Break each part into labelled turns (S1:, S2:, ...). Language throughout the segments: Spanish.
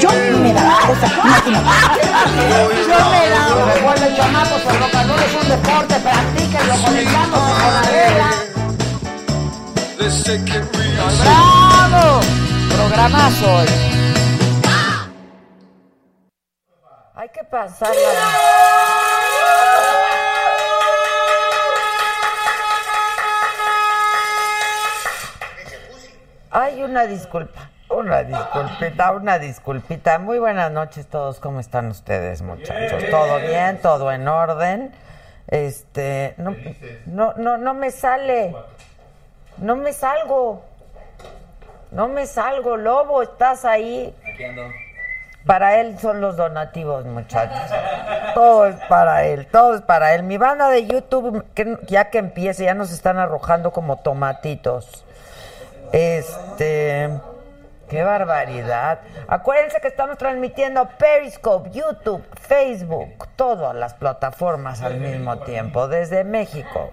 S1: Yo me da cosas. Yo me da. Me vuelvo chamaco, el rock and roll es un deporte, practíquenlo, conectamos con la regla. ¡Bravo! Programazo hoy. Hay que pasarla. Hay una disculpa. Una disculpita, una disculpita. Muy buenas noches todos. ¿Cómo están ustedes, muchachos? ¿Todo bien? ¿Todo en orden? Este, no, no, no, no me sale. No me salgo. No me salgo. Lobo, estás ahí. Para él son los donativos, muchachos. Todo es para él, todo es para él. Mi banda de YouTube, que- ya que empiece, ya nos están arrojando como tomatitos. Este. Qué barbaridad. Acuérdense que estamos transmitiendo Periscope, YouTube, Facebook, todas las plataformas al mismo tiempo, desde México,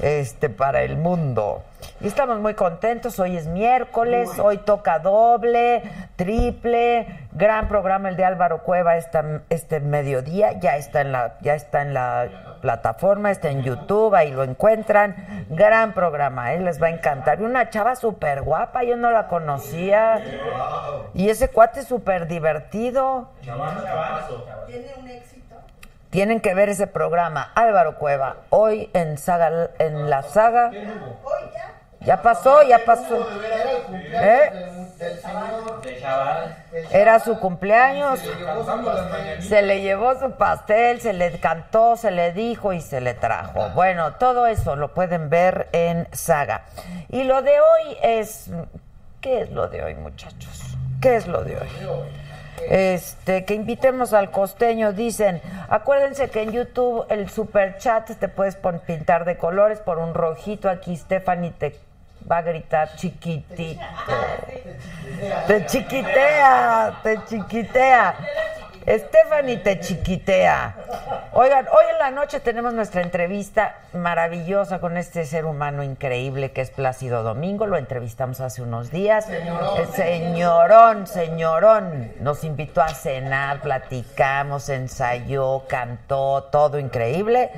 S1: este, para el mundo. Y estamos muy contentos, hoy es miércoles, hoy toca doble, triple, gran programa el de Álvaro Cueva esta- este mediodía, ya está en la, ya está en la plataforma, está en YouTube, ahí lo encuentran. Gran programa, él les va a encantar. Y Una chava súper guapa, yo no la conocía. Y ese cuate es súper divertido. Tienen que ver ese programa, Álvaro Cueva, hoy en saga, en la saga. Ya pasó, ya pasó. ¿Eh? Era su cumpleaños. Se le llevó su pastel, se le cantó, se le dijo y se le trajo. Bueno, todo eso lo pueden ver en Saga. Y lo de hoy es ¿qué es lo de hoy, muchachos? ¿Qué es lo de hoy? Este, que invitemos al costeño, dicen, acuérdense que en YouTube el super chat te puedes pon- pintar de colores por un rojito, aquí Stephanie te va a gritar chiquitito. Te chiquitea, te chiquitea. Stephanie te chiquitea. Oigan, hoy en la noche tenemos nuestra entrevista maravillosa con este ser humano increíble que es Plácido Domingo. Lo entrevistamos hace unos días. El señorón, señorón. Nos invitó a cenar, platicamos, ensayó, cantó, todo increíble.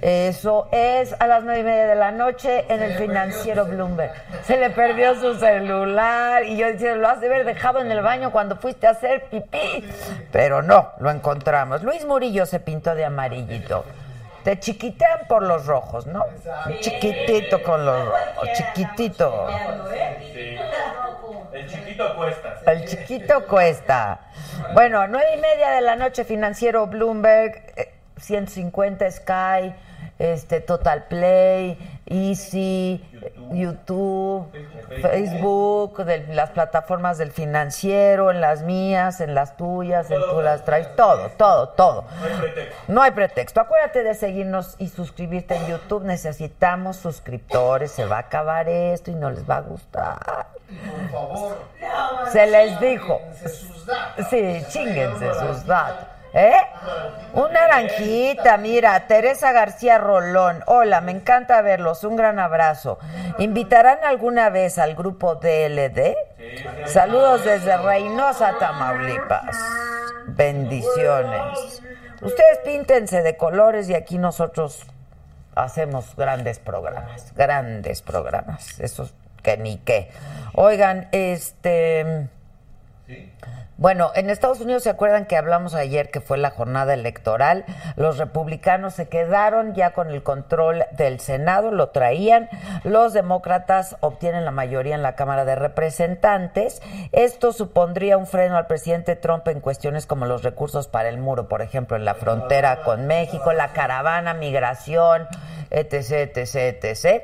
S1: Eso es a las nueve y media de la noche en el financiero Bloomberg. Se le perdió su celular y yo decía, lo has de haber dejado en el baño cuando fuiste a hacer pipí. Pero no, lo encontramos. Luis Murillo se pintó de amarillito. Te chiquitean por los rojos, ¿no? Chiquitito con los rojos, chiquitito.
S2: ¿eh?
S3: El chiquito cuesta.
S1: El chiquito cuesta. Bueno, nueve y media de la noche, financiero Bloomberg, eh, 150 Sky, este Total Play, Easy, YouTube, Facebook, de las plataformas del financiero, en las mías, en las tuyas, en tú las traes, todo, todo, todo. No hay pretexto. Acuérdate de seguirnos y suscribirte en YouTube. Necesitamos suscriptores. Se va a acabar esto y no les va a gustar. Se les dijo. Sí, chinguense sus datos. ¿Eh? Un naranjita, mira, Teresa García Rolón. Hola, me encanta verlos. Un gran abrazo. ¿Invitarán alguna vez al grupo DLD? Saludos desde Reynosa, Tamaulipas. Bendiciones. Ustedes píntense de colores y aquí nosotros hacemos grandes programas, grandes programas, esos que ni qué. Oigan, este... Bueno, en Estados Unidos se acuerdan que hablamos ayer que fue la jornada electoral. Los republicanos se quedaron ya con el control del Senado, lo traían. Los demócratas obtienen la mayoría en la Cámara de Representantes. Esto supondría un freno al presidente Trump en cuestiones como los recursos para el muro, por ejemplo, en la frontera con México, la caravana, migración, etc, etc, etc.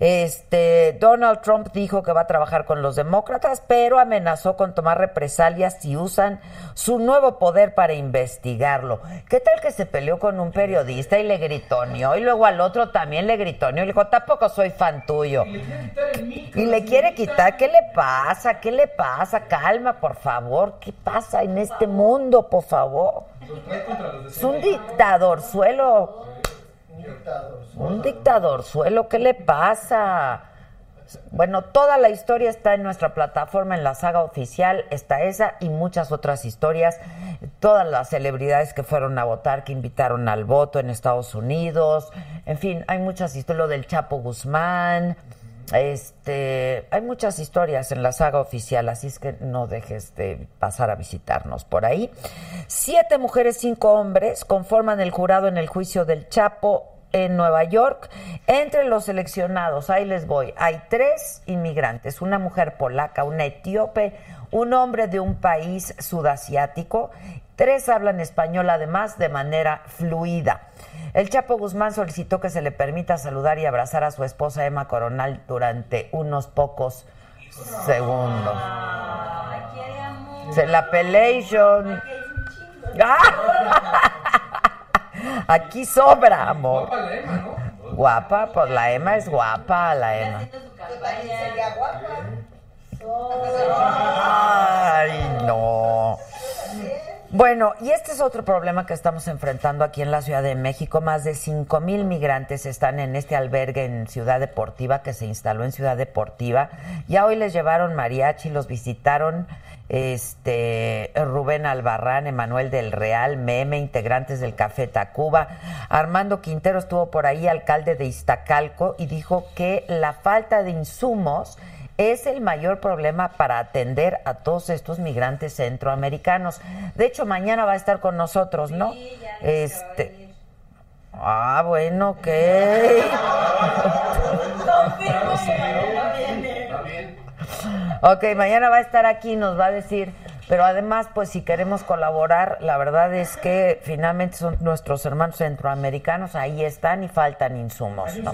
S1: Este, Donald Trump dijo que va a trabajar con los demócratas, pero amenazó con tomar represalias si usan su nuevo poder para investigarlo. ¿Qué tal que se peleó con un periodista y le gritoneó y luego al otro también le gritoneó y le dijo, tampoco soy fan tuyo? Y le quiere quitar, ¿qué le pasa? ¿Qué le pasa? Calma, por favor. ¿Qué pasa en este mundo, por favor? Es un dictadorzuelo. Un dictadorzuelo, ¿qué le pasa? Bueno, toda la historia está en nuestra plataforma, en la saga oficial, está esa y muchas otras historias. Todas las celebridades que fueron a votar, que invitaron al voto en Estados Unidos, en fin, hay muchas historias, lo del Chapo Guzmán, este, hay muchas historias en la saga oficial, así es que no dejes de pasar a visitarnos por ahí. Siete mujeres, cinco hombres conforman el jurado en el juicio del Chapo en Nueva York. Entre los seleccionados, ahí les voy, hay tres inmigrantes, una mujer polaca, una etíope, un hombre de un país sudasiático, tres hablan español además de manera fluida. El Chapo Guzmán solicitó que se le permita saludar y abrazar a su esposa Emma Coronal durante unos pocos segundos. Se la pelation. ¡Ah! Aquí sobra, amor. Guapa la Emma, ¿no? Guapa, pues la Emma es guapa, la Emma. Ay, no. Bueno, y este es otro problema que estamos enfrentando aquí en la Ciudad de México. Más de 5 mil migrantes están en este albergue en Ciudad Deportiva que se instaló en Ciudad Deportiva. Ya hoy les llevaron mariachi, los visitaron este Rubén Albarrán, Emanuel del Real, Meme, integrantes del Café Tacuba. Armando Quintero estuvo por ahí, alcalde de Iztacalco, y dijo que la falta de insumos es el mayor problema para atender a todos estos migrantes centroamericanos. De hecho, mañana va a estar con nosotros, ¿no?
S3: Sí, ya
S1: este Ah, bueno, ok. Ok, mañana va a estar aquí, nos va a decir. Pero además, pues si queremos colaborar, la verdad es que finalmente son nuestros hermanos centroamericanos, ahí están y faltan insumos. ¿no?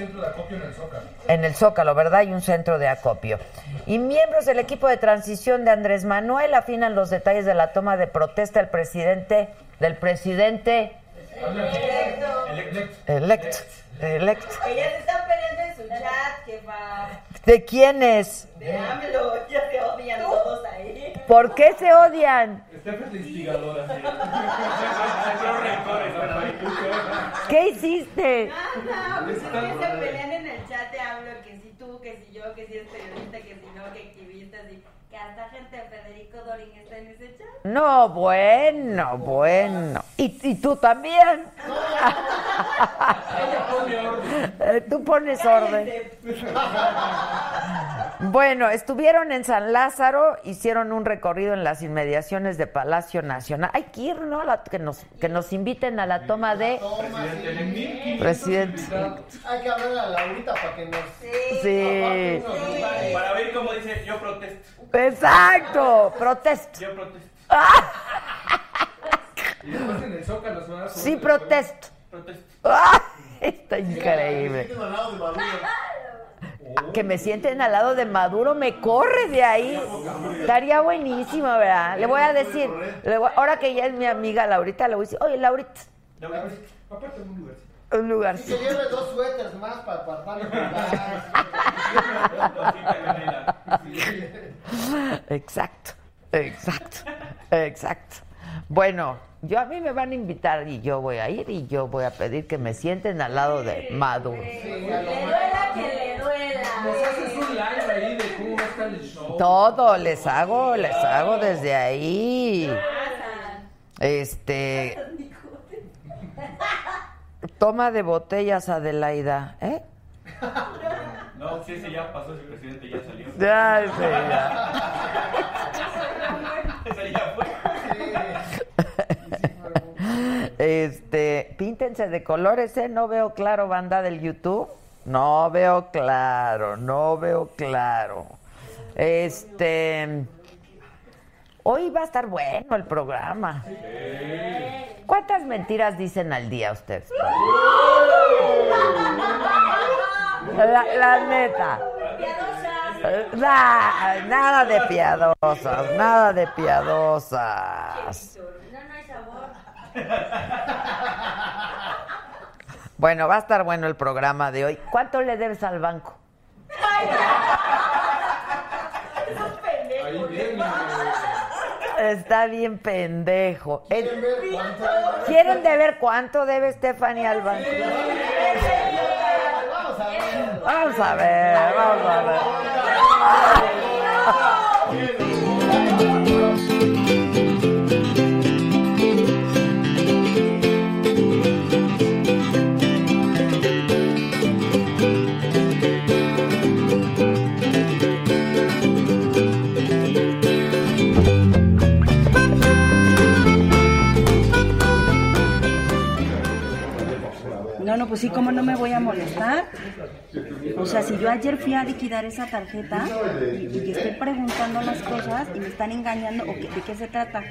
S1: en el Zócalo, ¿verdad? Hay un centro de acopio. Y miembros del equipo de transición de Andrés Manuel afinan los detalles de la toma de protesta del presidente, del presidente elect, elect.
S3: Ellas están peleando en su chat que va
S1: ¿De quién es?
S3: de AMLO, ya se odian todos ahí.
S1: ¿Por qué se odian?
S4: Este
S1: ¿Qué hiciste?
S3: Ajá, pues es que se pelean en el chat de AMLO que si tú, que si yo, que si es periodista, que si no, que activista, así. que hasta gente de Federico Dorin está en ese chat.
S1: No, bueno, bueno. ¿Y, y tú también? Eh, tú pones orden. Bueno, estuvieron en San Lázaro, hicieron un recorrido en las inmediaciones de Palacio Nacional. Hay que ir, ¿no? A la- que, nos, que nos inviten a la toma de... Presidente.
S5: Hay que hablar a Laurita para que nos.
S1: Sí.
S4: Para ver cómo dice, yo protesto,
S1: Exacto. Protesto. ¡Ah!
S4: yo protesto.
S1: Sí, protesto.
S4: Protesto.
S1: ¡Ah! Está increíble.
S5: Al lado de Maduro.
S1: Que me sienten al lado de Maduro, me corre de ahí. Estaría buenísimo, ¿verdad? Le voy a decir, le voy- ahora que ella es mi amiga Laurita, le voy a decir, oye, Laurita, un
S5: Y que
S1: lugarcito.
S5: lleve dos suéteres más para apartarle con
S1: Exacto, exacto, exacto. Bueno, yo a mí me van a invitar y yo voy a ir y yo voy a pedir que me sienten al lado de Maduro.
S3: Le duela que le duela.
S1: Todo les hago, les hago desde ahí. Este. Toma de botellas, Adelaida. ¿Eh?
S4: No, si ese ya pasó, ese presidente ya salió.
S1: Ya, ese ya.
S4: Ese ya fue.
S1: Este, píntense de colores, ¿eh? No veo claro, banda del YouTube. No veo claro, no veo claro. Este, hoy va a estar bueno el programa. ¿Cuántas mentiras dicen al día ustedes? La, la neta. Na- nada de piadosas, nada de piadosas. Bueno, va a estar bueno el programa de hoy. ¿Cuánto le debes al banco?
S5: Ahí viene.
S1: Está bien pendejo.
S5: ¿Quieren
S1: El-
S5: ver cuánto?
S1: ¿Quieren de ver cuánto debe Stephanie al banco?
S5: Vamos a ver.
S1: Vamos a ver, vamos a ver.
S2: No, no, pues sí, ¿cómo no me voy a molestar? O sea, si yo ayer fui a liquidar esa tarjeta y, y que estoy preguntando las cosas y me están engañando, ¿o qué- ¿de qué se trata?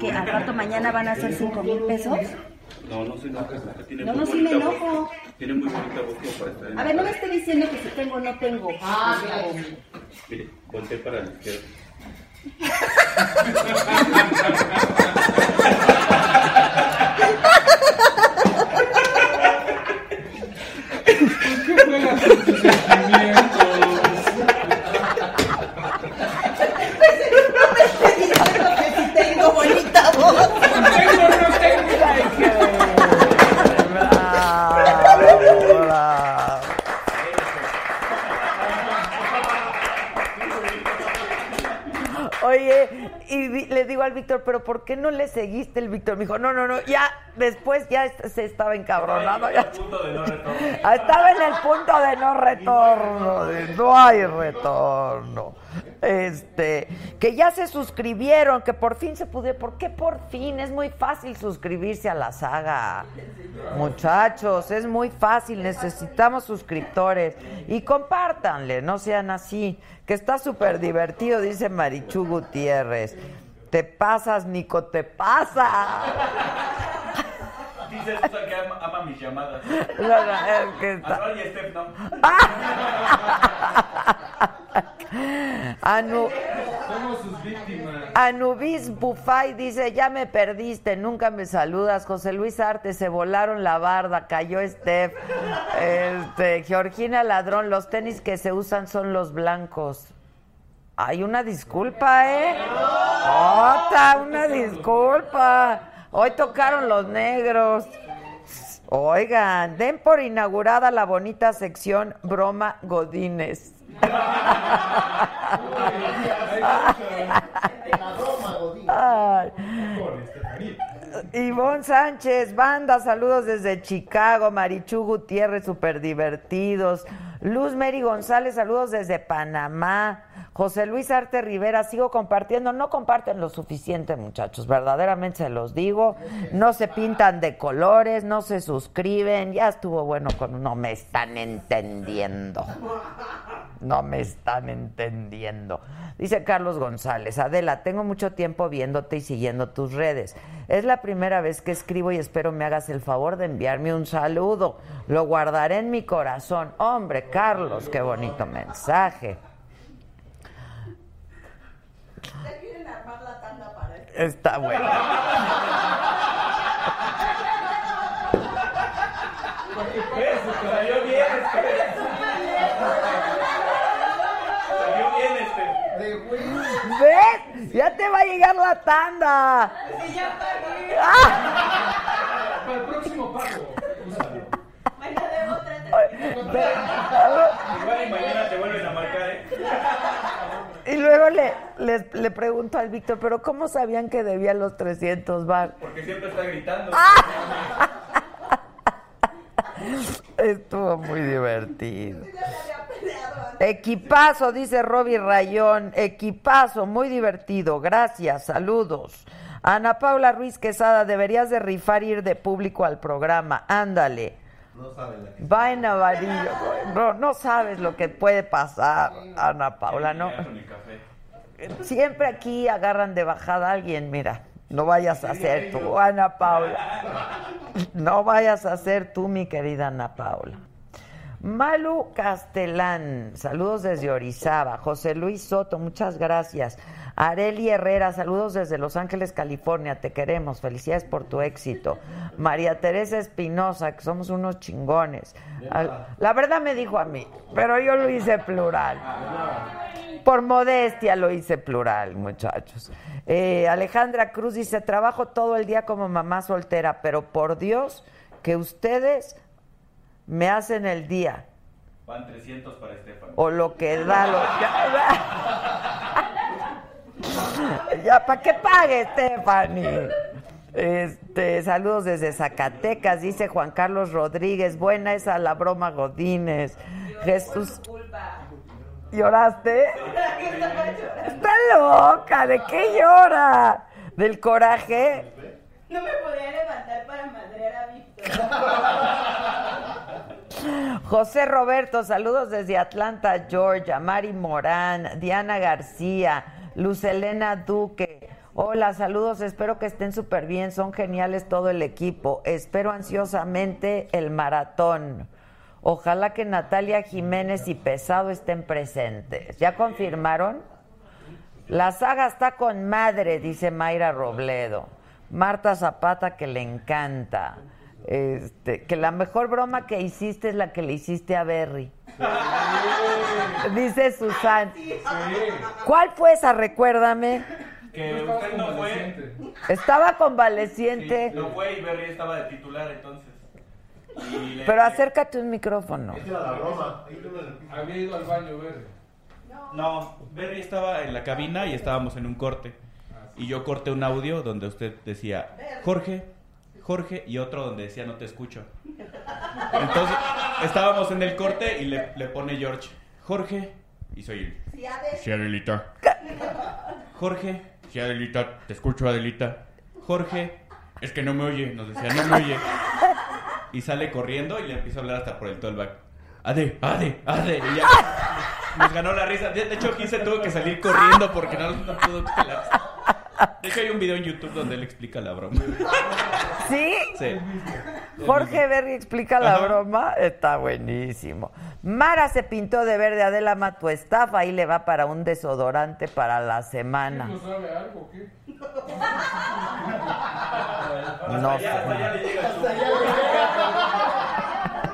S2: Que al rato mañana van a ser cinco mil pesos.
S4: No, no se enoja, porque tiene
S2: No,
S4: muy
S2: no, sí me
S4: bonita
S2: enojo.
S4: voz. Tiene muy bonita voz como para estar en
S2: A ver, no me esté diciendo que si tengo o no tengo.
S4: Mire, volteé para la izquierda.
S1: Bravo, bravo. Oye, y vi- le digo al Víctor, pero ¿por qué no le seguiste el Víctor? Me dijo, no, no, no, ya, después ya est- se estaba encabronado. ya-
S4: A punto de no retorno.
S1: estaba en el punto de no retorno, de no hay retorno. Este, que ya se suscribieron, que por fin se pudo. ¿Por qué por fin? Es muy fácil suscribirse a la saga. Muchachos, es muy fácil, necesitamos suscriptores. Y compártanle, no sean así. Que está súper divertido, dice Marichu Gutiérrez. Te pasas, Nico, te pasa.
S4: Dice Susan que ama, ama mis llamadas.
S1: No, no, es que está-
S4: Anual y Steph no.
S1: Anu-
S6: Somos sus víctimas.
S1: Anubis Bufay dice, ya me perdiste, nunca me saludas. José Luis Arte, se volaron la barda, cayó Steph. Este, Georgina Ladrón, los tenis que se usan son los blancos. Hay una disculpa, ¿eh? ¡Ota! Una disculpa. Hoy tocaron los negros. Oigan, den por inaugurada la bonita sección Broma Godines.
S5: La Roma, Godín.
S1: Ay. Ivonne Sánchez, banda, saludos desde Chicago, Marichu Gutiérrez, súper divertidos. Luz Mary González, saludos desde Panamá. José Luis Arte Rivera, sigo compartiendo. No comparten lo suficiente, muchachos, verdaderamente se los digo. No se pintan de colores, no se suscriben. Ya estuvo bueno con... No me están entendiendo. No me están entendiendo. Dice Carlos González, Adela, tengo mucho tiempo viéndote y siguiendo tus redes. Es la primera vez que escribo y espero me hagas el favor de enviarme un saludo. Lo guardaré en mi corazón. Hombre, Carlos, qué bonito mensaje. Está bueno.
S4: Eso, que salió bien, Steph. Salió bien,
S7: este.
S4: Steph.
S5: De Will.
S1: ¿Ves? Ya te va a llegar la tanda.
S6: Para el próximo pago, úsalo.
S4: Igual y mañana te vuelven a marcar, ¿eh?
S1: Y luego le, le, le pregunto al Víctor, pero ¿cómo sabían que debía los 300 bar? Ah.
S4: Porque siempre está gritando.
S1: Estuvo muy divertido. Equipazo, dice Robbie Rayón. Equipazo, muy divertido. Gracias, saludos. Ana Paula Ruiz Quesada, deberías de rifar ir de público al programa. Ándale. Va en amarillo. No, no sabes lo que puede pasar, Ana Paula, ¿no?
S4: Con el café.
S1: Siempre aquí agarran de bajada a alguien, mira. No vayas a hacer tú, Ana Paula. No vayas a hacer tú, mi querida Ana Paula. Malu Castelán, saludos desde Orizaba. José Luis Soto, muchas gracias. Areli Herrera, saludos desde Los Ángeles, California. Te queremos, felicidades por tu éxito. María Teresa Espinosa, que somos unos chingones. Al- La verdad me dijo a mí, pero yo lo hice plural. Por modestia lo hice plural, muchachos. Eh, Alejandra Cruz dice, trabajo todo el día como mamá soltera, pero por Dios que ustedes me hacen el día
S4: Van 300 para Estefan.
S1: o lo que da lo que ya para qué pague Stephanie este saludos desde Zacatecas dice Juan Carlos Rodríguez buena esa la broma Godínez Jesús lloraste está loca de qué llora del coraje
S3: No me podía levantar para madrear a Víctor.
S1: José Roberto, saludos desde Atlanta, Georgia. Mari Morán, Diana García, Luz Elena Duque. Hola, saludos, espero que estén súper bien, son geniales todo el equipo. Espero ansiosamente el maratón. Ojalá que Natalia Jiménez y Pesado estén presentes. ¿Ya confirmaron? La saga está con madre, dice Mayra Robledo. Marta Zapata que le encanta. Este, que la mejor broma que hiciste es la que le hiciste a Berry. Dice Susan. ¿Cuál fue esa? Recuérdame.
S4: Que usted no fue.
S1: Estaba
S4: Sí,
S1: convaleciente,
S4: no fue y Berry estaba de titular entonces. Y le-
S1: pero acércate un micrófono.
S4: Este
S5: Esa era la broma. Ahí tú me-
S6: Había ido al baño verde.
S4: No, Berry estaba en la cabina y estábamos en un corte.
S6: Ah,
S4: Y yo corté un audio donde usted decía, Jorge, Jorge, y otro donde decía, no te escucho. Entonces, estábamos en el corte y le, le pone George, Jorge, y soy
S3: Si ha de
S4: Sí, Adelita. Jorge. Sí, Adelita, te escucho, Adelita. Jorge. Es que no me oye, nos decía, no me oye. Y sale corriendo y le empieza a hablar hasta por el tollback. Ade, ade, ade. Y ya nos ganó la risa. De, de hecho, aquí se tuvo que salir corriendo porque no, no pudo pelarse. De hecho, hay un video en YouTube donde él explica la broma.
S1: ¿Sí?
S4: Sí.
S1: Jorge Berry explica la
S4: Ajá.
S1: broma, está buenísimo. Mara se pintó de verde, Adela Matu estafa, ahí le va para un desodorante para la semana.
S6: ¿No sabe algo o qué?
S1: No
S4: Ya, hasta
S1: sé.
S4: allá le llega el tubo.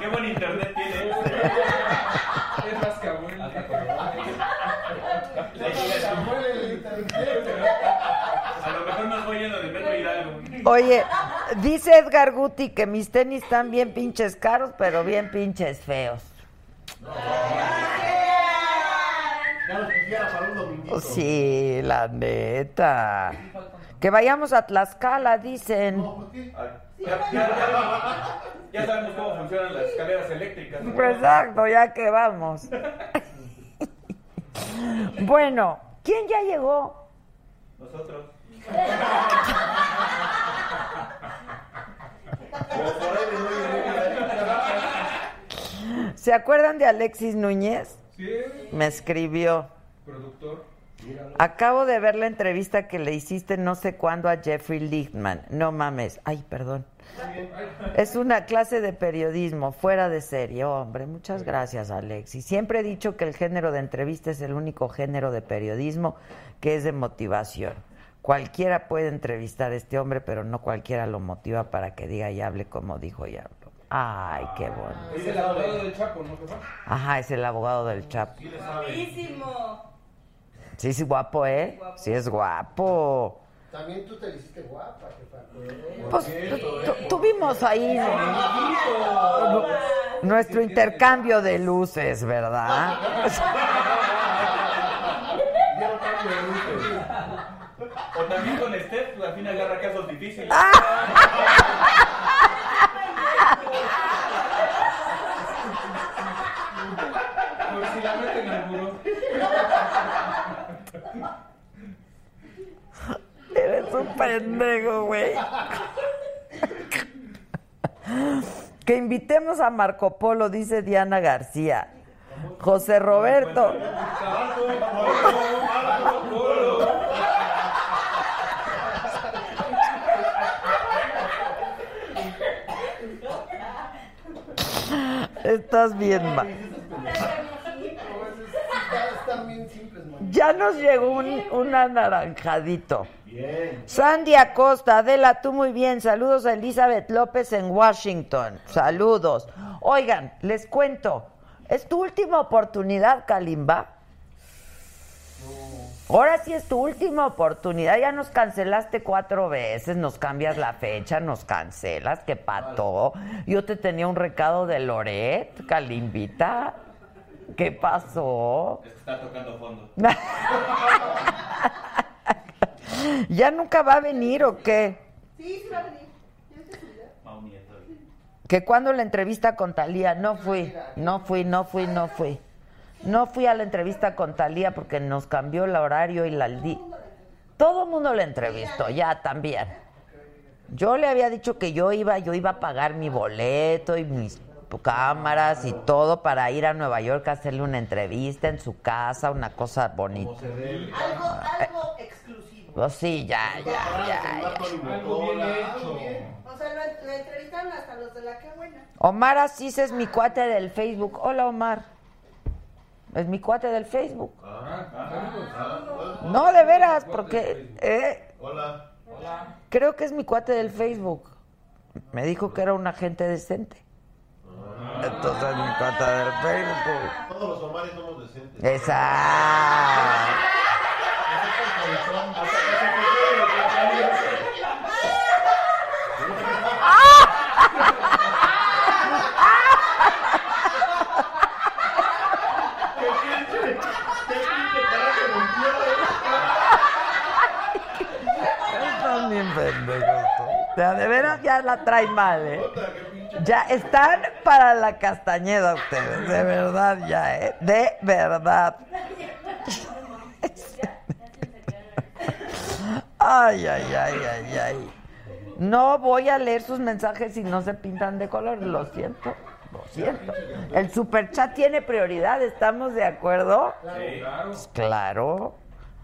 S4: Qué buen internet tiene. este.
S6: Es rascabuela.
S4: Le llega el tubo.
S5: Fue el internet.
S4: A lo mejor nos voy yendo de metro Hidalgo.
S1: Oye, dice Edgar Guti que mis tenis están bien pinches caros, pero bien pinches feos.
S5: Ya lo quisiera para un dominguito.
S1: Oh, Sí, la neta. Que vayamos a Tlaxcala, dicen.
S5: No, ¿por qué?
S4: Ya, ya- ya- ya sabemos cómo funcionan las escaleras eléctricas. ¿no?
S1: Exacto, ya que vamos. Bueno, ¿quién ya llegó?
S4: Nosotros. Como por ahí de
S1: ¿Se acuerdan de Alexis Núñez?
S6: Sí,
S1: Me escribió.
S6: productor.
S1: Acabo de ver la entrevista que le hiciste no sé cuándo a Jeffrey Lichtman. No mames. Ay, perdón. Es una clase de periodismo fuera de serie, hombre. Muchas gracias, Alexis. Siempre he dicho que el género de entrevista es el único género de periodismo que es de motivación. Cualquiera puede entrevistar a este hombre, pero no cualquiera lo motiva para que diga y hable como dijo y habló. Ay, qué bueno.
S6: Es el abogado del Chapo, ¿no, papá?
S1: Ajá, es el abogado del Chapo.
S3: Buenísimo.
S1: Sí, es guapo, ¿eh? Sí, es guapo.
S5: También tú te le hiciste guapa, jefa.
S1: Pues tu- tu- tuvimos ahí
S7: eh,
S1: ¿no? nuestro intercambio de luces, ¿verdad?
S6: eh.
S4: O también con Steph, pues, al fin agarra casos difíciles.
S6: si la meten al buró.
S1: Eres un pendejo, güey. Que invitemos a Marco Polo, dice Diana García. José Roberto. Estás bien mal.
S5: Están bien simples, man.
S1: Ya nos llegó un, un anaranjadito. Sandy Acosta, Adela, tú muy bien. Saludos a Elizabeth López en Washington. Saludos. Oigan, les cuento. ¿Es tu última oportunidad, Kalimba? Ahora sí es tu última oportunidad. Ya nos cancelaste cuatro veces, nos cambias la fecha, nos cancelas, que pato. Yo te tenía un recado de Loret, Kalimbita. ¿Qué pasó?
S4: Es que está tocando fondo.
S1: ¿Ya nunca va a venir o qué?
S4: Mau Nieto.
S1: Que cuando la entrevista con Talía, no fui, no fui, no fui, no fui. No fui a la entrevista con Talía porque nos cambió el horario y la di. Todo el mundo la entrevistó, ya también. Yo le había dicho que yo iba, yo iba a pagar mi boleto y mis cámaras y todo para ir a Nueva York a hacerle una entrevista en su casa, una cosa bonita.
S8: Algo, algo exclusivo.
S1: Pues sí, ya, ya, ya, ya.
S6: Algo bien hecho.
S8: O sea, lo, lo entrevistaron hasta los de la que buena.
S1: Omar Asís es mi cuate del Facebook. Hola, Omar. Es mi cuate del Facebook. No, de veras, porque eh,
S5: Hola.
S1: creo que es mi cuate del Facebook. Me dijo que era un agente decente. Entonces es mi cuate del Facebook.
S5: Todos los Omares somos decentes.
S1: Esa. Están bien pendejos todos. O sea, de veras ya la traen mal, ¿eh? Ya están para la castañeda ustedes, de verdad ya, ¿eh? De verdad. Ay, ay, ay, ay, ay. No voy a leer sus mensajes si no se pintan de color, lo siento. Lo siento. El superchat tiene prioridad, ¿estamos de acuerdo?
S6: Claro.
S1: Claro.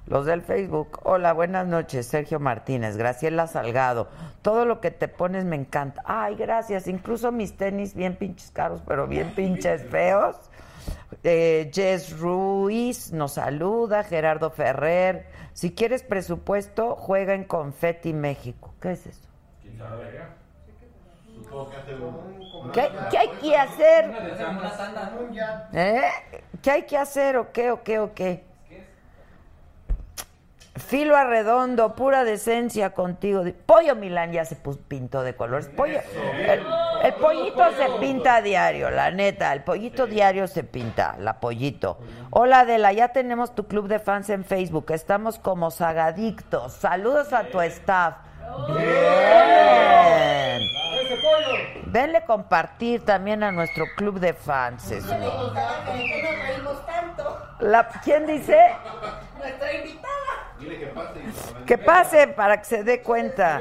S1: Los del Facebook. Hola, buenas noches. Sergio Martínez, Graciela Salgado. Todo lo que te pones me encanta. Ay, gracias. Incluso mis tenis bien pinches caros, pero bien pinches feos. Eh, Jess Ruiz nos saluda. Gerardo Ferrer. Si quieres presupuesto, juega en Confetti México. ¿Qué es eso?
S6: ¿Quién sabe?
S1: ¿Qué, qué hay que hacer?
S6: Una de Sam's.
S1: ¿Eh? ¿Qué hay que hacer o qué o qué o qué? Filo arredondo, pura decencia contigo. Di- Pollo Milán ya se pus- pintó de colores. Pollo, el, el pollito se pinta a diario, la neta. El pollito diario se pinta, la pollito. Hola Adela, ya tenemos tu club de fans en Facebook. Estamos como sagadictos. Saludos a tu staff. Bien.
S6: ¡Ese pollo!
S1: Denle compartir también a nuestro club de fans.
S8: O sea, ¿de qué nos reímos tanto?
S1: La- ¿Quién dice?
S8: Nuestra invitada.
S5: Dile que pase y se
S1: Que pase para que se dé cuenta.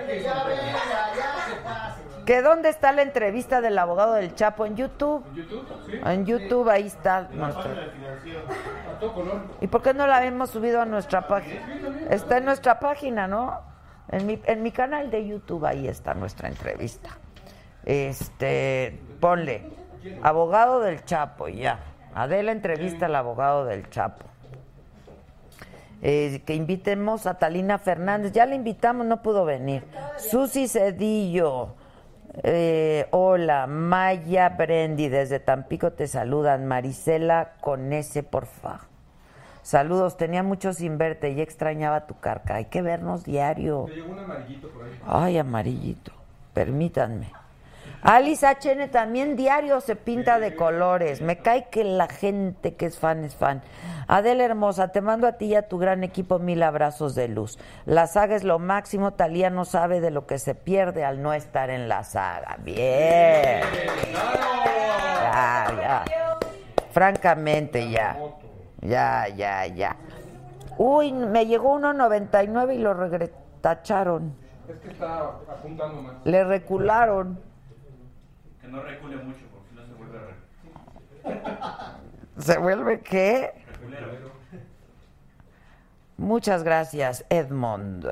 S1: Que dónde está la entrevista del abogado del Chapo en YouTube.
S6: ¿En YouTube? Sí,
S1: En YouTube ahí está.
S5: van
S1: nuestra-
S5: al financiero.
S6: a todo color.
S1: ¿Y por qué no la hemos subido a nuestra página? Está en nuestra página, ¿no? En mi, en mi canal de YouTube ahí está nuestra entrevista. Este, ponle, abogado del Chapo, ya. Adela entrevista al abogado del Chapo. Eh, que invitemos a Talina Fernández. Ya la invitamos, no pudo venir. Susi Cedillo. Eh, hola, Maya Brendi, desde Tampico te saludan. Marisela con ese, porfa. Saludos, tenía mucho sin verte y extrañaba tu carca. Hay que vernos diario.
S6: Te llegó un amarillito por ahí.
S1: Ay, amarillito, permítanme. Alice HN también diario se pinta de colores. Me cae que la gente que es fan es fan. Adela Hermosa, te mando a ti y a tu gran equipo mil abrazos de luz. La saga es lo máximo. Talía no sabe de lo que se pierde al no estar en la saga. Bien. Ya, ya. francamente ya. Ya, ya, ya. Uy, me llegó 1.99 y lo regre- tacharon.
S6: Es que está apuntando más.
S1: Le recularon.
S4: Que no recule mucho porque si no se vuelve re-
S1: ¿Se vuelve qué? Muchas gracias, Edmond.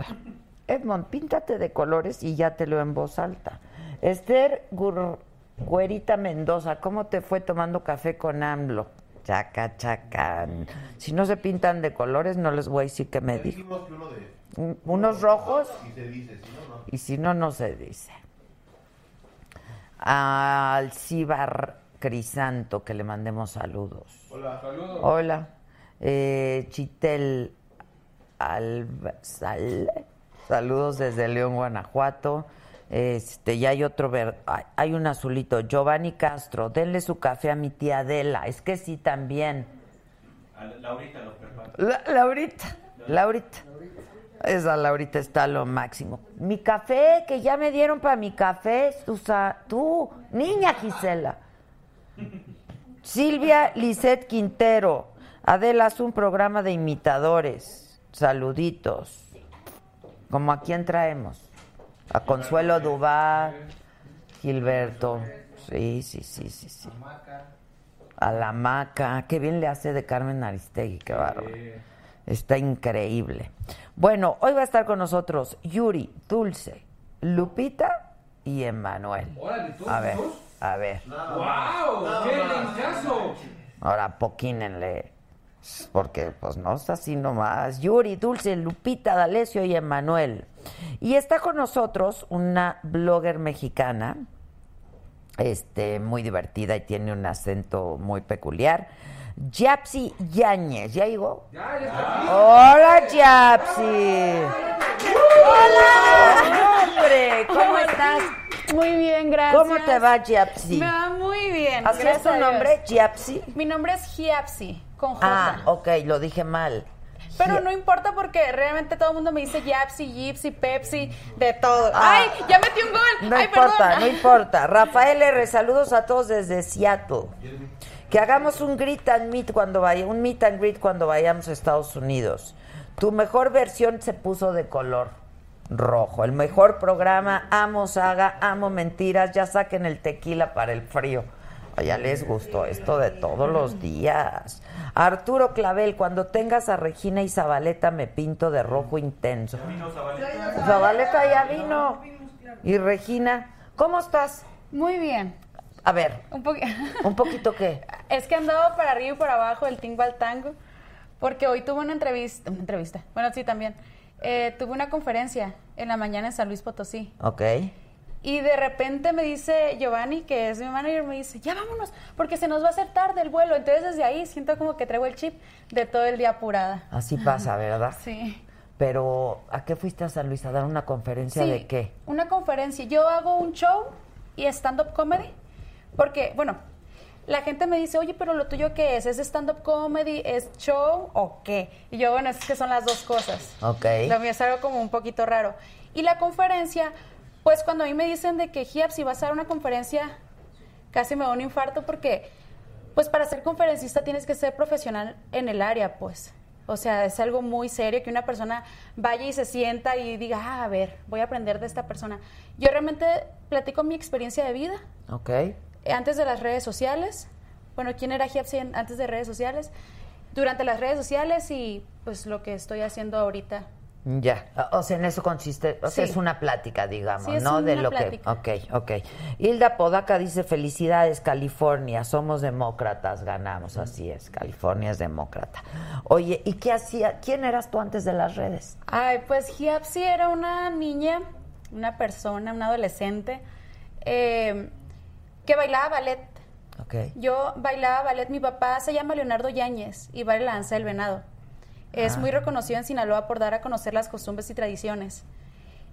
S1: Edmond, píntate de colores y ya te lo en voz alta. Esther Gur- Güerita Mendoza, ¿cómo te fue tomando café con AMLO? Chaca, chacán. Si no se pintan de colores, no les voy a decir qué me dijo.
S5: Dijimos que uno de.
S1: Un- Unos rojos
S5: Si se dice, si no, no.
S1: y si no, no se dice. Alcibar Crisanto, que le mandemos saludos.
S6: Saludos.
S1: Hola. Eh, Chitel Alba- Sal- Saludos desde León, Guanajuato. Este, ya hay otro ver, hay- hay un azulito, Giovanni Castro, denle su café a mi tía Adela, es que sí también.
S4: A Laurita lo prepara.
S1: La- Laurita, Laurita. Esa Laurita está lo máximo. Mi café, que ya me dieron para mi café, Susa, tú, niña Gisela. Silvia Lisette Quintero. Adela hace un programa de imitadores. Saluditos. ¿Como a quién traemos? A Consuelo Duval, Gilberto. Sí, sí, sí, sí, sí. A la maca. Qué bien le hace de Carmen Aristegui, qué bárbaro. Está increíble. Bueno, hoy va a estar con nosotros Yuri, Dulce, Lupita y Emanuel.
S6: Órale, ¿todos
S1: A ver,
S6: juntos?
S1: a ver.
S6: ¡Wow! ¡Qué lencazo!
S1: Ahora poquínenle. Porque pues no está así nomás. Yuri, Dulce, Lupita, D'Alessio y Emanuel. Y está con nosotros una blogger mexicana, este, muy divertida y tiene un acento muy peculiar. Yapsi Yáñez, ¿ya llegó?
S6: Ya, ya está aquí.
S1: ¡Hola, Yapsi! ¡Hola! ¡Hombre! ¿Cómo estás?
S9: Muy bien, gracias.
S1: ¿Cómo te va, Yapsi?
S9: Me va muy bien.
S1: ¿Así es
S9: gracias
S1: tu
S9: a Dios.
S1: nombre, Yapsi?
S9: Mi nombre es Giapsi, con J.
S1: Ah, ok, lo dije mal.
S9: Pero no importa porque realmente todo el mundo me dice Giapsi, Gipsy, Pepsi, de todo. ¡Ay! Ya metí un gol.
S1: Ah. No
S9: Ay,
S1: importa,
S9: perdón.
S1: no importa. Rafael R, saludos a todos desde Seattle. Que hagamos un greet and meet cuando vaya, un meet and greet cuando vayamos a Estados Unidos. Tu mejor versión se puso de color rojo. El mejor programa, amo saga, amo mentiras, ya saquen el tequila para el frío. Ay, Ya les gustó esto de todos los días. Arturo Clavel, cuando tengas a Regina y Zabaleta me pinto de rojo intenso. Zabaleta ya vino. Y Regina, ¿cómo estás?
S9: Muy bien.
S1: A ver,
S9: Un poco.
S1: un poquito qué.
S9: Es que andaba para arriba y para abajo del tingo al tango, porque hoy tuve una entrevista, una entrevista, bueno, sí, también, Eh, tuve una conferencia en la mañana en San Luis Potosí,
S1: Ok.
S9: y de repente me dice Giovanni, que es mi manager, me dice, ya vámonos, porque se nos va a hacer tarde el vuelo, entonces desde ahí siento como que traigo el chip de todo el día apurada.
S1: Así pasa, ¿verdad?
S9: Sí.
S1: Pero, ¿a qué fuiste a San Luis? ¿A dar una conferencia
S9: Sí,
S1: de qué?
S9: Una conferencia. Yo hago un show y stand-up comedy. Porque, bueno, la gente me dice, oye, pero lo tuyo qué es? ¿Es stand-up comedy? ¿Es show o qué? Y yo, bueno, es que son las dos cosas.
S1: Ok.
S9: Lo mío es algo como un poquito raro. Y la conferencia, pues cuando a mí me dicen de que, Giap, si vas a dar una conferencia, casi me da un infarto porque, pues para ser conferencista tienes que ser profesional en el área, pues. O sea, es algo muy serio que una persona vaya y se sienta y diga, ah, a ver, voy a aprender de esta persona. Yo realmente platico mi experiencia de vida
S1: Ok.
S9: eh, antes de las redes sociales. Bueno, ¿quién era Giapsi en- antes de redes sociales? Durante las redes sociales y pues lo que estoy haciendo ahorita.
S1: Ya. O sea, en eso consiste. O sea,
S9: Sí.
S1: es una plática, digamos,
S9: Sí, es
S1: ¿no? de
S9: una
S1: lo
S9: plática.
S1: que. Ok, ok. Hilda Podaca dice: Felicidades, California. Somos demócratas, ganamos. Así es, California es demócrata. Oye, ¿y qué hacía? ¿Quién eras tú antes de las redes?
S9: Ay, pues Giapsi era una niña, una persona, una adolescente eh, que bailaba ballet.
S1: Ok.
S9: Yo bailaba ballet, mi papá se llama Leonardo Yáñez y baila la danza del venado. Es muy reconocido en Sinaloa por dar a conocer las costumbres y tradiciones.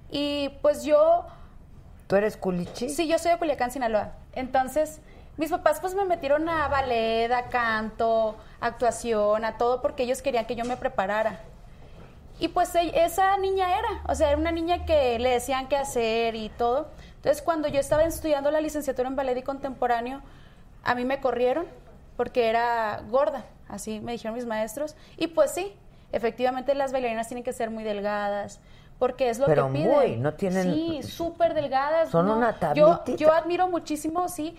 S9: Y pues yo,
S1: ¿Tú eres culichi?
S9: sí, yo soy de Culiacán, Sinaloa. Entonces, mis papás pues me metieron a ballet, a canto, actuación, a todo porque ellos querían que yo me preparara. Y pues e- esa niña era, o sea, era una niña que le decían qué hacer y todo. Entonces, cuando yo estaba estudiando la licenciatura en ballet y contemporáneo, a mí me corrieron porque era gorda, así me dijeron mis maestros. Y pues sí, efectivamente las bailarinas tienen que ser muy delgadas, porque es lo
S1: Pero
S9: que
S1: muy,
S9: piden.
S1: no tienen-
S9: Sí, súper delgadas.
S1: Son
S9: no.
S1: una
S9: yo,
S1: tablitita.
S9: yo admiro muchísimo, sí,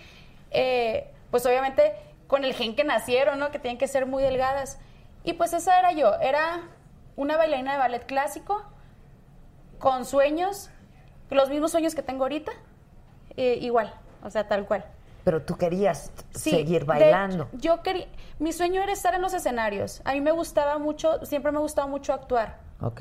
S9: eh, pues obviamente con el gen que nacieron, ¿no? Que tienen que ser muy delgadas. Y pues esa era yo, era una bailarina de ballet clásico, con sueños, los mismos sueños que tengo ahorita, eh, igual, o sea, tal cual.
S1: Pero tú querías
S9: Sí,
S1: seguir
S9: de-
S1: bailando.
S9: yo quería, mi sueño era estar en los escenarios. A mí me gustaba mucho, siempre me ha gustado mucho actuar.
S1: Ok.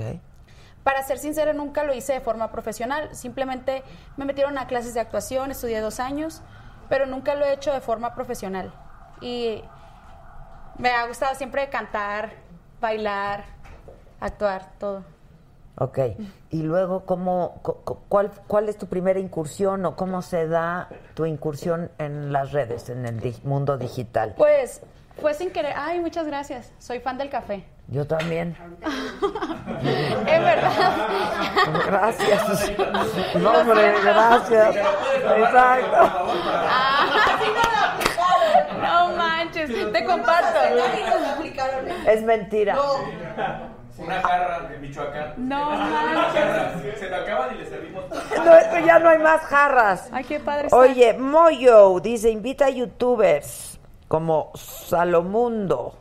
S9: Para ser sincera, nunca lo hice de forma profesional. Simplemente me metieron a clases de actuación, estudié dos años, pero nunca lo he hecho de forma profesional. Y me ha gustado siempre cantar, bailar, actuar, todo.
S1: Ok. Y luego, ¿cómo, cu- cu- cuál, ¿cuál es tu primera incursión o cómo se da tu incursión en las redes, en el di- mundo digital?
S9: Pues fue sin querer. Ay, muchas gracias. Soy fan del café.
S1: Yo también.
S9: En verdad.
S1: Gracias. No, hombre, gracias. Exacto.
S9: No manches, te comparto.
S1: Es mentira.
S4: Una jarra de Michoacán.
S9: No
S4: manches. Se lo acaban y le servimos.
S1: No, esto ya no hay más jarras.
S9: Ay, qué padre está.
S1: Oye, Moyo dice, invita a youtubers como Salomundo.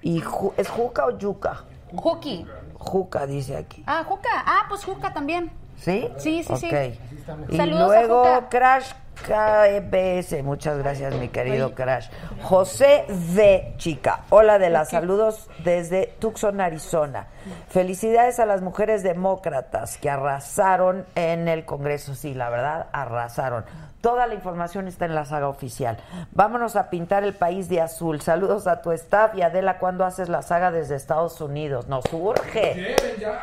S1: Y Ju- ¿Es Juca o Yuca?
S9: Juki.
S1: Juca dice aquí.
S9: Ah, Juca. Ah, pues Juca también.
S1: ¿Sí?
S9: Sí, sí, sí.
S1: Ok. Y
S9: Saludos a
S1: luego
S9: Juca.
S1: Crash KBS. Muchas gracias, mi querido Crash. José V, chica. Hola de las saludos desde Tucson, Arizona. Felicidades a las mujeres demócratas que arrasaron en el Congreso. Sí, la verdad, arrasaron. Toda la información está en la saga oficial. Vámonos a pintar el país de azul. Saludos a tu staff y Adela cuando haces la saga desde Estados Unidos. Nos urge.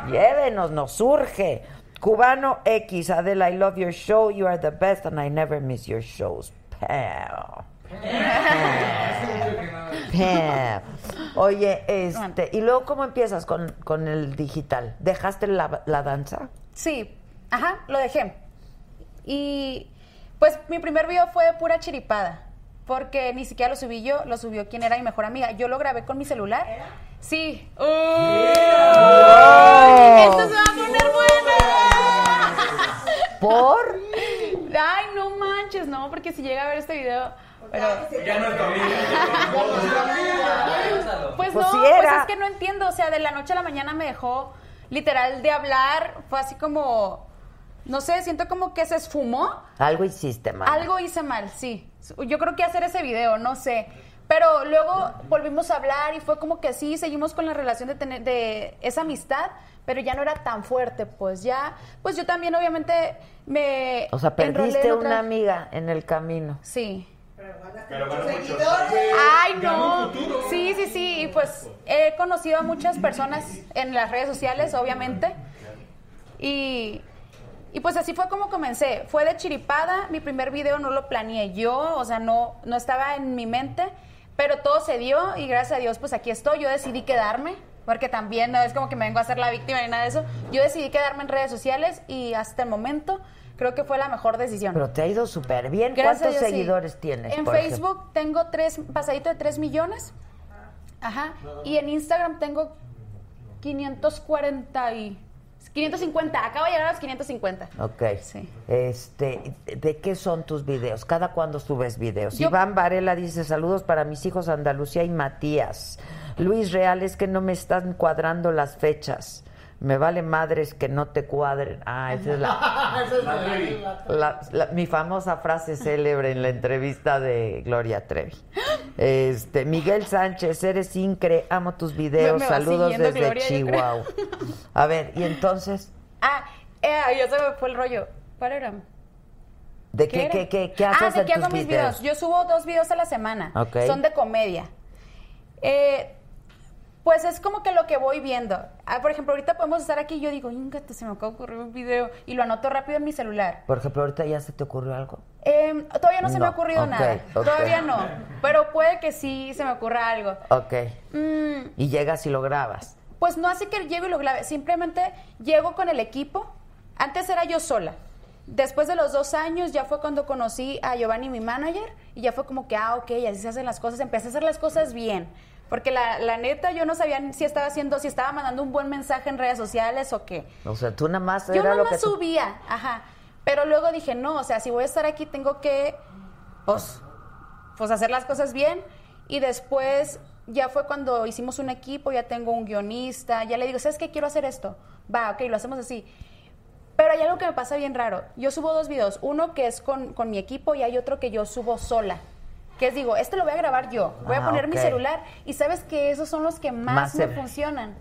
S1: Llévenos, nos surge. Cubano X, Adela, I love your show. You are the best and I never miss your shows. Pam. Pam. Oye, este, ¿y luego cómo empiezas con, con el digital? ¿Dejaste la, la danza?
S9: Sí, ajá, lo dejé. Y pues mi primer video fue de pura chiripada, porque ni siquiera lo subí yo, lo subió quien era mi mejor amiga. Yo lo grabé con mi celular. Sí. ¡Uy! ¡Esto se va a poner bueno!
S1: ¿Por?
S9: Ay, no manches, no, porque si llega a ver este video... Pero...
S4: Ya no es tu amiga.
S9: Pues,
S1: Pues
S9: no,
S1: sí
S9: pues
S1: era.
S9: es que no entiendo. O sea, de la noche a la mañana me dejó literal de hablar. Fue así como, no sé, siento como que se esfumó.
S1: Algo hiciste mal.
S9: Algo hice mal, sí. Yo creo que hacer ese video, no sé. Pero luego volvimos a hablar y fue como que sí, seguimos con la relación de tener de esa amistad, pero ya no era tan fuerte, pues ya, pues yo también obviamente me
S1: O sea,
S9: enrolé en
S1: perdiste
S9: otra-
S1: una amiga en el camino.
S9: Sí.
S4: Pero ganó mucho.
S9: Ay, no. Sí, sí, sí. Y pues he conocido a muchas personas en las redes sociales, obviamente. Y, y pues así fue como comencé. Fue de chiripada. Mi primer video no lo planeé yo, o sea, no, no estaba en mi mente. Pero todo se dio y gracias a Dios, pues aquí estoy. Yo decidí quedarme, porque también no es como que me vengo a ser la víctima ni nada de eso. Yo decidí quedarme en redes sociales y hasta el momento creo que fue la mejor decisión.
S1: Pero te ha ido súper bien.
S9: Gracias
S1: ¿Cuántos
S9: a Dios, sí.
S1: seguidores tienes?
S9: En
S1: por ejemplo?
S9: Facebook tengo tres, pasadito de 3 millones. Ajá. Y en Instagram tengo 540 y... 550. Acabo de llegar a los 550.
S1: Ok.
S9: Sí.
S1: Este, ¿de qué son tus videos? ¿Cada cuándo subes videos?
S9: Yo-
S1: Iván Varela dice saludos para mis hijos Andalucía y Matías. Luis Real es que no me están cuadrando las fechas. Me vale madres que no te cuadren. Ah, esa es la, la- la- mi famosa frase célebre en la entrevista de Gloria Trevi. Este, Miguel Sánchez, eres incre, amo tus videos.
S9: me va
S1: saludos
S9: siguiendo
S1: desde
S9: Gloria, yo creo.
S1: Chihuahua. A ver, y entonces,
S9: Ah, eh, ya se me fue el rollo. ¿Cuál era?
S1: ¿de qué,
S9: era?
S1: qué, qué, qué haces
S9: Ah, ¿de
S1: en
S9: qué hago
S1: tus
S9: mis videos? Yo subo dos videos a la semana.
S1: Ok.
S9: Son de comedia. Eh, pues es como que lo que voy viendo. Ah, por ejemplo, ahorita podemos estar aquí y yo digo, "Íngate, se me acaba de ocurrir un video. Y lo anoto rápido en mi celular.
S1: Por ejemplo, ahorita ya se te ocurrió algo.
S9: Eh, todavía no se me
S1: No,
S9: ha ocurrido
S1: ok,
S9: nada.
S1: ok.
S9: Todavía no. Pero puede que sí se me ocurra algo.
S1: Ok.
S9: Mm,
S1: Y llegas y lo grabas.
S9: pues no así que llego y lo grabe. Simplemente llego con el equipo. Antes era yo sola. Después de los dos años ya fue cuando conocí a Giovanni, mi manager, y ya fue como que, ah, ok, así se hacen las cosas. Empecé a hacer las cosas bien, porque la, la neta yo no sabía si estaba haciendo, si estaba mandando un buen mensaje en redes sociales o qué.
S1: O sea, tú nada más
S9: Yo
S1: era
S9: nada
S1: lo
S9: más
S1: que tú-
S9: subía, ajá. Pero luego dije, no, o sea, si voy a estar aquí tengo que, pues, pues hacer las cosas bien. Y después ya fue cuando hicimos un equipo, ya tengo un guionista, ya le digo, ¿sabes qué? Quiero hacer esto. Va, ok, lo hacemos así. Pero hay algo que me pasa bien raro. Yo subo dos videos, uno que es con, con mi equipo y hay otro que yo subo sola. Que es, digo, este lo voy a grabar yo, voy
S1: Ah,
S9: a poner mi
S1: ok.
S9: celular. Y sabes que esos son los que
S1: Más
S9: más
S1: se-
S9: me funcionan.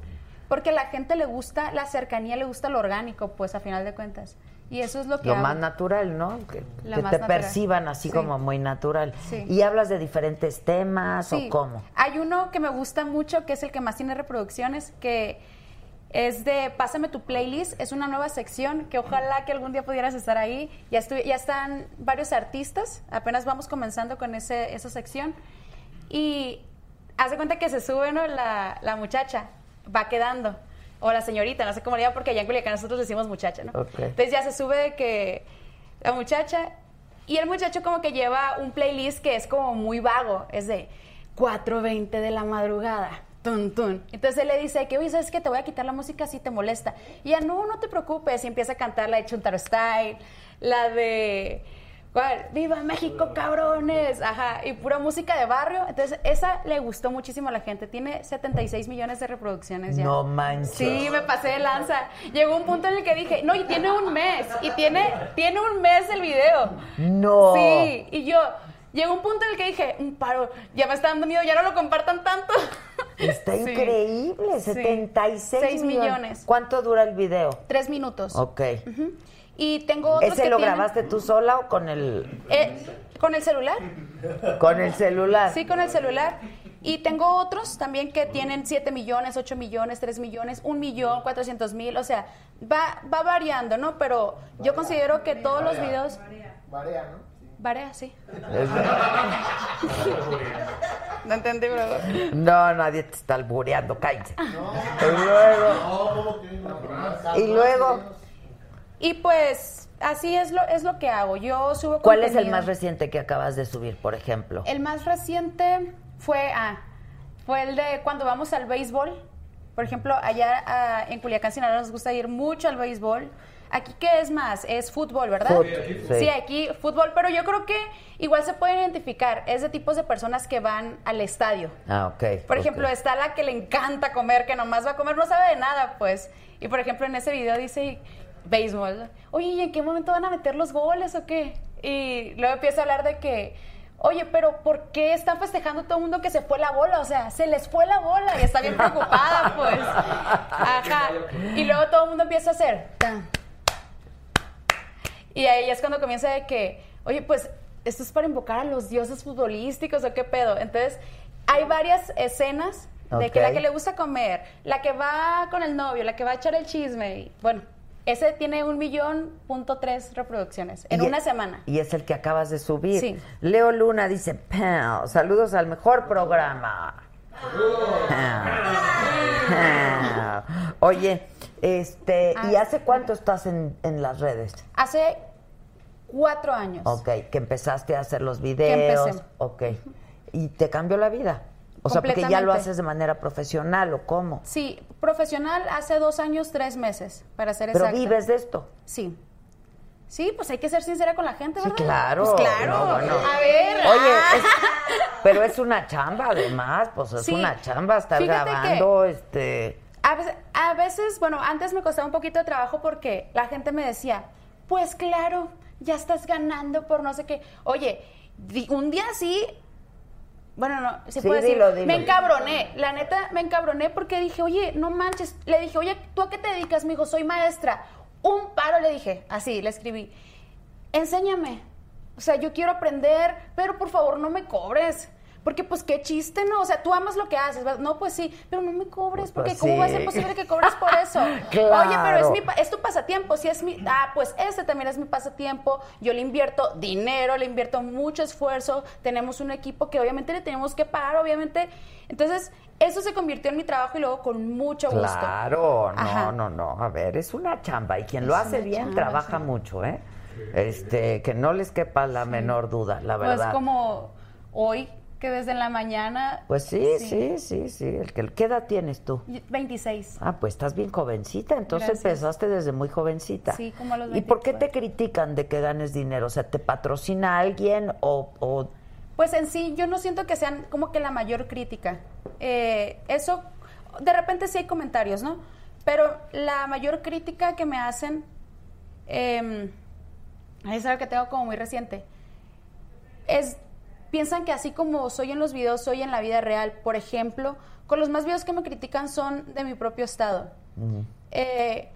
S9: Porque a la gente le gusta la cercanía, le gusta lo orgánico, pues a final de cuentas. Y eso es lo que
S1: Lo
S9: hago.
S1: más natural, ¿no? Que,
S9: La
S1: que
S9: más
S1: te
S9: natural.
S1: perciban así
S9: Sí.
S1: como muy natural.
S9: Sí.
S1: ¿Y hablas de diferentes temas
S9: Sí. Ah,
S1: o cómo?
S9: Hay uno que me gusta mucho, que es el que más tiene reproducciones, que es de Pásame tu playlist. Es una nueva sección que ojalá que algún día pudieras estar ahí. Ya, estu- ya están varios artistas, apenas vamos comenzando con ese, esa sección. Y hace cuenta que se sube ¿no? la, la muchacha, va quedando. O la señorita, no sé cómo le digan, porque allá en Culiacán nosotros decimos muchacha, ¿no?
S1: Ok.
S9: Entonces ya se sube de que la muchacha y el muchacho como que lleva un playlist que es como muy vago, es de 4.20 de la madrugada. Tun, tun. Entonces él le dice que, oye, ¿sabes qué? Te voy a quitar la música si te molesta. Y ya, no, no te preocupes. Y empieza a cantar la de Chuntaro Style, la de... ¿cuál? ¡Viva México, cabrones! Ajá, y pura música de barrio. Entonces, esa le gustó muchísimo a la gente. Tiene 76 millones de reproducciones ya.
S1: No manches.
S9: Sí, me pasé de lanza. Llegó un punto en el que dije, no, y tiene un mes, y tiene, tiene un mes el video.
S1: No.
S9: Sí, y yo, llegó un punto en el que dije, "Mm, paro, ya me está dando miedo, ya no lo compartan tanto.
S1: Está
S9: Sí.
S1: increíble,
S9: Sí.
S1: 76
S9: Seis
S1: millones.
S9: millones.
S1: ¿Cuánto dura el video?
S9: Tres minutos.
S1: Ok.
S9: Y tengo otro
S1: ¿Ese
S9: que
S1: lo
S9: tiene-
S1: grabaste tú sola o con el
S9: Eh, ¿Con el celular?
S1: con el celular?
S9: Sí, con el celular. Y tengo otros también que tienen 7 millones, 8 millones, 3 millones, 1 millón, 400 mil. O sea, va, va variando, ¿no? Pero yo considero que todos los videos...
S5: Marea, ¿no?
S9: Varía, sí.
S1: No
S9: entendí, brother.
S1: No, nadie te está albureando, cállate. Y luego,
S5: No, ¿cómo que no?
S1: y luego,
S9: Y pues así es lo, es lo que hago. Yo subo
S1: ¿cuál es el
S9: contenido. Eh,
S1: más reciente que acabas de subir, por ejemplo?
S9: El más reciente fue, ah, fue el de cuando vamos al béisbol. Por ejemplo, allá ah, en Culiacán, Sinaloa, nos gusta ir mucho al béisbol. Aquí, ¿qué es más? Es fútbol, ¿verdad?
S1: Fut- Sí, sí.
S9: aquí fútbol, pero yo creo que igual se pueden identificar. Es de tipos de personas que van al estadio.
S1: Ah, ok.
S9: Por ejemplo, está la que le encanta comer, que nomás va a comer, no sabe de nada, pues. Y por ejemplo, en ese video dice béisbol. Oye, ¿y en qué momento van a meter los goles o qué? Y luego empieza a hablar de que, oye, pero ¿por qué están festejando todo el mundo que se fue la bola? O sea, se les fue la bola y está bien preocupada, pues. Ajá. Y luego todo el mundo empieza a hacer. tan, y ahí es cuando comienza de que, oye, pues esto es para invocar a los dioses futbolísticos o qué pedo. Entonces, hay varias escenas de que la
S1: Ok.
S9: que le gusta comer, la que va con el novio, la que va a echar el chisme. y, bueno, ese tiene un millón punto tres reproducciones en
S1: Y-
S9: una semana.
S1: Y es el que acabas de subir.
S9: Sí.
S1: Leo Luna dice, "Pau, saludos al mejor programa. Pau, pau. Oye, este, ¿y
S9: Ah,
S1: hace cuánto estás en, en las redes?
S9: Hace cuatro años.
S1: Ok, que empezaste a hacer los videos.
S9: empecé.
S1: Ok. ¿Y te cambió la vida? O sea, porque ya lo
S9: Completamente.
S1: haces de manera profesional o cómo.
S9: Sí, profesional hace dos años, tres meses, para ser
S1: Pero
S9: exacta.
S1: vives de esto.
S9: Sí. Sí, pues hay que ser sincera con la gente,
S1: Sí,
S9: ¿verdad?
S1: claro.
S9: Pues claro.
S1: No, bueno.
S9: A ver.
S1: Oye, es- pero es una chamba además, pues es
S9: Sí.
S1: una chamba estar
S9: Fíjate que-
S1: grabando, este...
S9: A veces, a veces, bueno, antes me costaba un poquito de trabajo porque la gente me decía, pues claro, ya estás ganando por no sé qué. Oye, di- un día sí, bueno, no, se
S1: Sí,
S9: puede decir,
S1: dilo, dilo.
S9: me encabroné, la neta, me encabroné porque dije, oye, no manches, le dije, oye, ¿tú a qué te dedicas? Me dijo, soy maestra. Un paro le dije, así, le escribí, enséñame, o sea, yo quiero aprender, pero por favor no me cobres. Porque pues qué chiste, ¿no? O sea, tú amas lo que haces, ¿verdad? No, pues sí, pero no me cobres, porque
S1: Pues,
S9: ¿cómo va a
S1: sí.
S9: ser posible que cobres por eso?
S1: Claro.
S9: Oye, pero es, mi, pa- es tu pasatiempo, si es mi... Ah, pues este también es mi pasatiempo, yo le invierto dinero, le invierto mucho esfuerzo, tenemos un equipo que obviamente le tenemos que pagar, obviamente. Entonces, eso se convirtió en mi trabajo y luego con mucho gusto.
S1: Claro, no,
S9: Ajá.
S1: no, no. A ver, es una chamba y quien lo hace
S9: una
S1: bien
S9: chamba,
S1: trabaja mucho, ¿eh? Este, que no les quepa la menor duda, la
S9: Pues
S1: verdad.
S9: como hoy, que desde la mañana.
S1: Pues sí, sí, sí, sí. El que, ¿Qué edad tienes tú?
S9: 26.
S1: Ah, pues estás bien jovencita, entonces
S9: Gracias.
S1: empezaste desde muy jovencita.
S9: Sí, como a los
S1: ¿Y por qué te critican de que ganes dinero? O sea, ¿te patrocina alguien o, o
S9: Pues en sí, yo no siento que sean como que la mayor crítica. Eh, eso, de repente sí hay comentarios, ¿no? Pero la mayor crítica que me hacen eh, es algo que tengo como muy reciente. Es, piensan que así como soy en los videos, soy en la vida real. Por ejemplo, con los más videos que me critican son de mi propio estado. Eh,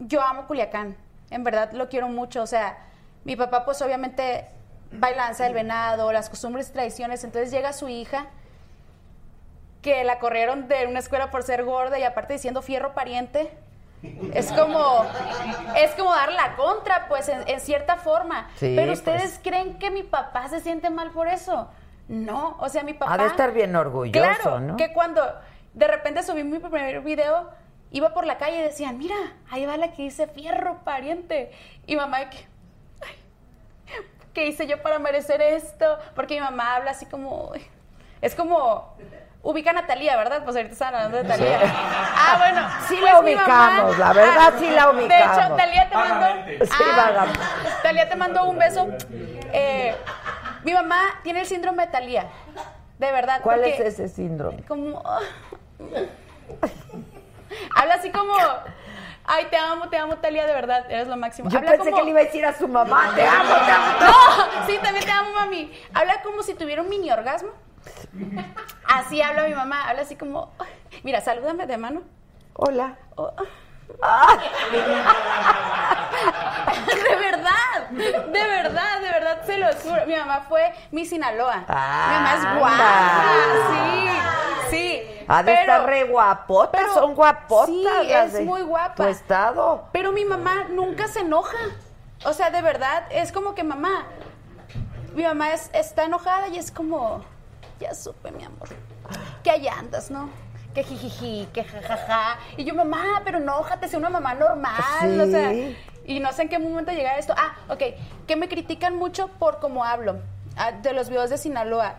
S9: yo amo Culiacán, en verdad lo quiero mucho, o sea, mi papá pues obviamente baila danza del venado, las costumbres y tradiciones, entonces llega su hija que la corrieron de una escuela por ser gorda y aparte diciendo fierro pariente. Es como es como dar la contra, pues en, en cierta forma.
S1: Sí,
S9: Pero ustedes
S1: pues.
S9: creen que mi papá se siente mal por eso. No, o sea, mi papá
S1: ha de estar bien orgulloso,
S9: claro,
S1: no?
S9: que cuando de repente subí mi primer video, iba por la calle y decían, mira, ahí va la que dice fierro pariente. Y mamá, de que, "Ay, ¿qué hice yo para merecer esto? Porque mi mamá habla así como, es como, ubica a Natalia, ¿verdad? Pues ahorita están hablando de Natalia. Ah, bueno.
S1: Sí
S9: pues
S1: la
S9: mi mamá- ah,
S1: ubicamos, la verdad sí la
S9: De hecho,
S1: ubicamos.
S9: Talía te mandó...
S1: Sí,
S9: Ah,
S1: vagamente.
S9: Talía te mandó un beso. Eh, mi mamá tiene el síndrome de Talía. De verdad.
S1: ¿Cuál
S9: porque-
S1: es ese síndrome?
S9: como habla así como ay te amo te amo Talia de verdad eres lo máximo
S1: Yo
S9: Habla
S1: pensé
S9: como-
S1: que le iba a decir a su mamá, te amo, te amo.
S9: no sí también te amo mami habla como si tuviera un mini orgasmo así habla mi mamá habla así como "Ay, mira salúdame de mano
S1: Hola.
S9: Oh.
S1: Ah.
S9: de verdad, de verdad, de verdad, se lo juro. Mi mamá fue mi Sinaloa. mi mamá es guapa, sí, sí.
S1: Ah, Ha de
S9: pero-
S1: estar re guapotas,
S9: pero-
S1: son guapotas.
S9: sí,
S1: las
S9: es
S1: de
S9: muy guapa.
S1: Tu estado.
S9: Pero mi mamá nunca se enoja. O sea, de verdad, es como que mamá. Mi mamá es- está enojada y es como, ya supe, mi amor, que allá andas, ¿no? Que jijiji, que jajaja. Y yo, mamá, pero enójate, sé una mamá normal, o sea.
S1: Sí.
S9: Y no sé en qué momento llegar a esto. Ah, ok, que me critican mucho por cómo hablo, ah, de los videos de Sinaloa.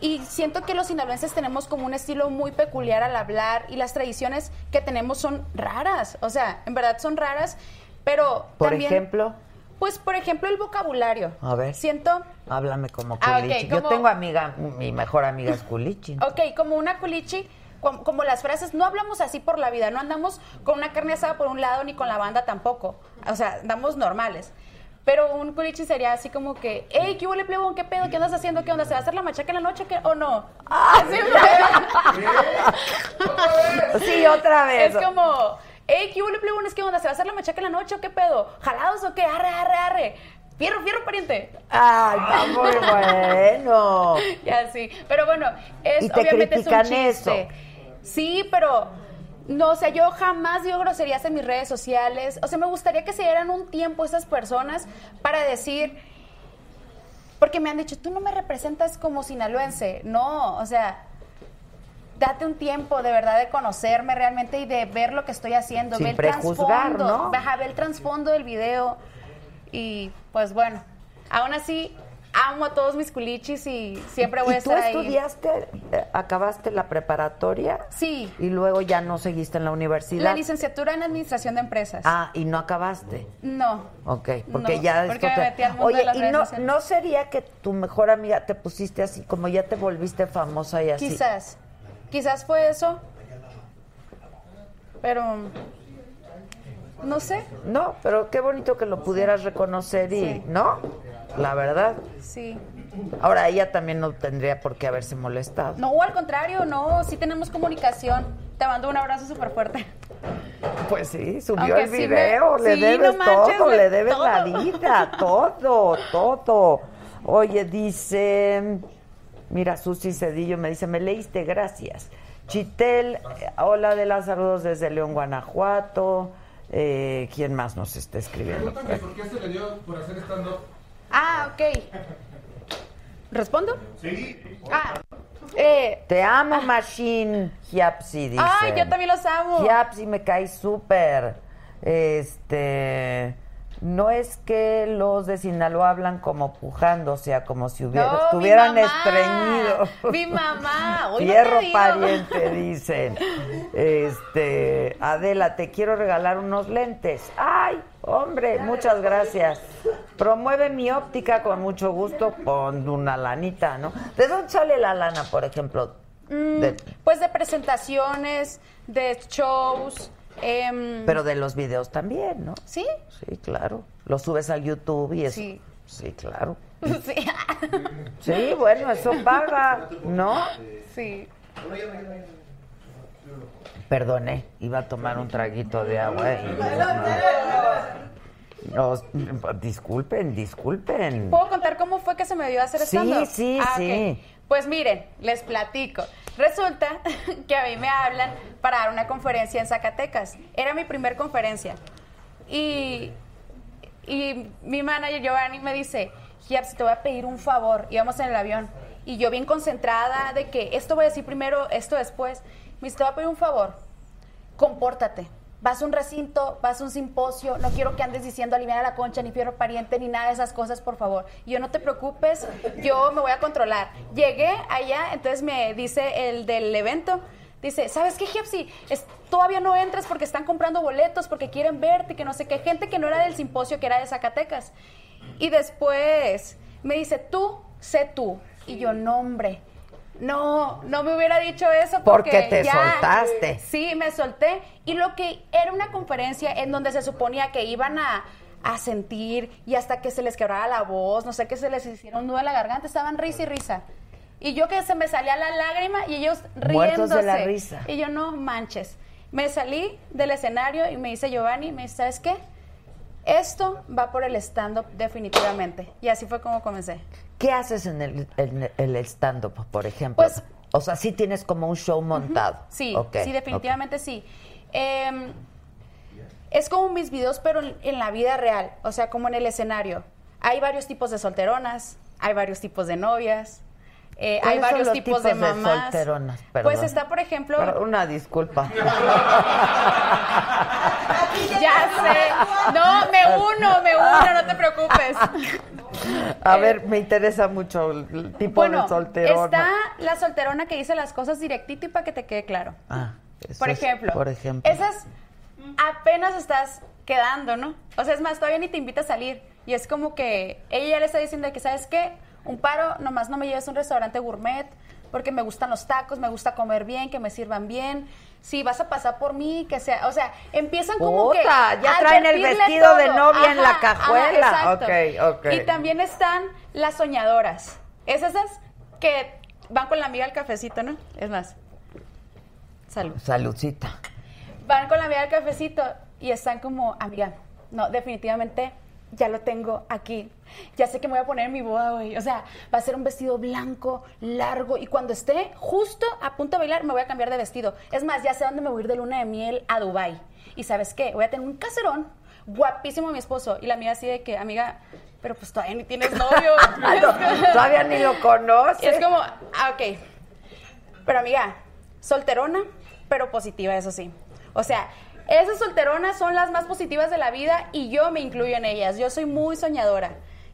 S9: Y siento que los sinaloenses tenemos como un estilo muy peculiar al hablar y las tradiciones que tenemos son raras. O sea, en verdad son raras, pero
S1: Por
S9: también...
S1: ejemplo,
S9: Pues, por ejemplo, el vocabulario.
S1: A ver.
S9: Siento,
S1: háblame como
S9: Ah, ok,
S1: culichi. Yo
S9: como-
S1: tengo amiga, mi mejor amiga es culichi.
S9: ok, como una culichi, com- como, las frases, no hablamos así por la vida, no andamos con una carne asada por un lado ni con la banda tampoco. O sea, andamos normales. Pero un culichi sería así como que, hey, ¿qué huele plebón? ¿Qué pedo? ¿Qué andas haciendo? ¿Qué onda? ¿Se va a hacer la machaca en la noche ¿Qué- o no? Ah, Así,
S1: Sí, otra vez.
S9: Es como, hey, ¿qué huele plebones? ¿Qué onda? ¿Se va a hacer la machaca en la noche o qué pedo? ¿Jalados o qué? Arre, arre, arre. Fierro, fierro, pariente.
S1: Ay, está Ah, muy bueno.
S9: Ah. Ya sí, pero bueno, es
S1: Y te
S9: obviamente es un
S1: critican
S9: chiste. Sí, pero no, o sea, yo jamás digo groserías en mis redes sociales. O sea, me gustaría que se dieran un tiempo esas personas para decir porque me han dicho, "Tú no me representas como sinaloense." No, o sea, Date un tiempo de verdad de conocerme realmente y de ver lo que estoy haciendo,
S1: Sin
S9: ver el
S1: prejuzgar,
S9: trasfondo,
S1: ¿no?
S9: ajá, ve el trasfondo del video y pues bueno, aún así amo a todos mis culichis y siempre voy a
S1: ¿Y tú
S9: estar ahí.
S1: estudiaste, eh, acabaste la preparatoria?
S9: Sí,
S1: Y luego ya no seguiste en la universidad.
S9: la licenciatura en administración de empresas.
S1: Ah, y no acabaste.
S9: No.
S1: Ok, porque
S9: No,
S1: ya
S9: porque
S1: esto
S9: me metí al mundo
S1: Oye,
S9: de las
S1: ¿y
S9: redes
S1: no,
S9: sociales.
S1: no sería que tu mejor amiga te pusiste así, como ya te volviste famosa y así?
S9: Quizás. Quizás fue eso. Pero no sé.
S1: No, pero qué bonito que lo pudieras reconocer y,
S9: Sí.
S1: ¿no? La verdad.
S9: Sí.
S1: Ahora ella también no tendría por qué haberse molestado.
S9: No, al contrario, no, sí tenemos comunicación. Te mando un abrazo súper fuerte.
S1: Pues sí, subió
S9: Aunque
S1: el
S9: sí me-
S1: video, le
S9: sí, no
S1: debes
S9: manches,
S1: todo,
S9: de
S1: le debes la
S9: todo.
S1: vida, todo, todo. Oye, dice, mira, Susi Cedillo me dice, me leíste, gracias. Chitel, eh, hola de las saludos desde León, Guanajuato. Eh, ¿Quién más nos está escribiendo?
S6: Preguntan que por qué se le dio por hacer stand-up.
S9: Ah, ok. ¿Respondo?
S5: Sí.
S9: Ah, eh,
S1: Te amo, Machine Giapsi, dice.
S9: Ah,
S1: pues,
S9: ay, yo también los amo.
S1: Giapsi, me cae súper. Este, No es que los de Sinaloa hablan como pujando, o sea, como si
S9: No,
S1: hubiera-
S9: mi
S1: estuvieran
S9: mamá.
S1: estreñidos.
S9: Mi mamá. Hoy no te
S1: Fierro
S9: digo.
S1: pariente, dicen. Este, Adela, te quiero regalar unos lentes. Ay, hombre, muchas gracias. Promueve mi óptica con mucho gusto. Pon una lanita, ¿no? ¿De dónde sale la lana, por ejemplo?
S9: Mm,
S1: De-
S9: Pues de presentaciones, de shows. em,
S1: Pero de los videos también, ¿no?
S9: ¿Sí?
S1: Sí, claro. Lo subes al YouTube y es.
S9: Sí.
S1: Sí, claro.
S9: Sí.
S1: Sí, bueno, eso paga, ¿no?
S9: Sí.
S1: Perdone, iba a tomar un traguito de agua. eh. No, disculpen, disculpen.
S9: ¿Puedo contar cómo fue que se me dio a hacer
S1: Sí,
S9: stand-up?
S1: sí,
S9: Ah,
S1: sí.
S9: ok. Pues miren, les platico. Resulta que a mí me hablan para dar una conferencia en Zacatecas. Era mi primer conferencia. Y, y mi manager Giovanni me dice, Giaps, te voy a pedir un favor. Íbamos en el avión. Y yo bien concentrada de que esto voy a decir primero, esto después. Me dice, te voy a pedir un favor. Compórtate. Vas a un recinto, vas a un simposio, no quiero que andes diciendo aliviar la concha, ni fierro pariente, ni nada de esas cosas, por favor. Y yo no te preocupes, yo me voy a controlar. Llegué allá, entonces me dice el del evento, dice, ¿sabes qué, Giapsi? Es- todavía no entras porque están comprando boletos, porque quieren verte, que no sé qué. Gente que no era del simposio, que era de Zacatecas. Y después me dice, tú, sé tú. Y yo, no, hombre. No, no me hubiera dicho eso porque,
S1: Porque te
S9: ya-
S1: soltaste.
S9: Sí, me solté. Y lo que era una conferencia en donde se suponía que iban a, a sentir y hasta que se les quebrara la voz, no sé, que se les hiciera un nudo en la garganta, estaban risa y risa. Y yo que se me salía la lágrima y ellos
S1: Muertos
S9: riéndose.
S1: de la risa.
S9: Y yo, no manches. Me salí del escenario y me dice Giovanni, me dice, ¿sabes qué? Esto va por el stand-up definitivamente. Y así fue como comencé.
S1: ¿Qué haces en el, en el stand-up, por ejemplo?
S9: Pues-
S1: o sea, sí tienes como un show montado.
S9: Sí,
S1: Ok,
S9: sí, definitivamente sí. Em, es como mis videos, pero en, en la vida real, o sea, como en el escenario. Hay varios tipos de solteronas, hay varios tipos de novias, eh, hay
S1: ¿Cuáles son
S9: varios
S1: los
S9: tipos, de mamás.
S1: solteronas?
S9: pues
S1: Perdón.
S9: está, por ejemplo,
S1: Pero Una disculpa.
S9: ya sé. No, me uno, me uno, no te preocupes.
S1: A ver, me interesa mucho el- el tipo
S9: eh, Bueno,
S1: de solterona.
S9: está la solterona que dice las cosas directito y para que te quede claro.
S1: Ah, eso
S9: por
S1: es-
S9: ejemplo.
S1: Por ejemplo.
S9: Esas apenas estás quedando, ¿no? O sea, es más, todavía ni te invita a salir. Y es como que ella ya le está diciendo que, ¿sabes qué? Un paro, nomás no me lleves a un restaurante gourmet, porque me gustan los tacos, me gusta comer bien, que me sirvan bien. Si vas a pasar por mí, que sea. O sea, empiezan como que.
S1: Puta, ya
S9: a
S1: traen el
S9: advertirle
S1: vestido de
S9: todo.
S1: novia en la
S9: Ajá, ajá,
S1: cajuela.
S9: exacto.
S1: Ok, ok.
S9: Y también están las soñadoras. Es esas que van con la amiga al cafecito, ¿no? Es más. Salud
S1: Saludcita.
S9: van con la amiga al cafecito y están como, amiga, no, definitivamente ya lo tengo aquí. Ya sé que me voy a poner en mi boda, güey. O sea, va a ser un vestido blanco, largo, y cuando esté justo a punto de bailar, me voy a cambiar de vestido. Es más, ya sé dónde me voy a ir de luna de miel a Dubai. ¿Y sabes qué? Voy a tener un caserón guapísimo mi esposo. Y la amiga así de que, amiga, pero pues todavía ni tienes novio.
S1: Ah, no, todavía ni lo conoces.
S9: Y es como, ah, ok. Pero amiga, solterona, pero positiva, eso sí. O sea, esas solteronas son las más positivas de la vida y yo me incluyo en ellas. Yo soy muy soñadora.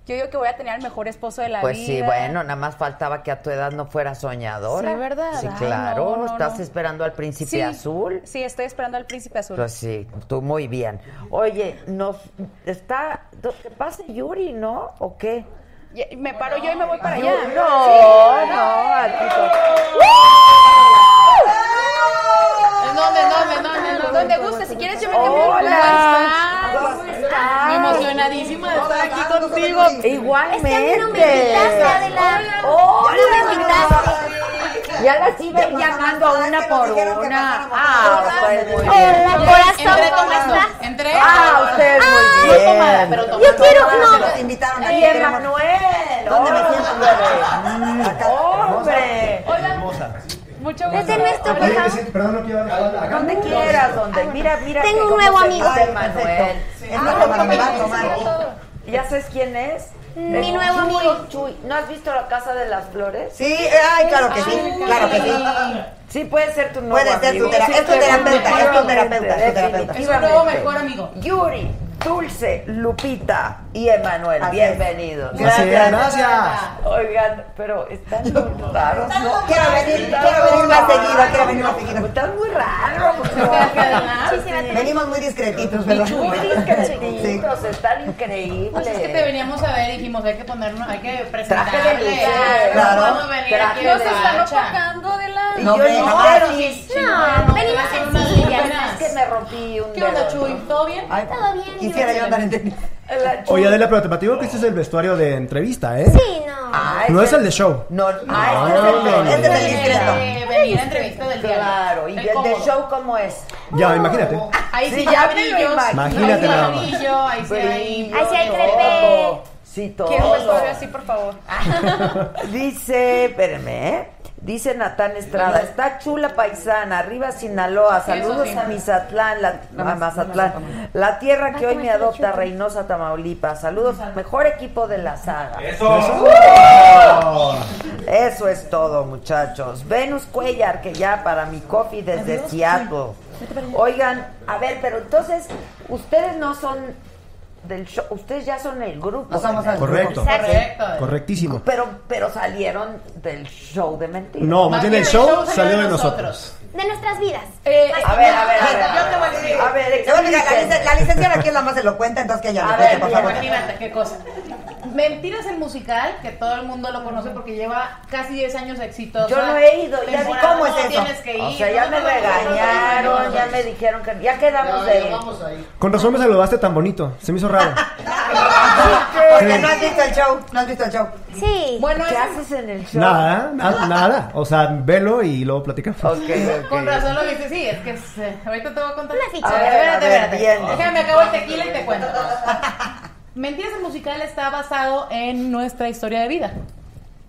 S9: Yo digo que voy a tener al mejor esposo de la
S1: Pues
S9: vida.
S1: sí, bueno, nada más faltaba que a tu edad no fuera soñadora.
S9: Sí, ¿verdad?
S1: Sí,
S9: Ay,
S1: claro.
S9: no, no,
S1: Estás
S9: no.
S1: esperando al príncipe
S9: Sí,
S1: azul.
S9: Sí, estoy esperando al príncipe azul.
S1: Pues sí, tú muy bien. Oye, nos está. do- Que pase Yuri, ¿no? ¿O qué?
S9: Y- me paro yo y me voy para
S1: Yu-
S9: allá.
S1: No, no, a ti to-
S9: ¿Dónde, dónde, dónde, dónde? Donde guste, si quieres yo me cambio el
S1: Hola.
S9: lugar.
S1: ¿Cómo estás?
S8: emocionadísima de estar aquí
S1: Contigo, igualmente.
S8: Hola.
S1: Hola. Ya las iba a ir llamando a una por una. Ah, pues muy bien.
S8: Entré, ¿cómo estás? Entré.
S1: Ah, usted muy bien.
S8: Yo quiero uno. invitaron
S1: Y Emanuel. ¿Dónde me siento? Hombre.
S9: Mucho gusto.
S6: Perdón, no quiero dar.
S1: Donde quieras, donde.
S10: Ah,
S1: Mira, mira.
S8: Tengo
S1: que
S8: un
S1: cómo
S8: nuevo
S1: se
S8: amigo.
S1: llama Emanuel.
S8: Es lo que me va a tomar.
S1: ¿Ya sabes quién es?
S8: Mi
S1: Es
S8: nuevo
S1: Chuy,
S8: amigo.
S1: Chuy. ¿No has visto la Casa de las Flores?
S10: Sí, ay, claro que sí, claro que sí.
S1: Sí, puede ser tu nuevo
S10: Puede ser tu
S1: amigo.
S10: tera-
S1: Sí,
S10: es tu terapeuta, es tu terapeuta, es tu terapeuta.
S1: definitivamente.
S8: Es tu nuevo mejor amigo.
S1: Yuri, Dulce, Lupita y Emanuel.
S8: Así es.
S1: Bienvenidos.
S8: Así es, gracias.
S1: Oigan, pero están muy raros.
S8: Están
S1: ¿no?
S8: muy Quiero raros. venir- quiero venir más seguido, quiero venir más
S1: seguido. Están muy raros.
S8: Venimos muy discretitos, ¿verdad?
S1: Muy discretitos, están increíbles.
S11: Pues es que te veníamos a ver y dijimos, hay que ponernos, hay que presentarle.
S1: Traje de luchar,
S11: Claro.
S1: claro.
S11: Vamos a venir
S1: Traje
S11: aquí
S1: de
S11: de
S1: luchar.
S11: opacando de la...
S1: Y yo no, pero sí, sí,
S11: No,
S1: venimos
S11: no, no,
S1: sencillas.
S11: no.
S1: Es que me rompí un
S11: ¿Qué onda,
S1: dedo,
S11: Chuy?
S1: ¿no?
S11: ¿Todo bien?
S1: Todo
S11: bien.
S8: Quisiera yo andar en tenis.
S1: La
S6: Oye, Adela, pero te platico que este es el vestuario de entrevista, ¿eh?
S8: Sí, no.
S6: No este es el de show.
S1: No, ah,
S6: no, no, no.
S1: este es el
S11: El
S1: discreto.
S11: de venir a entrevista del día.
S1: Claro, y
S11: El
S1: el, de
S11: cómodo.
S1: show cómo es.
S6: Ya, imagínate.
S11: Ahí sí,
S1: Sí,
S11: ya
S1: ya me lo
S11: brillos.
S6: imagino. Imagínate nada más.
S11: Ahí sí hay brillo, ahí sí hay...
S1: Brillo, todo. Sí, todo.
S11: Quiero un vestuario así, por favor.
S1: Dice, espérenme, ¿eh? Dice Natán Estrada, está chula paisana, arriba Sinaloa,
S11: Sí, eso
S1: saludos
S11: sí.
S1: a Mizatlán, la, a Mazatlán, la tierra que hoy me adopta, Reynosa Tamaulipas, saludos al mejor equipo de la saga.
S4: ¡Eso!
S8: Oh.
S1: Eso es todo, muchachos. Venus Cuellar, que ya para mi coffee desde
S8: Adiós.
S1: Seattle. Oigan, a ver, pero entonces, ustedes no son del show, ustedes ya son el grupo.
S8: No somos
S1: ¿verdad?
S8: el
S6: Correcto.
S1: Exacto.
S6: Correctísimo.
S1: Pero, pero salieron del show de mentiras.
S6: No, más bien el show salió de nosotros.
S12: De nuestras vidas.
S1: A ver, a ver, a ver.
S11: Yo te voy a decir.
S1: A ver,
S8: Yo, mira, la,
S1: expliquen.
S8: lic- la licenciada aquí es la más elocuente, entonces que ella
S11: A
S8: lo
S11: ver,
S8: cuente, por favor.
S11: imagínate qué cosa. Mentiras el musical, que todo el mundo lo conoce porque lleva casi 10 años exitoso.
S1: Yo no he ido. Ya,
S11: Temporada,
S1: ¿Cómo es
S11: no
S1: eso?
S11: Tienes que ir.
S1: O sea, ya
S11: no,
S1: me
S11: no, no, no, no, no, no, no, no,
S1: regañaron,
S11: no.
S1: ya me dijeron que ya quedamos de ir.
S6: Con razón me saludaste tan bonito. Se me hizo raro.
S8: Porque no has visto el show, no has visto el show.
S12: Sí.
S11: Bueno,
S1: ¿Qué
S11: es-
S1: haces en el show?
S6: Nada, na- nada. O sea, velo y luego platicamos.
S11: Con razón lo dices, sí, es que eh, ahorita te voy a contar.
S12: Una ficha.
S11: A ver,
S1: A ver,
S11: espérate,
S1: a ver,
S11: espérate.
S1: bien.
S11: Déjame acabo
S7: este
S11: el tequila y te cuento. Mentiras el musical está basado en nuestra historia de vida.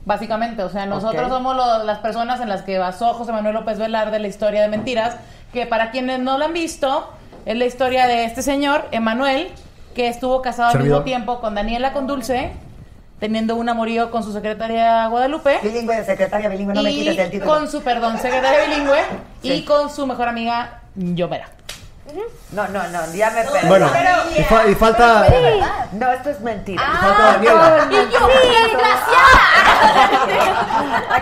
S11: Básicamente, o sea, nosotros
S1: Ok.
S11: somos lo- las personas en las que basó José Manuel López Velarde la historia de mentiras, que para quienes no la han visto, es la historia de este señor, Emanuel, que estuvo casado al
S6: Servidor.
S11: mismo tiempo con Daniela con Dulce, teniendo un amorío con su secretaria Guadalupe
S8: Bilingüe de secretaria, bilingüe, no me
S11: y
S8: quites el título.
S11: con su, perdón, secretaria bilingüe y
S8: Sí.
S11: con su mejor amiga Yomera.
S1: No, no, no, ya me perdí.
S6: Bueno, y, fa- y falta.
S1: No, esto es mentira.
S11: Ah,
S6: Falta Daniela.
S1: Todo el mundo-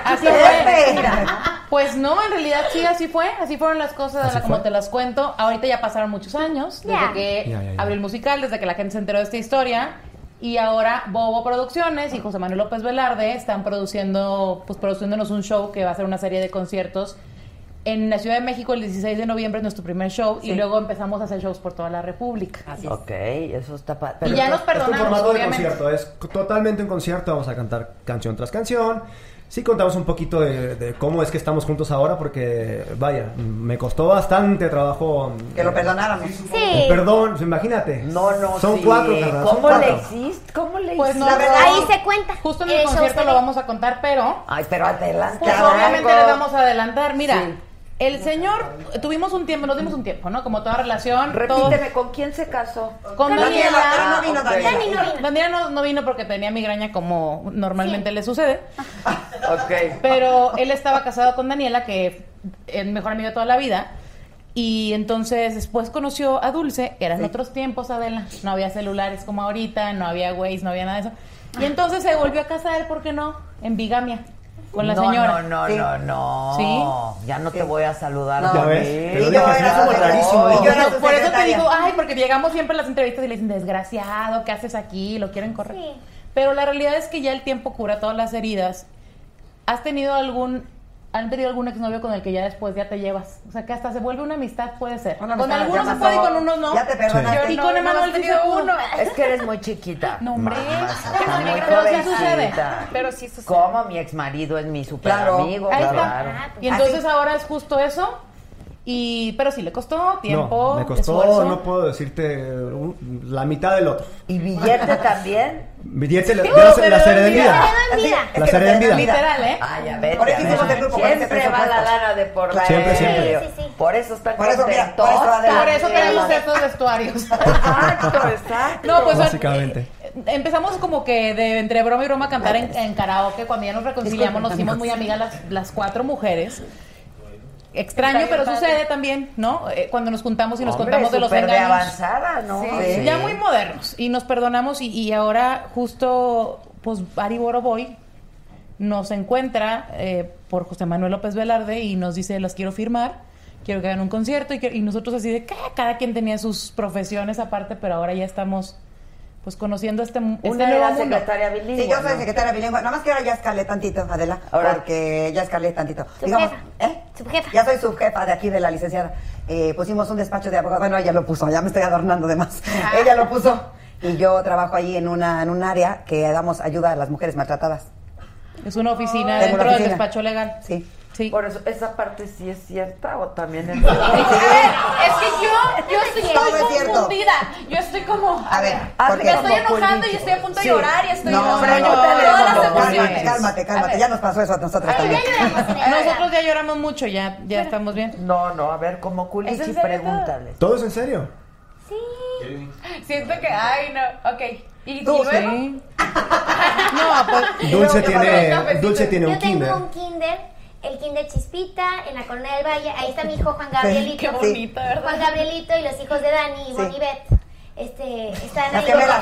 S11: Así
S8: Pepe.
S11: fue. Pues no, en realidad sí, así fue. Así fueron las cosas, Adela, como te las cuento. Ahorita ya pasaron muchos años desde
S12: Ya.
S11: que
S6: Ya, ya, ya.
S11: abrió el musical, desde que la gente se enteró de esta historia. Y ahora Bobo Producciones y José Manuel López Velarde están produciendo, pues produciéndonos un show que va a ser una serie de conciertos en la Ciudad de México el 16 de noviembre, es nuestro primer show, y luego empezamos a hacer shows por toda la República. Así
S1: Ok, eso está pa-
S11: Y ya nos
S6: Es un
S11: perdonamos,
S6: formato de
S11: obviamente.
S6: concierto, es c- totalmente un concierto, vamos a cantar canción tras canción. Sí contamos un poquito de, de cómo es que estamos juntos ahora, porque vaya, me costó bastante trabajo.
S8: Que lo
S6: eh,
S8: perdonáramos.
S12: Sí.
S6: el Perdón, pues, imagínate.
S1: No, no,
S6: Son
S1: sí.
S6: cuatro, carnal, son
S1: ¿Cómo le
S6: cuatro.
S1: hiciste? ¿Cómo le
S11: Pues
S1: hiciste?
S11: no,
S8: La verdad-
S12: Ahí se cuenta.
S11: Justo en el,
S12: Eh, show
S11: concierto
S12: se
S11: lo
S12: ve.
S11: vamos a contar, pero
S1: Ay, pero adelante.
S11: pues
S1: algo.
S11: obviamente le vamos a adelantar. Mira,
S1: Sí.
S11: el señor, tuvimos un tiempo, nos dimos un tiempo, ¿no? Como toda relación. todo-
S1: Repíteme, ¿con quién se casó? Ah,
S11: con
S8: No vino,
S11: Daniela.
S8: no vino
S1: ok.
S8: Daniela.
S12: Dani no vino.
S11: Daniela no, no vino porque tenía migraña como normalmente
S12: Sí.
S11: le sucede,
S1: Ok.
S11: pero él estaba casado con Daniela, que es mejor amigo de toda la vida, y entonces después conoció a Dulce, que eran otros tiempos, Adela, no había celulares como ahorita, no había Waze, no había nada de eso, y entonces se volvió a casar, ¿por qué no? En bigamia, con la
S1: no,
S11: señora.
S1: No, no,
S8: Sí.
S1: no, no. Ya no te voy a saludar.
S8: No.
S6: Ya
S1: Daniel.
S6: ves, te lo
S8: Y
S6: dije,
S8: yo
S6: así
S8: era
S6: como
S8: su-
S6: rarísimo. pues,
S8: y yo era
S11: Pero
S8: su
S11: por eso te
S8: secretaria.
S11: digo, ay, porque llegamos siempre a las entrevistas y le dicen, desgraciado, ¿qué haces aquí? Lo quieren correr.
S12: Sí.
S11: Pero la realidad es que ya el tiempo cura todas las heridas. ¿Has tenido algún, han tenido algún exnovio con el que ya después ya te llevas? O sea, que hasta se vuelve una amistad, puede ser.
S8: Una
S11: con
S8: amistad,
S11: algunos
S8: ya
S11: se puede y
S8: pasó.
S11: con unos no.
S8: Ya te perdonaste.
S11: Y
S8: No,
S11: con
S8: no
S11: Emanuel
S8: has
S11: dice
S8: tenido
S11: uno.
S1: Es que eres muy chiquita.
S11: No, hombre.
S1: Mamasa,
S11: Pero
S1: muy
S11: sí, pero sí
S1: jovencita.
S11: sucede. Pero sí sucede.
S1: ¿Cómo? Mi ex marido es mi super
S8: Claro.
S1: amigo.
S11: Ahí está.
S8: Ah,
S1: claro.
S8: pues
S11: Y Ah, pues entonces ahora es justo eso. Y, pero sí le costó tiempo,
S6: No, me costó,
S11: esfuerzo.
S6: no puedo decirte un- la mitad del otro.
S1: ¿Y billete también?
S6: Billete, la,
S11: Sí,
S6: yo la,
S11: pero
S6: la seré de
S11: mira.
S6: vida.
S12: Te doy vida.
S8: Es que
S6: La
S8: te
S6: seré en vida.
S8: vida.
S11: Literal, ¿eh?
S1: Ah, ya ves.
S8: Por
S1: ya
S8: eso
S1: ves.
S8: hicimos el grupo con este
S1: Siempre va la
S8: presupuesto.
S1: lana de por medio.
S6: Siempre, siempre.
S12: Sí, sí, sí.
S1: Por eso están
S8: Por eso, mira, por eso
S1: contentotas.
S8: adelante.
S11: Por eso queremos estos vestuarios.
S1: Exacto, exacto.
S11: No, pues
S6: Básicamente.
S11: eh, eh, empezamos como que de entre broma y broma a cantar en, en karaoke. Cuando ya nos reconciliamos, nos hicimos muy amigas las, las cuatro mujeres.
S9: Está
S11: extraño,
S9: bien
S11: pero
S9: padre.
S11: sucede también, ¿no? Eh, cuando nos juntamos y nos
S1: Hombre,
S11: contamos de los
S1: súper de
S11: engaños.
S1: avanzada, ¿no?
S11: Sí,
S1: Sí.
S11: Ya muy modernos. Y nos perdonamos y, y ahora justo, pues, Ari Boroboy nos encuentra eh, por José Manuel López Velarde y nos dice, las quiero firmar, quiero que hagan un concierto. Y, que- y nosotros así de, "¿Qué?". cada quien tenía sus profesiones aparte, pero ahora ya estamos, pues, conociendo este, mu- este
S8: Una
S11: nuevo
S8: era
S11: mundo.
S8: secretaria bilingüe. Sí, yo soy secretaria bilingüe. Nada más que ahora ya escalé tantito, Adela. Porque ya escalé tantito. Digamos, ¿eh? Ya soy subjefa de aquí de la licenciada. Eh, pusimos un despacho de abogados. Bueno, ella lo puso, ya me estoy adornando de más. ella lo puso. Y yo trabajo ahí en una en un área que damos ayuda a las mujeres maltratadas.
S11: Es una oficina
S8: Tengo
S11: dentro
S8: una
S11: del
S8: oficina.
S11: despacho legal.
S8: Sí.
S1: Por eso, ¿esa parte sí es cierta o también es.?
S3: Es que yo, yo estoy
S8: Todo es
S3: muy
S8: cierto.
S3: confundida. Yo estoy como. ah,
S8: A ver, ¿por
S3: me
S8: qué?
S3: estoy enojando y
S8: Populista.
S3: estoy a punto de
S8: Sí.
S3: llorar y estoy.
S8: No, no,
S3: Pero
S8: no,
S3: yo-
S8: no,
S3: todas las
S8: no,
S3: emociones.
S8: Cálmate, cálmate, cálmate. Ya nos pasó eso a nosotros también.
S11: Nosotros ya lloramos mucho, ya, ya estamos bien.
S1: No, no, a ver, como
S11: ¿Es en
S1: Culichi,
S11: serio?
S1: pregúntale.
S6: ¿Todo es en serio?
S11: Siento que, ay, no, ok. ¿Y,
S3: Tú,
S11: y luego? no, pues...
S6: Dulce
S3: Luego, ¿qué
S6: tiene,
S3: pasó?
S6: Dulce tiene un
S12: pues, Yo
S6: kinder.
S12: tengo un kinder, el kinder Chispita, en la Corona del Valle. Ahí está mi hijo Juan Gabrielito.
S3: Qué bonito, ¿verdad?
S12: Juan Gabrielito y los hijos de Dani y Bonibet. Este, están
S8: Las
S12: ahí.
S8: gemelas,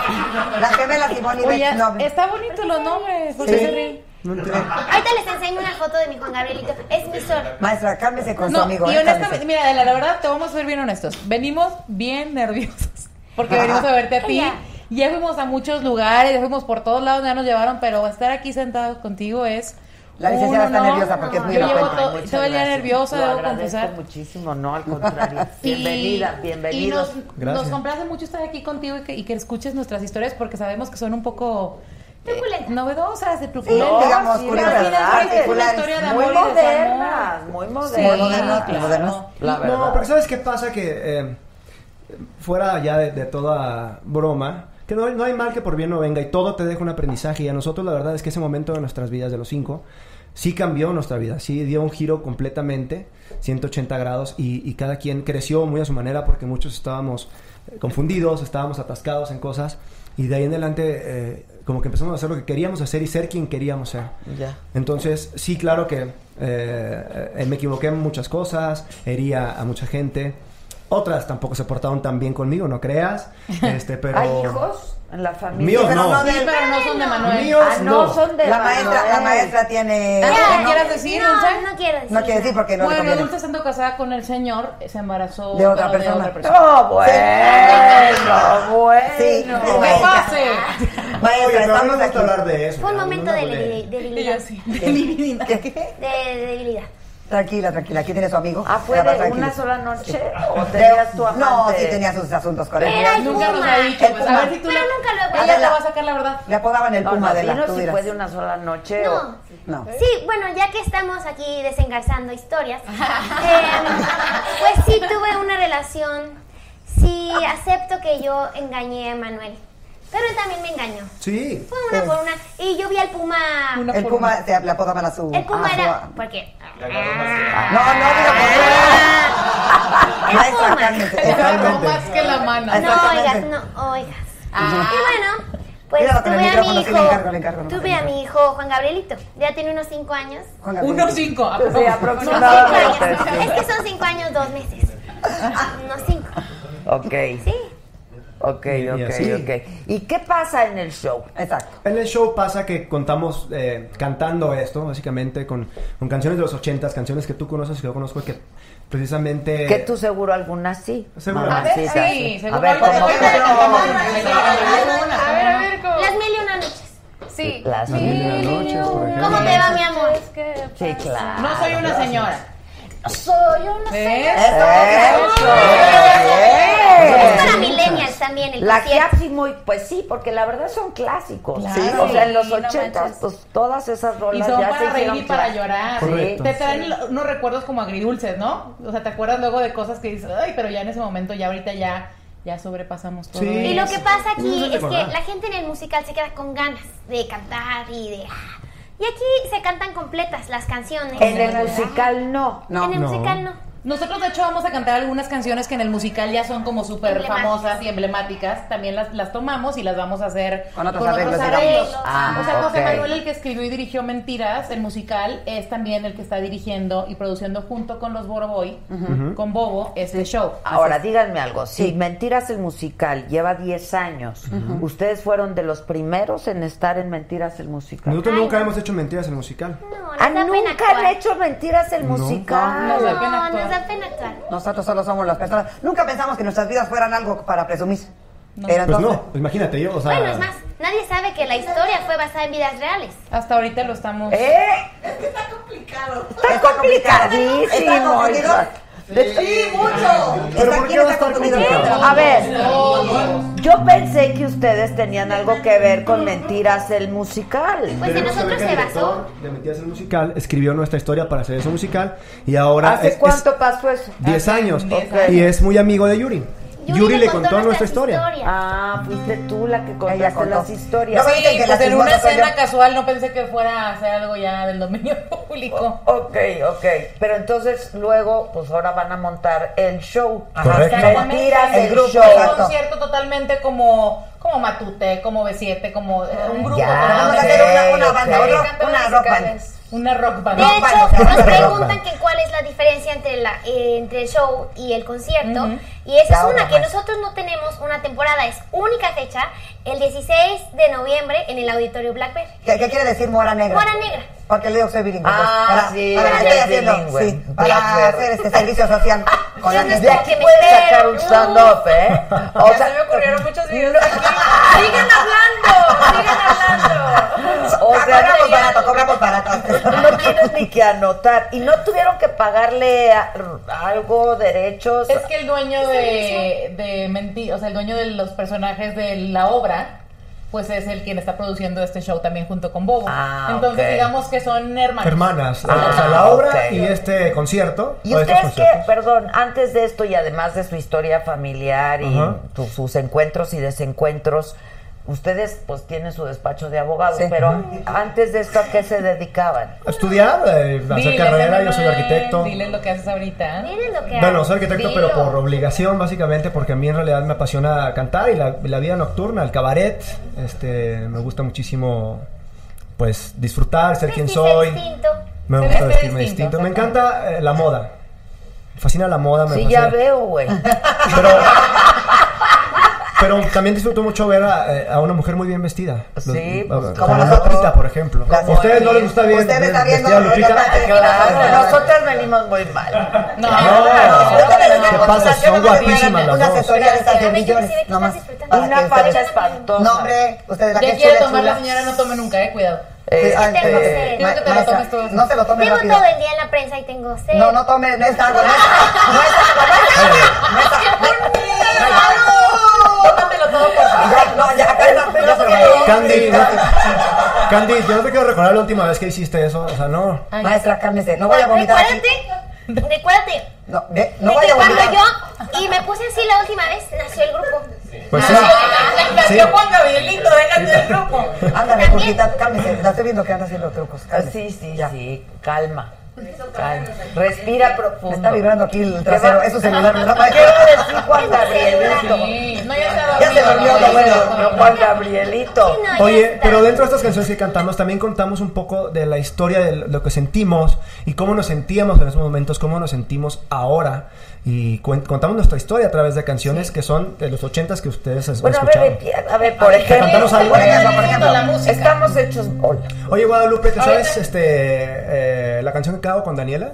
S8: las gemelas y Bonnie
S11: Oye,
S8: Beck, no.
S11: está bonito los nombres. ¿por
S8: Sí.
S11: qué se ríen?
S12: Ahorita les enseño una foto de mi Juan Gabrielito. Es mi sol.
S8: Maestra, cálmese con
S11: No,
S8: su amigo.
S11: y
S8: eh,
S11: honestamente,
S8: cálmese.
S11: mira, la verdad, te vamos a ser bien honestos. Venimos bien nerviosos porque venimos a verte a ti.
S12: Ya.
S11: Ya fuimos a muchos lugares, ya fuimos por todos lados, ya nos llevaron, pero estar aquí sentados contigo es...
S8: La
S11: un
S8: licenciada está
S11: honor.
S8: nerviosa porque es muy
S11: Yo llevo
S8: elocuente.
S11: todo,
S8: Muchas
S11: todo el día
S8: gracias.
S11: nerviosa,
S8: Lo
S11: debo
S8: agradezco
S11: confesar.
S1: Muchísimo, no, al contrario. Bienvenida,
S11: Y-
S1: bienvenidos.
S11: Y nos- nos, complace mucho estar aquí contigo y que, y que escuches nuestras historias porque sabemos que son un poco eh, novedosas, de truculentas.
S8: Sí, digamos, curiosas,
S11: al final traes una
S8: particulares,
S11: historia de
S8: muy
S11: amor y desamor.
S1: modernas, muy modernas.
S11: Sí,
S8: modernas,
S11: claro.
S8: modernas.
S1: La
S6: No,
S1: verdad.
S6: porque ¿sabes qué pasa? Que eh, fuera ya de, de toda broma, que no, no hay mal que por bien no venga y todo te deja un aprendizaje. Y a nosotros la verdad es que ese momento de nuestras vidas, de los cinco, sí cambió nuestra vida, sí dio un giro completamente, 180 grados, y, y cada quien creció muy a su manera porque muchos estábamos eh, confundidos, estábamos atascados en cosas. Y de ahí en adelante, eh, como que empezamos a hacer lo que queríamos hacer y ser quien queríamos ser.
S1: Ya.
S6: Entonces, sí, claro que eh, eh, me equivoqué en muchas cosas, hería a mucha gente. Otras tampoco se portaron tan bien conmigo, no creas. Este, pero...
S1: ¿Hay hijos en la familia?
S6: Míos
S8: Pero
S6: no.
S8: no de-
S11: Sí, pero no son de Manuel.
S6: Míos
S1: Ah, no,
S6: no.
S1: son de
S8: La maestra, la
S1: Manuel.
S8: maestra tiene.
S11: Eh, ¿Algo que
S8: no,
S11: quieras Ah, decir,
S12: No,
S11: Dulce?
S12: no quiero decir.
S8: no quiere decir porque no le
S11: bueno,
S8: conviene.
S11: Dulce estando casada con el señor, se embarazó
S8: De otra
S11: pero
S8: persona.
S7: Oh,
S1: No, bueno, bueno.
S8: Sí.
S11: ¡No me pase!
S8: Maestra,
S6: Oye, no, no
S8: estamos
S6: me gusta
S8: aquí.
S6: hablar de eso.
S12: Fue un
S6: ya,
S12: momento
S6: no
S12: Ah, de,
S6: me bulé.
S12: debil- debilidad.
S8: ¿Qué?
S12: De, de debilidad.
S8: Tranquila, tranquila, aquí tiene su amigo.
S1: Ah, ¿fue
S8: Ya va,
S1: de
S8: tranquila.
S1: una sola noche o tenías tu amante?
S8: No, sí tenía sus asuntos con él.
S12: Era el
S11: Nunca nos
S12: Puma.
S11: ha dicho.
S8: El
S11: pues, a
S8: Puma.
S11: ver si tú
S12: No,
S11: la-
S12: nunca lo he puesto.
S11: Ella te va a sacar la verdad.
S8: Le apodaban el
S1: No, no,
S8: Puma de la
S1: dinos si
S8: tú dirás.
S1: fue de una sola noche
S12: No.
S8: No.
S11: ¿Eh?
S12: Sí, bueno, ya que estamos aquí desengarzando historias, eh, pues sí tuve una relación. Sí, acepto que yo engañé a Manuel, pero él también me engañó.
S6: Sí.
S12: Fue una
S8: Sí.
S12: por una. Y yo vi al puma.
S8: Pues El Ah, Puma se le apodaban a su.
S12: El puma
S8: a su-
S12: era. Porque.
S8: No, no, diga por Maestra,
S12: El Ah, Puma.
S8: cálmese.
S11: No
S8: Exactamente.
S11: más que la mano.
S8: Ah,
S12: No
S8: Exactamente.
S12: oigas, no oigas.
S11: Ah.
S12: Y bueno, pues
S8: Cuidado con el
S12: tuve a mi
S8: micrófono, sí,
S12: hijo.
S8: le encargo, le encargo, no pasa
S12: tuve a
S8: nada.
S12: mi hijo Juan Gabrielito. Ya tiene unos 5 años.
S8: Juan Gabriel.
S11: Uno cinco.
S1: Sí,
S12: Son cinco
S1: aproximadamente.
S12: años. Es que son 5 años, 2 meses. No 5.
S1: Ok,
S12: Sí.
S1: ok,
S6: Y- y
S1: ok,
S6: así.
S1: ok. ¿Y qué pasa en el show?
S8: Exacto.
S6: En el show pasa que contamos eh, cantando esto, básicamente, con, con canciones de los ochentas, canciones que tú conoces, que yo conozco, que precisamente...
S1: Que tú seguro algunas sí.
S6: Seguramente.
S1: Mamacita,
S11: A ver, sí, seguro
S1: A ver,
S11: algunas.
S1: ¿cómo
S11: A ver,
S1: que no?
S9: A ver, a ver, ¿cómo?
S12: Las mil y una noches.
S9: Sí.
S1: Las
S6: Las mil de las noches, por ejemplo.
S12: ¿Cómo te va, mi amor?
S1: Sí, claro.
S11: No soy una señora.
S12: Soy una señora.
S11: ¿Eh?
S1: Eso,
S12: Es
S1: bien.
S12: para millennials también el
S1: La
S12: concierto.
S1: Kiapsi muy, pues sí, porque la verdad son clásicos.
S11: Claro. Sí.
S1: O sea, en los
S11: Sí, no
S1: ochentas,
S11: manches.
S1: pues todas esas
S11: Y
S1: rolas
S11: son
S1: ya se
S11: para reír
S1: hicieron
S11: y para
S1: clásicos.
S11: llorar.
S6: Correcto.
S11: Te traen lo- unos recuerdos como agridulces, ¿no? O sea, te acuerdas luego de cosas que dices, ay, pero ya en ese momento, ya ahorita ya, ya sobrepasamos todo.
S6: Sí.
S11: eso".
S12: Y lo que pasa aquí
S6: No se
S12: es que
S6: recordaba.
S12: la gente en el musical se queda con ganas de cantar y de... ah. Y aquí se cantan completas las canciones.
S1: En el musical no.
S12: En el
S6: No.
S12: musical no.
S11: Nosotros, de hecho, vamos a cantar algunas canciones que en el musical ya son como súper famosas y emblemáticas. También las, las tomamos y las vamos a hacer
S8: Con otros arreglos, digamos. Ah,
S11: o sea, José
S8: ok.
S11: Manuel, el que escribió y dirigió Mentiras, el musical, es también el que está dirigiendo y produciendo junto con los Boroboy,
S1: Ujú.
S11: con Bobo, este show.
S1: Ahora,
S11: Así-
S1: díganme algo. Si Mentiras el Musical lleva 10 años,
S6: Ujú.
S1: ¿ustedes fueron de los primeros en estar en Mentiras el Musical?
S6: Nosotros nunca hemos hecho mentiras en el musical.
S1: Ah, nunca han hecho Mentiras el
S6: No.
S1: Musical.
S8: No, nos da pena
S12: No, nos da pena actuar.
S8: Nosotros solo somos las personas. Nunca pensamos que nuestras vidas fueran algo para presumir. Pero
S6: Pues
S8: entonces,
S6: no, imagínate yo, o sea...
S12: Bueno, es más, nadie sabe que la historia fue basada en vidas reales.
S11: Hasta ahorita lo estamos.
S1: ¿Eh? Está
S8: ¿Está
S1: complicadísimo.
S8: confundido?
S1: hija.
S8: Sí, mucho.
S1: ¿Pero
S8: ¿Está- quién
S1: por qué va
S8: está
S1: a estar
S8: confundido?
S1: complicado? A ver, yo pensé que ustedes tenían algo que ver con Mentiras el
S11: Pues
S1: Musical.
S6: Debemos saber que el director De mentiras en el musical escribió nuestra historia para hacer eso musical y ahora
S1: ¿Hace
S6: es- es
S1: cuánto pasó eso?
S6: 10 años.
S1: Ok.
S6: Y es muy amigo de Yuri. Yuri, le contó, nuestra historia.
S1: Ah, fuiste tú la que contaste las historias.
S11: Sí, pues en una escena casual no pensé que fuera a hacer algo ya del dominio público.
S1: Ok, ok. Pero entonces luego, pues ahora van a montar el show.
S11: Correcto.
S1: Mentiras, Oh, el,
S11: grupo,
S1: show.
S11: un concierto totalmente como, como Matute, como B7, como eh, un grupo.
S1: Ya,
S11: totalmente-
S1: vamos a hacer una- una banda,
S11: Sí,
S1: una-
S11: cantan
S1: una
S11: los
S1: rock band.
S11: musicales. Una rock band.
S12: De hecho, nos preguntan que cuál es la diferencia entre, la, eh, entre el show y el concierto. Y esa
S11: La
S12: es
S11: hora
S12: una, que
S11: más.
S12: nosotros no tenemos una temporada, es única fecha, el 16 de noviembre en el Auditorio Blackberry.
S8: ¿Qué, qué quiere decir mora negra?
S12: Mora negra.
S8: Porque le digo que soy bilingüe. pues,
S1: Ah,
S8: para,
S1: sí,
S8: Para,
S1: eres
S8: estoy haciendo,
S1: bilingüe.
S8: sí,
S1: De
S8: para
S1: acuerdo.
S8: hacer este servicio social. con la
S1: De
S8: gente.
S1: aquí puedes sacar un stand-up, ¿eh? O sea,
S11: me ocurrieron muchos videos aquí. ¡Sigan hablando!
S1: o
S11: ¡Sigan hablando!
S1: sea,
S8: cobramos
S7: pues,
S1: no,
S8: barato, cobramos barato.
S1: no tienes ni que anotar. Y no tuvieron que pagarle a- algo, derechos.
S11: Es que el dueño de, de Menti, o sea, el dueño de los personajes de la obra, pues es el quien está produciendo este show también junto con Bobo. Entonces,
S6: ok.
S11: digamos que son hermanos.
S6: Hermanas.
S1: Ah,
S6: o sea, la obra
S1: ok.
S6: y este concierto.
S1: ¿Y
S6: o estos
S1: ustedes qué?
S6: conciertos.
S1: Perdón, antes de esto y además de su historia familiar y
S6: Ajá.
S1: tu- sus encuentros y desencuentros, ustedes pues tienen su despacho de abogados,
S6: Sí.
S1: pero
S6: Ujú.
S1: antes de esto, ¿a qué se dedicaban?
S6: A Estudiar, eh, hacer
S11: Diles,
S6: carrera, yo
S11: Emanuel,
S6: soy arquitecto.
S11: Diles lo que haces ahorita.
S12: Diles lo que
S6: Bueno, soy arquitecto, pero por obligación, básicamente, porque a mí en realidad me apasiona cantar y la, la vida nocturna, el cabaret. Este, me gusta muchísimo, pues, disfrutar, ser quien soy. Me
S12: Se
S6: gusta
S12: viste
S6: vestirme
S12: distinto,
S6: distinto. Me encanta eh, la moda. Me fascina la moda, me
S1: Sí,
S6: fascina.
S1: ya veo, güey.
S6: Pero también disfruto mucho ver a, eh, a una mujer muy bien vestida. Los-
S1: Sí,
S6: a-
S1: pues,
S6: como la Lupita, por ejemplo. A ustedes no les gusta bien
S1: Ustedes
S6: ver-
S1: están
S6: vestida Lupita.
S1: Claro, nosotras venimos muy mal.
S11: No,
S6: ¿Qué pasa? Son guapísimas las
S8: Una
S6: dos.
S8: asesoría de estas de millones, nomás.
S1: Una facha espantosa.
S8: No, hombre, ustedes la
S11: Ya
S8: que
S11: quiere
S8: chula,
S11: tomar
S8: chula.
S11: la señora, no tome nunca, eh, cuidado.
S8: Eh, ay,
S12: Tengo
S8: eh,
S12: sed.
S8: ma-
S12: Quiero que te lo
S8: maestra,
S12: tomes todo.
S8: No se lo tome
S12: Llevo
S8: rápido.
S12: todo el día en la prensa y tengo sed.
S8: No, no tome, no es agua, no es
S11: Tómatelo todo, por favor.
S8: No, ya, cállate, no se lo-
S6: Candy, no te- Candy, yo no te quiero recordar la última vez que hiciste eso. O sea, no.
S8: Maestra, cálmese, no voy a vomitar aquí.
S12: Recuérdate, recuérdate
S8: No, ve, no
S12: de
S8: voy
S12: que
S8: a
S12: cuando
S8: vomitar.
S12: yo y me puse así la última vez, nació el grupo. Ah,
S6: Pues sí.
S11: La
S6: Sí.
S11: canción Juan Gabrielito, déjate del grupo.
S8: Ándale, Julita, cálmese, la estoy viendo que anda haciendo trucos. Cálmese.
S1: Ah, Sí, sí, sí, calma. calma. Respira profundo.
S8: Me está vibrando aquí el trasero, es su celular, ¿verdad?
S1: Quiero decir Juan Gabrielito.
S11: Sí, no, ya está
S1: Ya se
S11: dormido,
S1: durmió,
S11: no,
S1: lo bueno.
S11: no, no.
S1: Juan Gabrielito.
S6: Oye, pero dentro de estas canciones que cantamos también contamos un poco de la historia de lo que sentimos y cómo nos sentíamos en esos momentos, cómo nos sentimos ahora. Y cuen- contamos nuestra historia a través de canciones que son de los ochentas que ustedes han
S1: Bueno, a
S6: escuchado.
S1: ver, empie- a ver, por
S6: ¿Te
S1: ejemplo.
S6: cantamos algo?
S1: por ejemplo,
S6: Por ejemplo, la música.
S1: Estamos hechos bola.
S6: Oye, Guadalupe, ¿te
S1: Ahorita-
S6: sabes este, eh, la canción que hago con Daniela?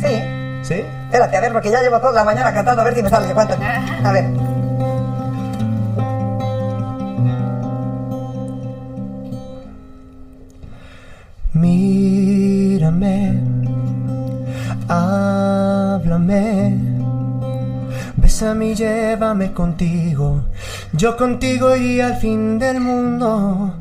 S8: Sí.
S6: ¿Sí?
S8: Espérate, a ver, porque ya llevo toda la mañana cantando, a ver si me sale, aguántame. A ver.
S6: Mírame, háblame, bésame y llévame contigo, yo contigo iría al fin del mundo.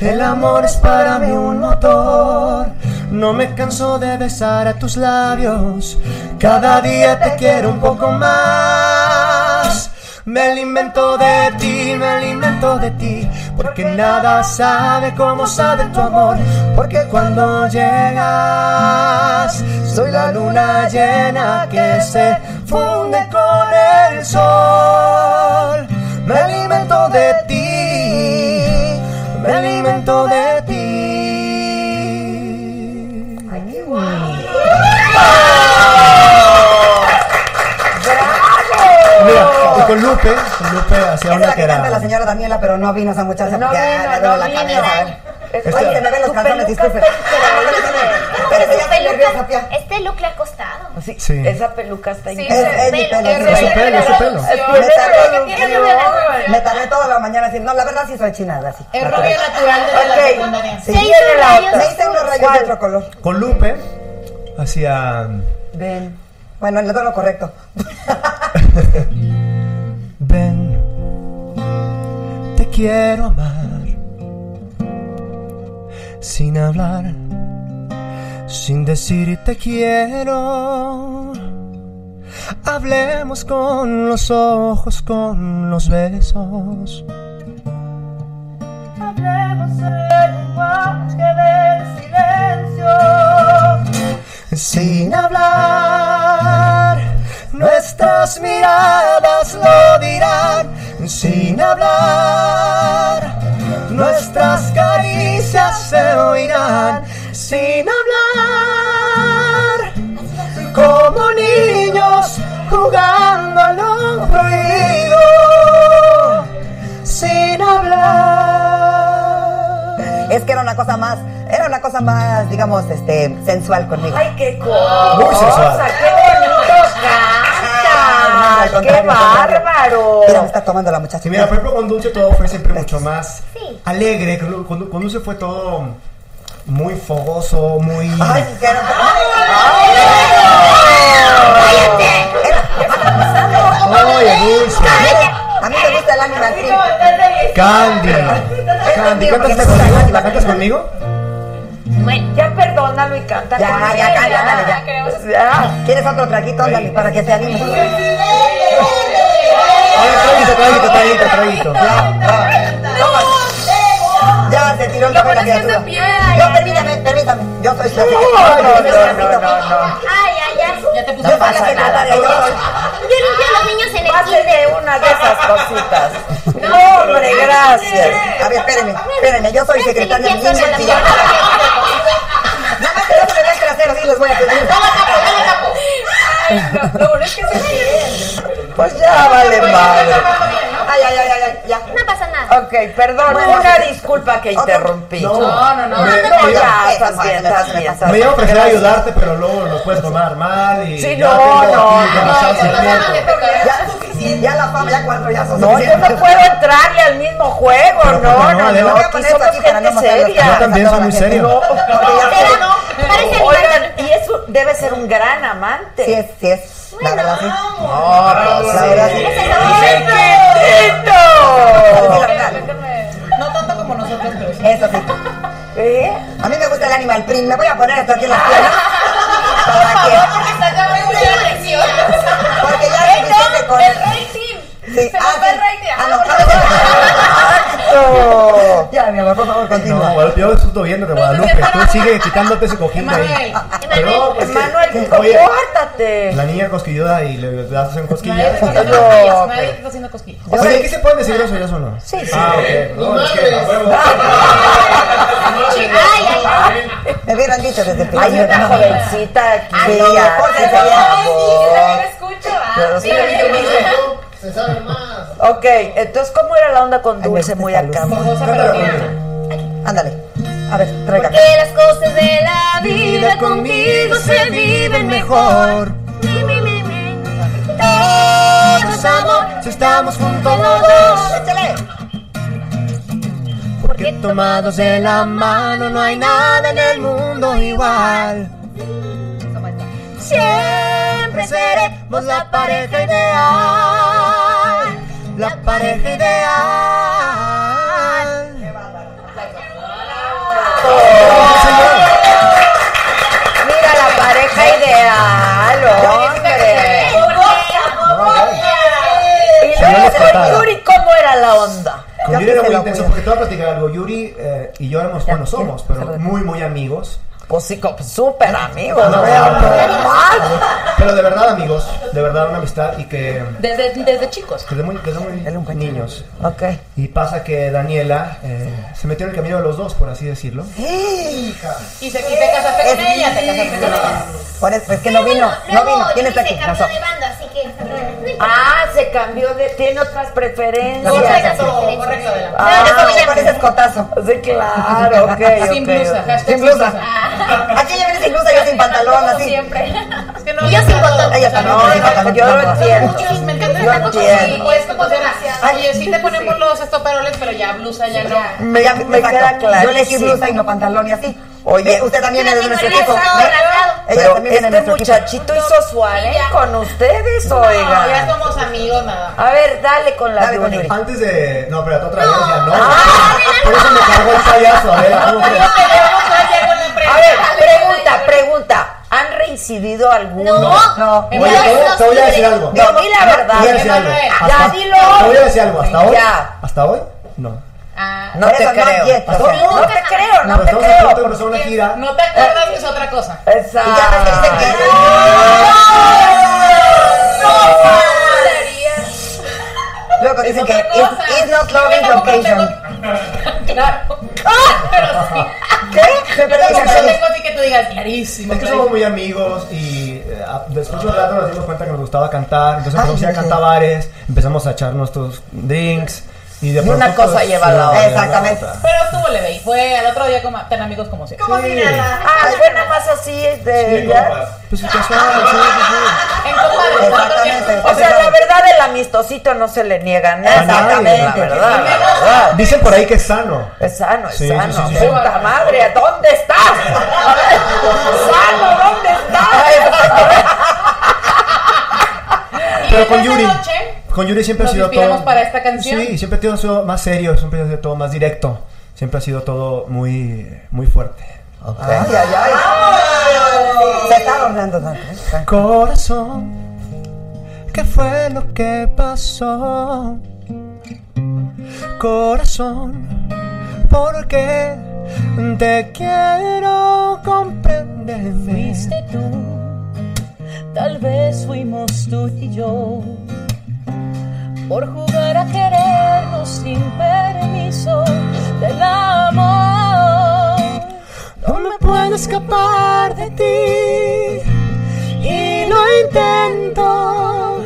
S6: El amor es para mí un motor, no me canso de besar a tus labios, cada día te quiero un poco más. Me alimento de ti, me alimento de ti,
S13: Porque nada sabe como sabe tu amor. Porque cuando llegas, soy la luna llena que se funde con el sol. Me alimento de ti, me alimento de ti.
S1: Ay, qué guay.
S6: Mira, y con Lupe, con Lupe hacía
S8: Esa es
S6: una
S8: la
S6: que
S8: que canta la
S6: era.
S8: señora Daniela, pero no vino esa muchacha.
S1: No
S8: porque, ah,
S1: vino,
S8: le duele la
S1: no vino.
S8: cabeza.
S1: Es-
S8: Ay, se me ven los
S1: Tu
S8: calzones,
S1: peluca
S8: disculpe.
S12: Pero
S8: Pero ya estoy nerviosa, tía.
S12: Este look le ha costado.
S1: Sí,
S6: Sí.
S1: Esa peluca está
S12: Sí,
S1: increíble.
S12: es- es mi
S8: es
S12: pelo, Es
S8: su pelo, es su pelo.
S1: Tiene revolución.
S8: Me tardé toda la mañana así. No, la verdad sí soy chinada. Sí.
S11: Es rubia natural desde la
S8: Ok.
S11: secundaria.
S8: Sí,
S11: Se hizo
S8: tiene la
S11: rayos
S8: otra. Me hice unos
S11: azules.
S8: rayos de otro color.
S6: Con Lupe hacía.
S8: Ven. Bueno, le doy lo correcto.
S13: Ven, te quiero amar. Sin hablar, sin decir te quiero. Hablemos con los ojos, con los besos.
S10: Hablemos el lenguaje del silencio.
S13: Sin hablar, nuestras miradas lo dirán. Sin hablar, nuestras caricias se oirán. Sin hablar, como niños jugando a lo prohibido. Sin hablar.
S8: Es que era una cosa más, era una cosa más, digamos, este, sensual conmigo.
S1: Ay, qué cosa.
S8: Muy sensual.
S1: Qué bonito cantas. qué bárbaro.
S8: Mira, me está tomando la muchacha.
S6: Sí, mira, por ejemplo, con Dulce todo fue siempre mucho más alegre. Con, con- con Dulce fue todo muy fogoso, muy.
S8: Ay, que era-
S6: ¡Oye, Dulce!
S8: A mí me gusta el Animal Print.
S6: ¡Candy!
S8: Candy,
S6: ¿Cantas conmigo? ¿La cantas conmigo?
S1: Ya perdónalo y canta.
S8: Ya,
S1: con
S8: ya,
S1: él,
S8: ya, ándale, ya.
S1: Ya.
S8: ¿Quieres otro traguito? Ándale, para que se anime.
S6: Traguito, traguito, traguito.
S8: Ya, se tiró el café la criatura. Yo, permítame, permítame. Yo soy su
S1: No, no, no, no, no, no.
S12: Ay, ay, ay. Ya te
S8: No pasa nada.
S12: Yo limpio a los niños en el
S1: Pásele una de esas cositas. No, hombre, gracias.
S8: A ver, espérenme, espérenme. Yo soy secretaria de niños. y ya. Nada más que no se me vean traseros, sí les voy a pedir.
S1: Lo bueno es que se ríen. Pues ya vale madre.
S8: Ay, ay, ay, ay, ay, ya.
S12: No pasa nada.
S1: Ok, perdón,
S8: Bueno,
S1: una
S8: sí.
S1: disculpa que
S8: Otro.
S1: interrumpí.
S6: No, no, no.
S1: No,
S6: Me-
S1: no,
S6: me-
S1: ya,
S8: me-
S1: estás bien,
S8: me-
S1: estás
S8: me-
S1: bien.
S6: Me iba a ofrecer ayudarte, pero luego lo puedes tomar mal y.
S1: Sí,
S6: ya
S1: no,
S6: tengo aquí
S1: no,
S6: demasiados
S1: no, no, no,
S6: sentimientos.
S8: Ya, ya la fama, ya cuatro, ya son
S1: No, yo
S8: suficientes.
S1: no puedo entrarle al mismo juego,
S6: Pero, ¿por
S1: no,
S6: qué no,
S1: no,
S6: Adela?
S1: no,
S6: Voy a
S1: aquí
S8: poner esto
S1: somos
S8: aquí para no
S1: gente
S8: mostrar los
S1: seria.
S6: Yo también soy muy
S1: No,
S6: serio.
S12: Parece
S1: Oigan, y es un- debe ser un gran amante.
S8: Sí es, sí es. La verdad, sí.
S1: No, pues
S8: La
S1: sí.
S8: verdad, sí.
S1: ¡Ay, qué lindo!
S11: No tanto como nosotros, pero sí.
S8: Eso sí.
S1: ¿Eh?
S8: A mí me gusta el animal print. Me voy a poner esto aquí en las piernas. ¿Para qué? Porque ya es suficiente con el... Sí, ah, sí. Ah, no,
S1: Exacto.
S8: Ya, mi amor, por favor, continúa.
S6: No, yo estoy viendo que Guadalupe, tú sigue quitándote ese cojín de ahí. Pero, pues, que-
S1: Manuel,
S6: oye,
S1: compórtate.
S6: la niña cosquilluda y le das un
S11: Nadie
S6: cosquillas.
S11: está haciendo
S1: No,
S11: cosquillas. Nadie está haciendo cosquillas.
S6: Oye, ¿qué se pueden decir groserías o no? Sí, sí. Ah, ok. No, es que-
S1: Ah.
S8: Me hubieran dicho desde el
S1: Hay
S8: principio.
S1: una jovencita aquí. Ah,
S8: Sí, mejor que
S1: por
S8: sería-
S1: favor. Pero sí,
S5: Se sabe más.
S1: Ok, entonces, ¿cómo era la onda con Dulce? Muy acá. muy-
S8: Ándale. A ver, traiga.
S12: Porque las cosas de la vida conmigo se viven mejor. Mi, mi, mi, mi. Todo es amor,
S13: Si estamos juntos los dos.
S8: Échale.
S13: Porque tomados de la mano no hay nada en el mundo igual. Siempre seremos la pareja ideal. La pareja ideal.
S1: Mira la pareja ideal, hombre. Y
S6: Se me
S1: luego
S6: despertaba.
S1: con Yuri, ¿cómo era la onda?
S6: Con Yuri era muy intenso porque te voy a Digo, Yuri eh, y yo éramos, bueno, somos, pero muy, muy amigos.
S1: Pues sí, súper amigos,
S6: no, Pero de verdad amigos, de verdad una amistad y que
S11: Desde, desde chicos.
S6: desde muy, desde muy niños.
S1: Ok.
S6: Y pasa que Daniela eh, se metió en el camino de los dos, por así decirlo.
S11: Y se, y te casaste con ella, te casaste con ella.
S8: Por eso, es que no vino, no
S12: Luego,
S8: vino.
S6: Ah,
S8: ¿Quién
S12: Yuri
S8: está aquí?
S12: se cambió
S8: Nosotros.
S12: de bando, así que... no importa.
S1: Ah, se cambió de. Tiene otras preferencias.
S12: Correcto, correcto, Adela.
S1: Ah,
S8: No, eso viene con ese escotazo.
S1: Sí, claro, ok.
S11: Sin
S1: ok,
S11: blusa,
S1: ok.
S11: hashtag
S8: Sin blusa. Ah. Aquí ella viene sin blusa, yo sin pantalón,
S11: Como
S8: así.
S11: siempre. Es que no.
S12: Y yo sin botón.
S8: Ella está
S1: No,
S8: sin pantalón.
S1: yo lo entiendo.
S11: Muchos, ¿me entiendes?
S1: Yo
S11: Tampoco
S1: entiendo.
S11: sí, pues, como será. Oye, sí te ponemos los estoperoles, pero ya blusa ya no.
S1: Me, me queda
S8: Exacto.
S1: claro.
S8: Yo elegí blusa y no pantalón y así.
S1: Oye,
S8: Eh, usted también es de nuestro
S12: Pero
S8: equipo.
S12: no, rasgado.
S8: Ella
S1: Pero
S8: también viene
S1: este
S8: de nuestro equipo.
S1: muchachito hizo su harén con ustedes,
S11: No, ya
S1: oiga.
S11: somos amigos, nada.
S1: A ver, dale con la
S8: Dale con
S1: Yuri. Ah.
S8: ella.
S6: Antes de. No, pero otra vez ya no. Por eso me cargó el payaso, Adela. ¿cómo crees?
S1: A ver, pregunta, pregunta. ¿Han reincidido algunos?
S12: No.
S8: No.
S6: Oye, te voy, a- te voy a decir algo.
S1: No, di la
S6: Te voy a
S1: verdad.
S6: decir algo.
S11: Emanuel.
S1: Ya,
S6: Hasta-
S1: dilo.
S6: Te voy a decir algo. ¿Hasta hoy?
S1: Ya.
S6: ¿Hasta hoy? No.
S11: Ah,
S1: No
S8: Por
S1: te
S8: eso no
S1: creo.
S8: quieto, o sea.
S1: No te creo, no
S6: Pero
S1: te
S6: estamos a punto de
S1: creo.
S6: empezar una gira.
S11: No te acuerdas que es otra cosa.
S1: Exacto.
S8: Y ya ves que dicen que- Luego dicen que
S11: Otra
S8: it's,
S11: cosa.
S8: it's not
S11: Yo
S8: loving
S11: tampoco
S8: location.
S11: tengo- Claro. Ah, Pero sí.
S8: ¿Qué? Me
S11: Yo
S8: parece
S11: tampoco
S8: que
S11: tengo así que tú digas clarísimo.
S6: Es que
S11: clarísimo.
S6: somos muy amigos y eh, a- después de un rato nos dimos cuenta que nos gustaba cantar, entonces empezamos a ir a
S8: sí, sí.
S6: cantabares, empezamos a echar nuestros drinks y de
S1: Y una
S6: pronto, pues,
S1: cosa lleva a la
S6: sí,
S1: otra.
S8: Exactamente.
S6: o sea,
S11: Pero estuvo leve y fue al otro día como, tan amigos como siempre.
S3: Como si nada.
S1: Ah, fue nada más así es de ella.
S6: Pues ya está, sí, sí, sí.
S11: En compadre, ¿cuánto tiempo?
S8: Exactamente.
S1: O sea, la verdad, el amistosito no se le niega nada.
S6: Exactamente.
S1: La verdad, la verdad.
S6: Dicen por ahí que es sano.
S1: Es sano, es
S6: Sí, sí,
S1: sano.
S6: sí, sí.
S1: ¡Puta madre! ¿Dónde estás? ¡Sano, dónde estás?
S6: Pero con
S11: esa
S6: Yuri,
S11: noche,
S6: con Yuri siempre ha
S11: nos
S6: sido
S11: inspiramos
S6: todo.
S11: para esta canción.
S6: Sí, siempre ha sido más serio, siempre ha sido todo más directo, siempre ha sido todo muy, muy fuerte.
S8: Ay, ay, ay. Se está doblando tanto. ¿eh?
S6: Corazón, ¿qué fue lo que pasó? Corazón, ¿por qué te quiero comprenderme?
S10: Fuiste tú, tal vez fuimos tú y yo, por jugar a querernos sin permiso del amor.
S6: No me puedo escapar de ti y lo intento,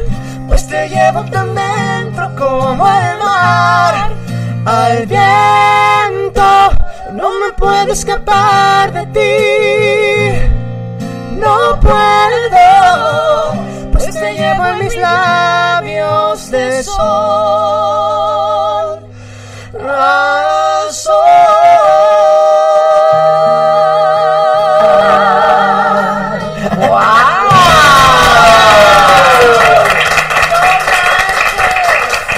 S6: pues te llevo tan dentro como el mar al viento. No me puedo escapar de ti, no puedo, pues te llevo en mis labios de sol. Razón.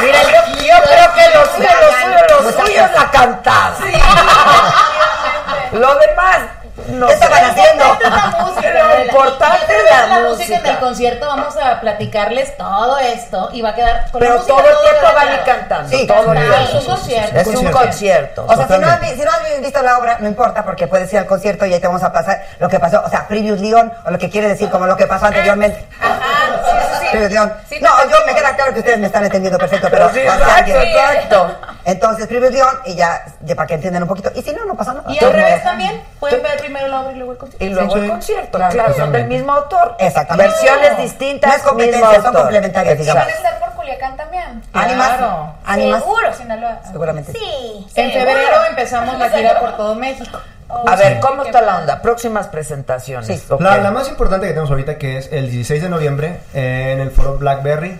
S1: Mira, yo, yo creo que lo suyo, lo suyo, lo suyo es la cantar. Lo demás, no
S8: ¿Qué estaban haciendo?
S1: Lo importante es la
S11: en el
S1: música.
S11: concierto vamos a platicarles todo esto y va a quedar con la
S1: Pero
S11: música
S1: todo el tiempo
S11: queda
S1: van y
S11: claro.
S1: cantando.
S8: Sí,
S1: todo el
S11: Claro,
S1: tiempo.
S11: es un concierto.
S1: Es un concierto.
S8: O sea, si no, has,
S6: Totalmente.
S8: vi- si no has visto la obra, no importa, porque puedes ir al concierto y ahí te vamos a pasar lo que pasó, o sea, Previous Leon, o lo que quiere decir como lo que pasó anteriormente.
S11: Ajá, sí, sí, sí.
S8: Previous Leon.
S11: Sí,
S8: No,
S11: te
S8: yo me queda claro que ustedes me están entendiendo perfecto, pero
S1: Sí,
S8: o sea,
S1: exacto,
S8: que-
S1: exacto.
S8: Entonces, Previous Leon, y ya, de- para que entiendan un poquito. Y si no, no pasa nada.
S11: Y
S8: Todo
S11: al
S8: el mundo-
S11: revés también, pueden ver primero la obra y luego el concierto.
S1: Y luego
S6: Sí,
S1: el
S6: sí.
S1: concierto,
S8: Claro,
S1: claro, son del
S6: totalmente.
S1: mismo autor.
S8: Exactamente.
S1: Versiones distintas,
S8: No es competencia,
S1: mismo
S8: son
S1: autor.
S8: complementarias, digamos.
S1: Exacto.
S9: estar por Culiacán también?
S8: ¿Ánimas?
S11: Claro.
S8: ¿Ánimas?
S9: Seguro, Sinaloa.
S8: Seguramente.
S12: Sí.
S11: En febrero empezamos la gira por todo México.
S1: A ver, ¿cómo está la onda? Próximas presentaciones.
S8: Sí.
S1: ok.
S6: La, la más importante que tenemos ahorita que es el 16 de noviembre eh, en el foro Blackberry.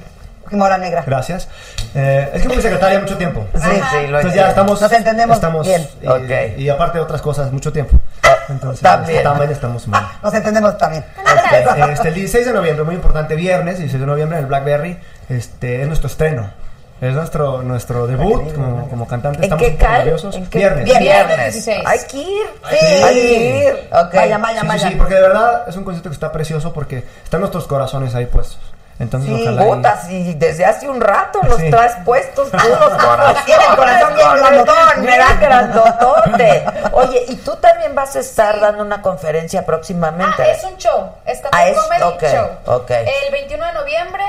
S8: Mora negra.
S6: Gracias. Eh, es que fui secretaria mucho tiempo.
S1: Sí, sí, lo
S6: Entonces ya
S1: entiendo.
S6: estamos.
S8: Nos entendemos
S6: estamos
S8: bien. Ah,
S6: Y,
S1: Ok.
S6: y aparte de otras cosas, mucho tiempo. Entonces,
S1: también.
S6: también estamos mal.
S8: Nos entendemos también.
S6: Ok, este, el 16 de noviembre, muy importante, viernes 16 de noviembre en el Blackberry, este, es nuestro estreno. Es nuestro, nuestro debut como, como cantante.
S1: ¿En
S6: estamos
S1: qué
S6: un poco
S1: cae?
S6: nerviosos.
S1: ¿En qué
S6: Viernes.
S11: Viernes
S1: Viernes.
S11: 16.
S1: Hay que ir.
S8: Sí.
S1: Hay que ir. Ok.
S8: Vaya, vaya,
S6: Sí, sí,
S8: vaya.
S6: sí, porque de verdad es un concierto que está precioso porque están nuestros corazones ahí puestos. Entonces,
S1: Sí,
S6: ojalá. y-
S1: botas y desde hace un rato los
S6: Sí.
S1: traes puestos duros. corazón. Tiene el corazón bien
S8: Grandote.
S1: grandotón, ¿verdad? Grandotote. Oye, y tú también vas a estar dando una conferencia próximamente.
S9: Ah, es un show. Es
S1: Ah,
S9: también
S1: es-
S9: comedy
S1: ok,
S9: show.
S1: ok.
S9: El 21 de noviembre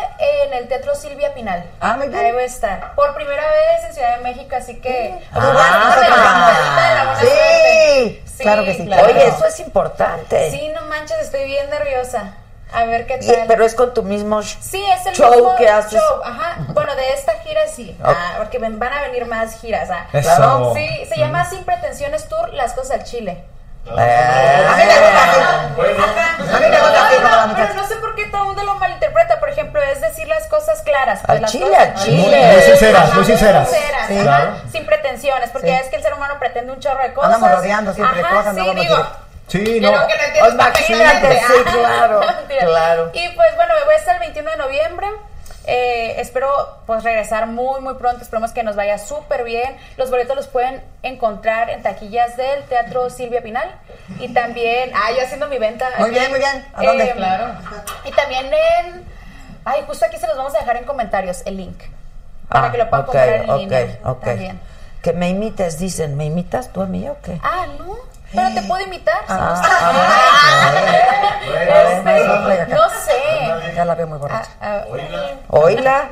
S9: en el Teatro Silvia Pinal.
S1: Ah, muy bien.
S9: Ahí voy a estar. Por primera vez en Ciudad de México, así que.
S1: Mm, Ah. sí,
S9: Sí, claro que sí. claro.
S1: Oye, eso es importante.
S9: Sí, no manches, estoy bien nerviosa. A ver qué
S1: Y-
S9: tal.
S1: pero es con tu mismo sh-
S9: Sí, es el
S1: show
S9: mismo
S1: que haces.
S9: show, ajá. Bueno, de esta gira sí.
S1: Ok.
S9: Ah, porque ven- van a venir más giras. ah.
S1: Eso. Claro.
S9: Sí, se llama Sin Pretensiones Tour Las Cosas al Chile.
S1: Eh,
S9: Ajá. Ay, no, pero no sé por qué todo el mundo lo malinterpreta. Por ejemplo, es decir las cosas claras. pues,
S7: Al
S9: las
S7: chile,
S9: cosas-
S7: al chile. Muy- muy sinceras,
S9: Ajá,
S7: muy sinceras. Sí.
S9: ajá,
S7: Claro.
S9: Sin pretensiones, porque
S8: Sí.
S9: es que el ser humano pretende un chorro de cosas.
S8: Andamos rodeando siempre
S9: Ajá,
S8: cosas,
S9: Sí,
S8: luego nos
S9: digo,
S8: diré.
S7: Sí,
S9: yo creo que lo entiendes
S1: Imagínate,
S9: perfectamente.
S1: sí, claro,
S9: Mentira.
S1: claro.
S9: Y pues bueno, me voy hasta el 21 de noviembre. Eh, espero pues regresar muy muy pronto, esperemos que nos vaya súper bien. Los boletos los pueden encontrar en taquillas del Teatro Silvia Pinal y también, ah, yo haciendo mi venta.
S8: Muy
S9: aquí.
S8: bien, muy bien. ¿A dónde?
S9: claro. Y también en, ay, justo aquí se los vamos a dejar en comentarios el link para
S1: Ah,
S9: que lo puedan
S1: ok,
S9: comprar en línea
S1: ok, ok.
S9: también.
S1: Que me imites, dicen. ¿Me imitas tú a mí o qué?
S9: Ah, no, pero te puedo imitar. si
S1: Ah,
S9: gustas.
S1: bueno,
S9: Este,
S1: bueno, bueno.
S9: no sé.
S8: Ya la veo muy borracha.
S9: Ah,
S1: Oíla.
S9: Oíla.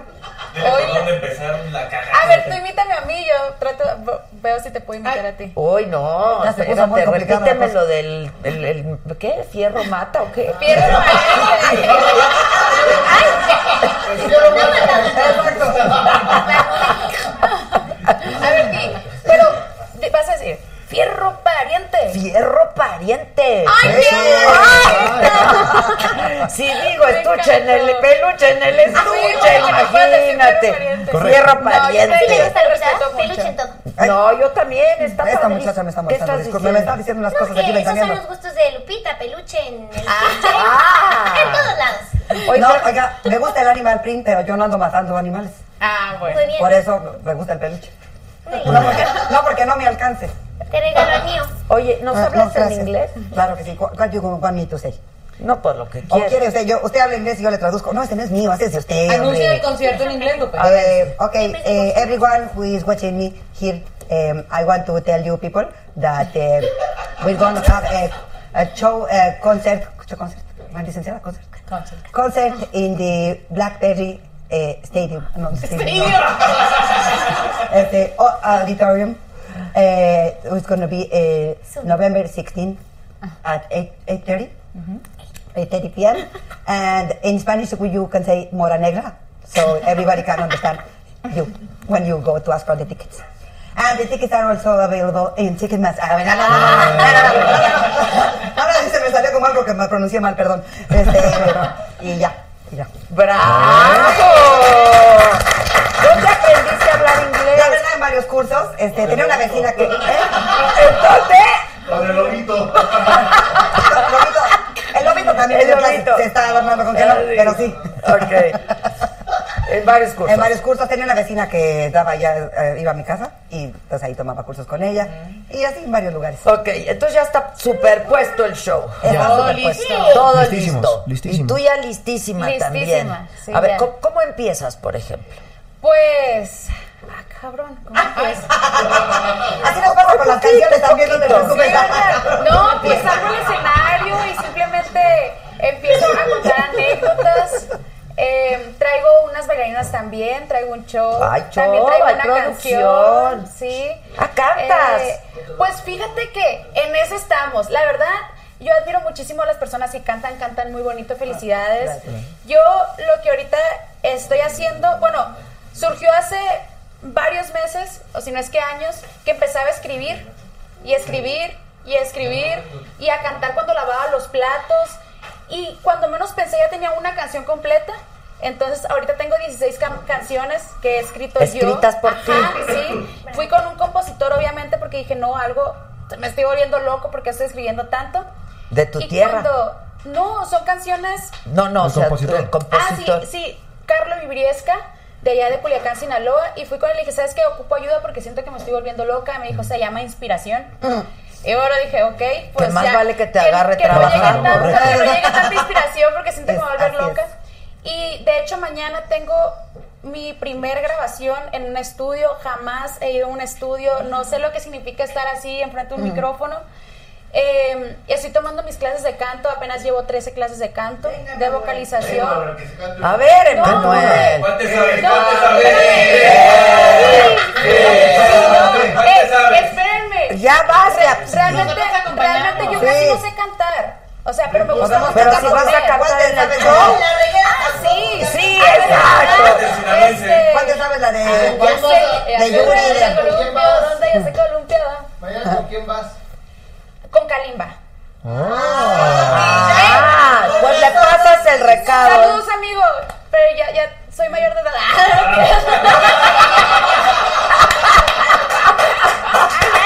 S4: ¿Dónde empezaron la cagada?
S9: A ver, tú imítame a mí, yo trato, v- veo si te puedo imitar a ti.
S1: Hoy no,
S9: Ya se puso muy
S1: espérate,
S9: complicada la
S1: repíteme
S9: cosa.
S1: lo del, el, el- ¿qué? ¿Fierro mata o qué?
S9: Fierro A ver, di, pero di- vas a decir, fierro pariente.
S1: Fierro pariente.
S9: ¡Ay,
S1: Eso.
S9: qué!
S1: Si digo estuche en el peluche en
S9: Ah,
S1: el
S9: sí,
S1: estuche,
S9: bueno, que puedas decir fierro
S1: imagínate.
S9: pariente.
S1: Fierro
S9: No,
S1: pariente.
S9: yo te- yo te respeto mucho.
S12: Peluche en todo.
S1: No, yo también. Está
S8: Esta
S1: padrísimo.
S8: muchacha me está
S1: ¿Qué
S8: molestando.
S1: estás
S8: Disculpe, me está
S1: diciendo?
S8: diciendo unas
S12: No,
S8: cosas
S12: es
S8: aquí
S12: que esos son
S8: ventaneando.
S12: los gustos de Lupita, peluche en el estuche.
S8: Ah.
S12: En todos lados.
S8: no, oiga, me gusta el animal print, pero yo no ando matando animales.
S9: Ah,
S12: bueno. Muy bien.
S8: Por eso me gusta el peluche. No porque, no, porque no me alcance.
S12: Te regalo el mío.
S1: Oye, ¿nos
S8: Ah,
S1: hablas
S8: no,
S1: en
S8: gracias.
S1: inglés?
S8: Claro que sí. ¿Cu- ¿Cuál you want me to say?
S1: No, por lo que
S8: ¿O quiere usted? Yo, usted habla inglés y yo le traduzco. No, ese no es mío, ese es de usted.
S11: Anuncia
S8: hombre.
S11: el concierto en inglés, Lupe.
S8: A ver, okay, eh, everyone who is watching me here, um, I want to tell you people that eh, we're going to have a, a show, a concert, show concert, ¿me dicen será concert? Concert. in the Blackberry eh, Stadium, no, stadium, no. at the au- oh, auditorium. eh, it's going to be eh, November 16 at 8, 8.30, 8.30 p.m. And in Spanish, we- you can say Mora Negra, so everybody can understand you when you go to ask for the tickets. And the tickets are also available in Ticketmaster. Ah, no, no, no, no, no, no, no, no. Ahora sí se me salió como algo que me pronuncié mal, perdón. Este, y ya, y ya.
S1: ¡Bravo! ¿Dónde aprendiste a hablar inglés?
S8: La verdad, en varios cursos. Este, tenía una vecina que... ¿eh?
S14: La del lobito.
S8: El lobito también me
S1: El
S8: dio clases,
S1: lobito.
S8: se está alarmando con que no,
S1: Ah, sí.
S8: pero sí.
S1: En varios cursos.
S8: En varios cursos tenía una vecina que daba ya, eh, iba a mi casa y pues ahí tomaba cursos con ella y así en varios lugares.
S1: Ok, entonces ya está superpuesto el show.
S8: Ya.
S1: Está
S8: Todo
S1: superpuesto.
S8: listo.
S1: Todo
S8: Listísimos,
S1: listo.
S8: listísimos.
S1: Y tú ya listísima,
S9: Listísima,
S1: también.
S9: sí,
S1: a ver,
S9: ya.
S1: ¿cómo, cómo empiezas, por ejemplo?
S9: Pues, ah, cabrón, ¿cómo empiezo?
S8: Así nos pasa con las canciones también, no te preocupes.
S9: Sí, ¿verdad? No, pues salgo al escenario y simplemente empiezo a contar anécdotas. Eh, traigo unas bailarinas también, traigo un show.
S1: Ay, show,
S9: también traigo
S1: ay,
S9: una
S1: producción.
S9: canción. Sí.
S1: Ah, cantas.
S9: Eh, pues fíjate que en eso estamos. La verdad, yo admiro muchísimo a las personas que cantan, cantan muy bonito. Felicidades. Yo lo que ahorita estoy haciendo, bueno, surgió hace varios meses, o si no es que años, que empezaba a escribir y escribir y escribir y a cantar cuando lavaba los platos. Y cuando menos pensé ya tenía una canción completa. Entonces ahorita tengo 16 can- canciones que he escrito yo.
S1: Escritas por ti.
S9: Ajá, sí. Fui con un compositor obviamente porque dije, no, algo, me estoy volviendo loco porque estoy escribiendo tanto.
S1: De tu
S9: y
S1: tierra.
S9: cuando... No, son canciones
S1: No, no,
S9: El
S1: o sea,
S9: compositor.
S1: el compositor.
S9: Ah, sí, sí, Carlos Vibriesca, de allá de Culiacán, Sinaloa, y fui con él y le dije, ¿sabes qué? Ocupo ayuda porque siento que me estoy volviendo loca. Me dijo, se llama inspiración. Y ahora dije, ok, pues
S1: que más
S9: ya,
S1: vale que te agarre
S9: que no llegue
S1: trabajando.
S9: tanto, que no llegue tanta inspiración porque siento que me voy a volver loca. Y de hecho mañana tengo mi primer grabación en un estudio. Jamás he ido a un estudio. No sé lo que significa estar así enfrente de un
S15: Ujú.
S9: micrófono. Eh, estoy tomando mis clases de canto. Apenas llevo 13 clases de canto, de vocalización.
S7: A ver, Emanuel.
S9: Espérenme.
S7: Ya basta.
S9: Realmente, realmente yo casi no sé cantar. O sea, pero me gusta mucho
S7: Pero
S9: cantar
S7: si
S9: con
S7: vas a
S9: él.
S7: cantar en el show.
S9: Sí,
S7: Sí,
S9: Ah,
S7: exacto.
S9: Este,
S7: ¿Cuál te sabes la de-
S9: Ah,
S7: ya
S9: ya
S7: sé,
S9: sé,
S7: de
S9: ya sé, ya sé
S7: Yuri, de- ¿con quién
S9: columpiada,
S7: vas?
S9: ¿dónde? Ya sé columpiada. ¿con quién vas? Con Kalimba.
S7: Ah, pues le pasas el recado.
S9: Saludos, amigo. Pero ya, ya soy mayor de edad.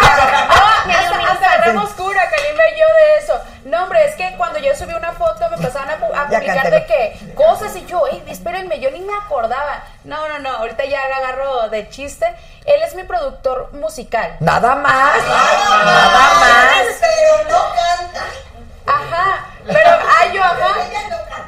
S9: Hasta hasta agarramos cura, Kalimba y yo de eso. No, hombre, es que cuando yo subí una foto me empezaban a, pu- a
S7: Ya
S9: publicar
S7: cántalo.
S9: de que cosas y yo, "Ey, espérenme, yo ni me acordaba. No, no, no, ahorita ya la agarro de chiste. Él es mi productor musical.
S7: Nada más.
S9: Nada más. Pero no canta. Ajá. Pero, ay, yo, ajá.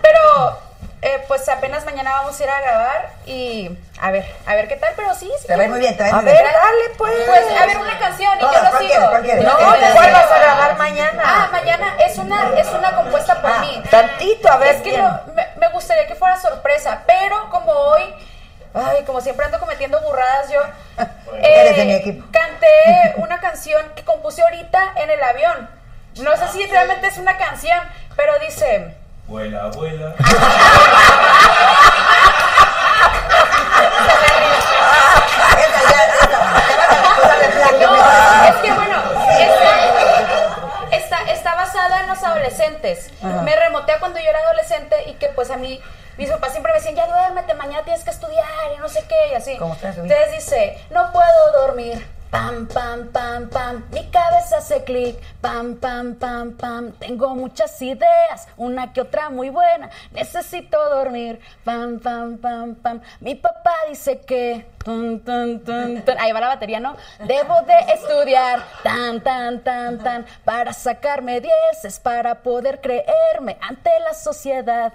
S9: Pero, eh, pues apenas mañana vamos a ir a grabar y a ver, a ver qué tal, pero sí. sí
S8: Te va a ir muy bien, te va a ir
S9: A
S8: muy bien.
S9: ver, dale, pues. Pues, a ver, una canción y
S8: Todas,
S9: yo lo
S8: ¿cuál
S9: sigo.
S8: quieres, cuál quieres?
S9: Yo
S8: No,
S9: lo sigo.
S8: ¿cuál vas a
S7: grabar mañana?
S9: Ah, mañana es una, es una compuesta
S8: Ah,
S9: por mí.
S7: Tantito, a ver.
S9: Es que
S7: bien.
S9: no- me, me gustaría que fuera sorpresa, pero como hoy, ay, como siempre ando cometiendo burradas yo, eh,
S8: Eres de mi equipo.
S9: canté una canción que compuse ahorita en el avión. No sé si realmente es una canción, pero dice...
S16: Ah, Vuela, abuela.
S9: No, es que bueno, está, está, está basada en los adolescentes.
S15: Ajá.
S9: Me remotea cuando yo era adolescente y que pues a mí, mis papás siempre me decían, ya duérmete, mañana tienes que estudiar y no sé qué y así.
S15: Como ustedes, ¿sí?
S9: Entonces dice, no puedo dormir. Pam, pam, pam, pam, mi cabeza hace clic. Pam, pam, pam, pam, tengo muchas ideas, una que otra muy buena. Necesito dormir. Pam, pam, pam, pam, mi papá dice que. Tun, tun, tun, tun. Ahí va la batería, ¿no? Debo de estudiar. Tan, tan, tan, tan, para sacarme dieces, para poder creerme ante la sociedad.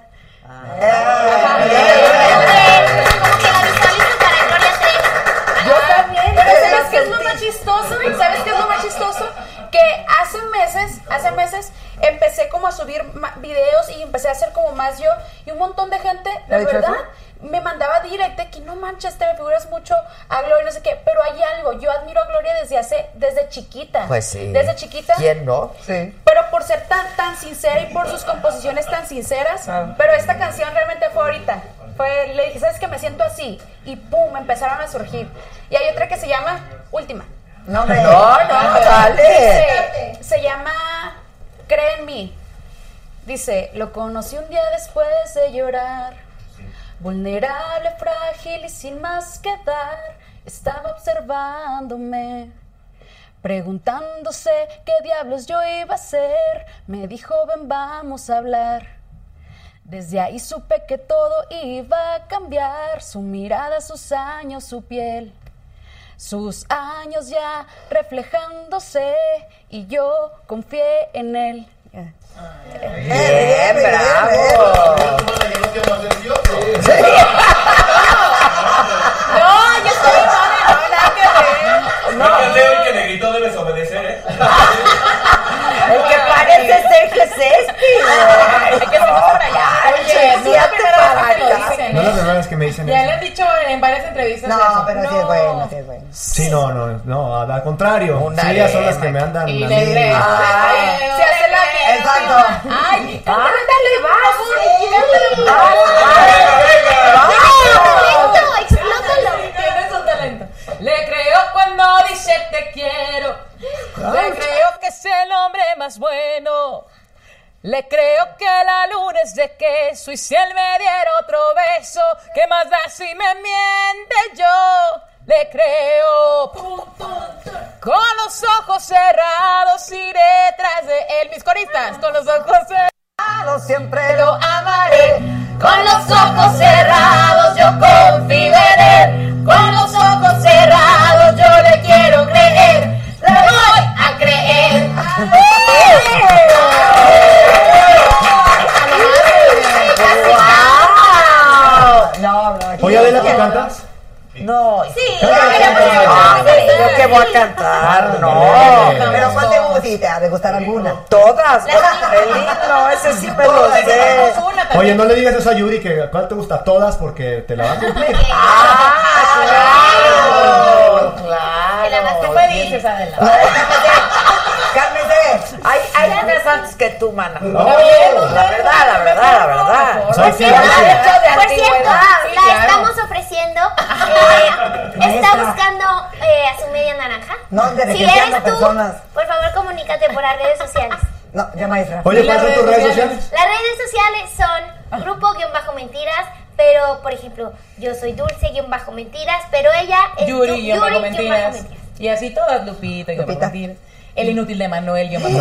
S9: Yo también. Pero ¿sabes qué es lo más chistoso? ¿Sabes qué es lo más chistoso? Que hace meses, hace meses, empecé como a subir ma- videos y empecé a hacer como más yo. Y un montón de gente,
S15: ¿Le ha
S9: de
S15: dicho
S9: verdad,
S15: eso?
S9: me mandaba directo que no manches, te me figuras mucho a Gloria, no sé qué. Pero hay algo, yo admiro a Gloria desde hace, desde chiquita.
S7: Pues sí.
S9: Desde chiquita.
S7: ¿Quién no? Sí.
S9: Pero por ser tan, tan sincera y por sus composiciones tan sinceras,
S8: Ah.
S9: pero esta canción realmente fue ahorita. Fue, le dije, ¿sabes que Me siento así. Y pum, empezaron a surgir. Y hay otra que se llama Última.
S8: No,
S7: hombre. No, no, dale.
S9: Dice, se llama Cree en mí. Dice, lo conocí un día después de llorar. Vulnerable, frágil y sin más que dar. Estaba observándome. Preguntándose qué diablos yo iba a hacer, me dijo, ven, vamos a hablar. Desde ahí supe que todo iba a cambiar, su mirada, sus años, su piel. Sus años ya reflejándose y yo confié en él.
S7: Bien, bravo.
S9: No, yo estoy no, nada que
S4: No, Leo el que le gritó debes obedecer, ¿eh?
S7: El que parece ser que es este.
S9: que
S1: Ah,
S9: por allá.
S7: Oye,
S10: no
S7: sí,
S10: la
S7: hazte
S10: primera vez
S7: para
S10: que lo
S7: acá.
S10: dicen,
S6: No es la
S10: ¿eh?
S6: primera vez que me dicen
S10: Ya
S6: eso.
S10: le han dicho en varias entrevistas.
S8: No,
S10: eso.
S8: pero sí es bueno, sí es bueno.
S6: Sí, no, no, no, al al contrario.
S7: Una
S6: sí, ellas son las
S7: arena.
S6: que me andan.
S10: Y
S6: a
S10: le
S6: mí-
S10: creen.
S6: Ah,
S9: Se hace la mierda.
S8: Exacto.
S9: Ay,
S7: Ah.
S9: cántale, vas.
S10: ¡Talento! ¡Explótalo! Tienes un talento. Le creo cuando dice te quiero. Le creo que es el hombre más bueno. Le creo que la luna es de queso y si él me diera otro beso, ¿qué más da si me miente yo? Le creo. Con los ojos cerrados iré tras de él. Mis coristas, con los ojos cerrados siempre lo amaré. Con los ojos cerrados yo confío en él. Con los ojos cerrados yo le quiero creer. Le voy a creer.
S6: cantas?
S1: No.
S8: Sí,
S1: Pero que voy a cantar, no.
S8: Pero ¿cuál te gusta? Sí, te ha de gustar alguna.
S1: Todas. El himno, ese sí me lo sé.
S17: Oye, no le digas eso a Yuri que cuál te gusta todas porque te la va a cumplir.
S1: ¡Ah, claro!
S10: Tú me dices, Adela.
S1: Carmen, ve, hay, hay unas antes que tú, mana. La verdad, la verdad, la verdad.
S12: Por cierto, por cierto, la estamos ofreciendo. eh, está
S8: Maestra.
S12: buscando eh, a su media naranja.
S8: No, de
S12: si
S8: regenteando
S12: eres tú,
S8: personas.
S12: por favor comunícate por las redes sociales.
S8: No, ya maestra.
S17: Oye, ¿cuáles son tus redes sociales?
S12: Las redes sociales son grupo-mentiras, pero por ejemplo, yo soy dulce-mentiras, pero ella es
S11: Yuri, guión bajo mentiras.
S12: Mentiras.
S11: Y así todas, Lupita, guión bajo mentiras. El inútil de Manuel, guión bajo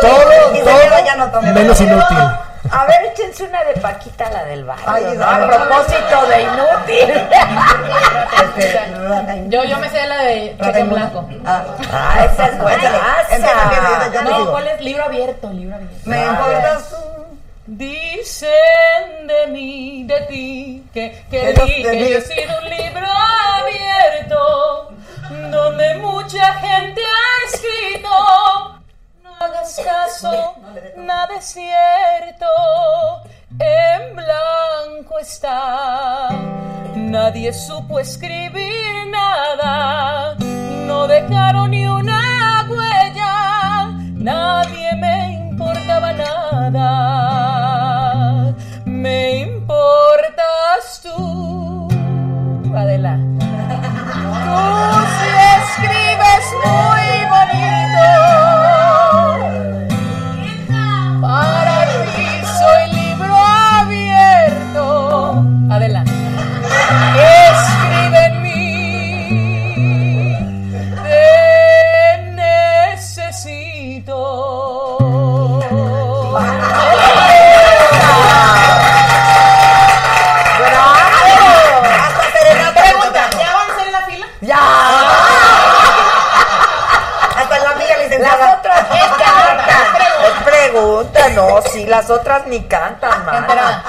S17: Todo,
S1: todo, ya no
S17: todo, menos inútil.
S1: A ver, échense una de Paquita, la del barrio.
S11: Ay,
S1: ¿no? A
S11: Isabel.
S1: propósito de inútil.
S11: Yo, yo me sé la de Cheque Blanco.
S1: Ah, esa es buena.
S11: Esa. No,
S10: digo.
S11: ¿cuál es? Libro abierto, libro abierto.
S10: Me importas
S11: Dicen de mí, de ti, que, que,
S10: Que yo-
S11: di-
S10: de
S11: que
S10: mí.
S11: yo he sido un libro abierto, donde mucha gente ha escrito. No hagas caso, nada es cierto, en blanco está. Nadie supo escribir nada, no dejaron ni una huella, nadie me importaba nada. Me importas tú, Adela.
S10: Tú si escribes muy bonito. Para ti soy libro abierto.
S11: Adela.
S10: Escribe en mí. Te necesito.
S8: Pregunta,
S11: ¿ya van a ser en la fila?
S8: ¡Ya!
S1: Hasta la amiga licenciada. Las otras ni cantan. Es pregunta, no, sí, las otras ni cantan, mana.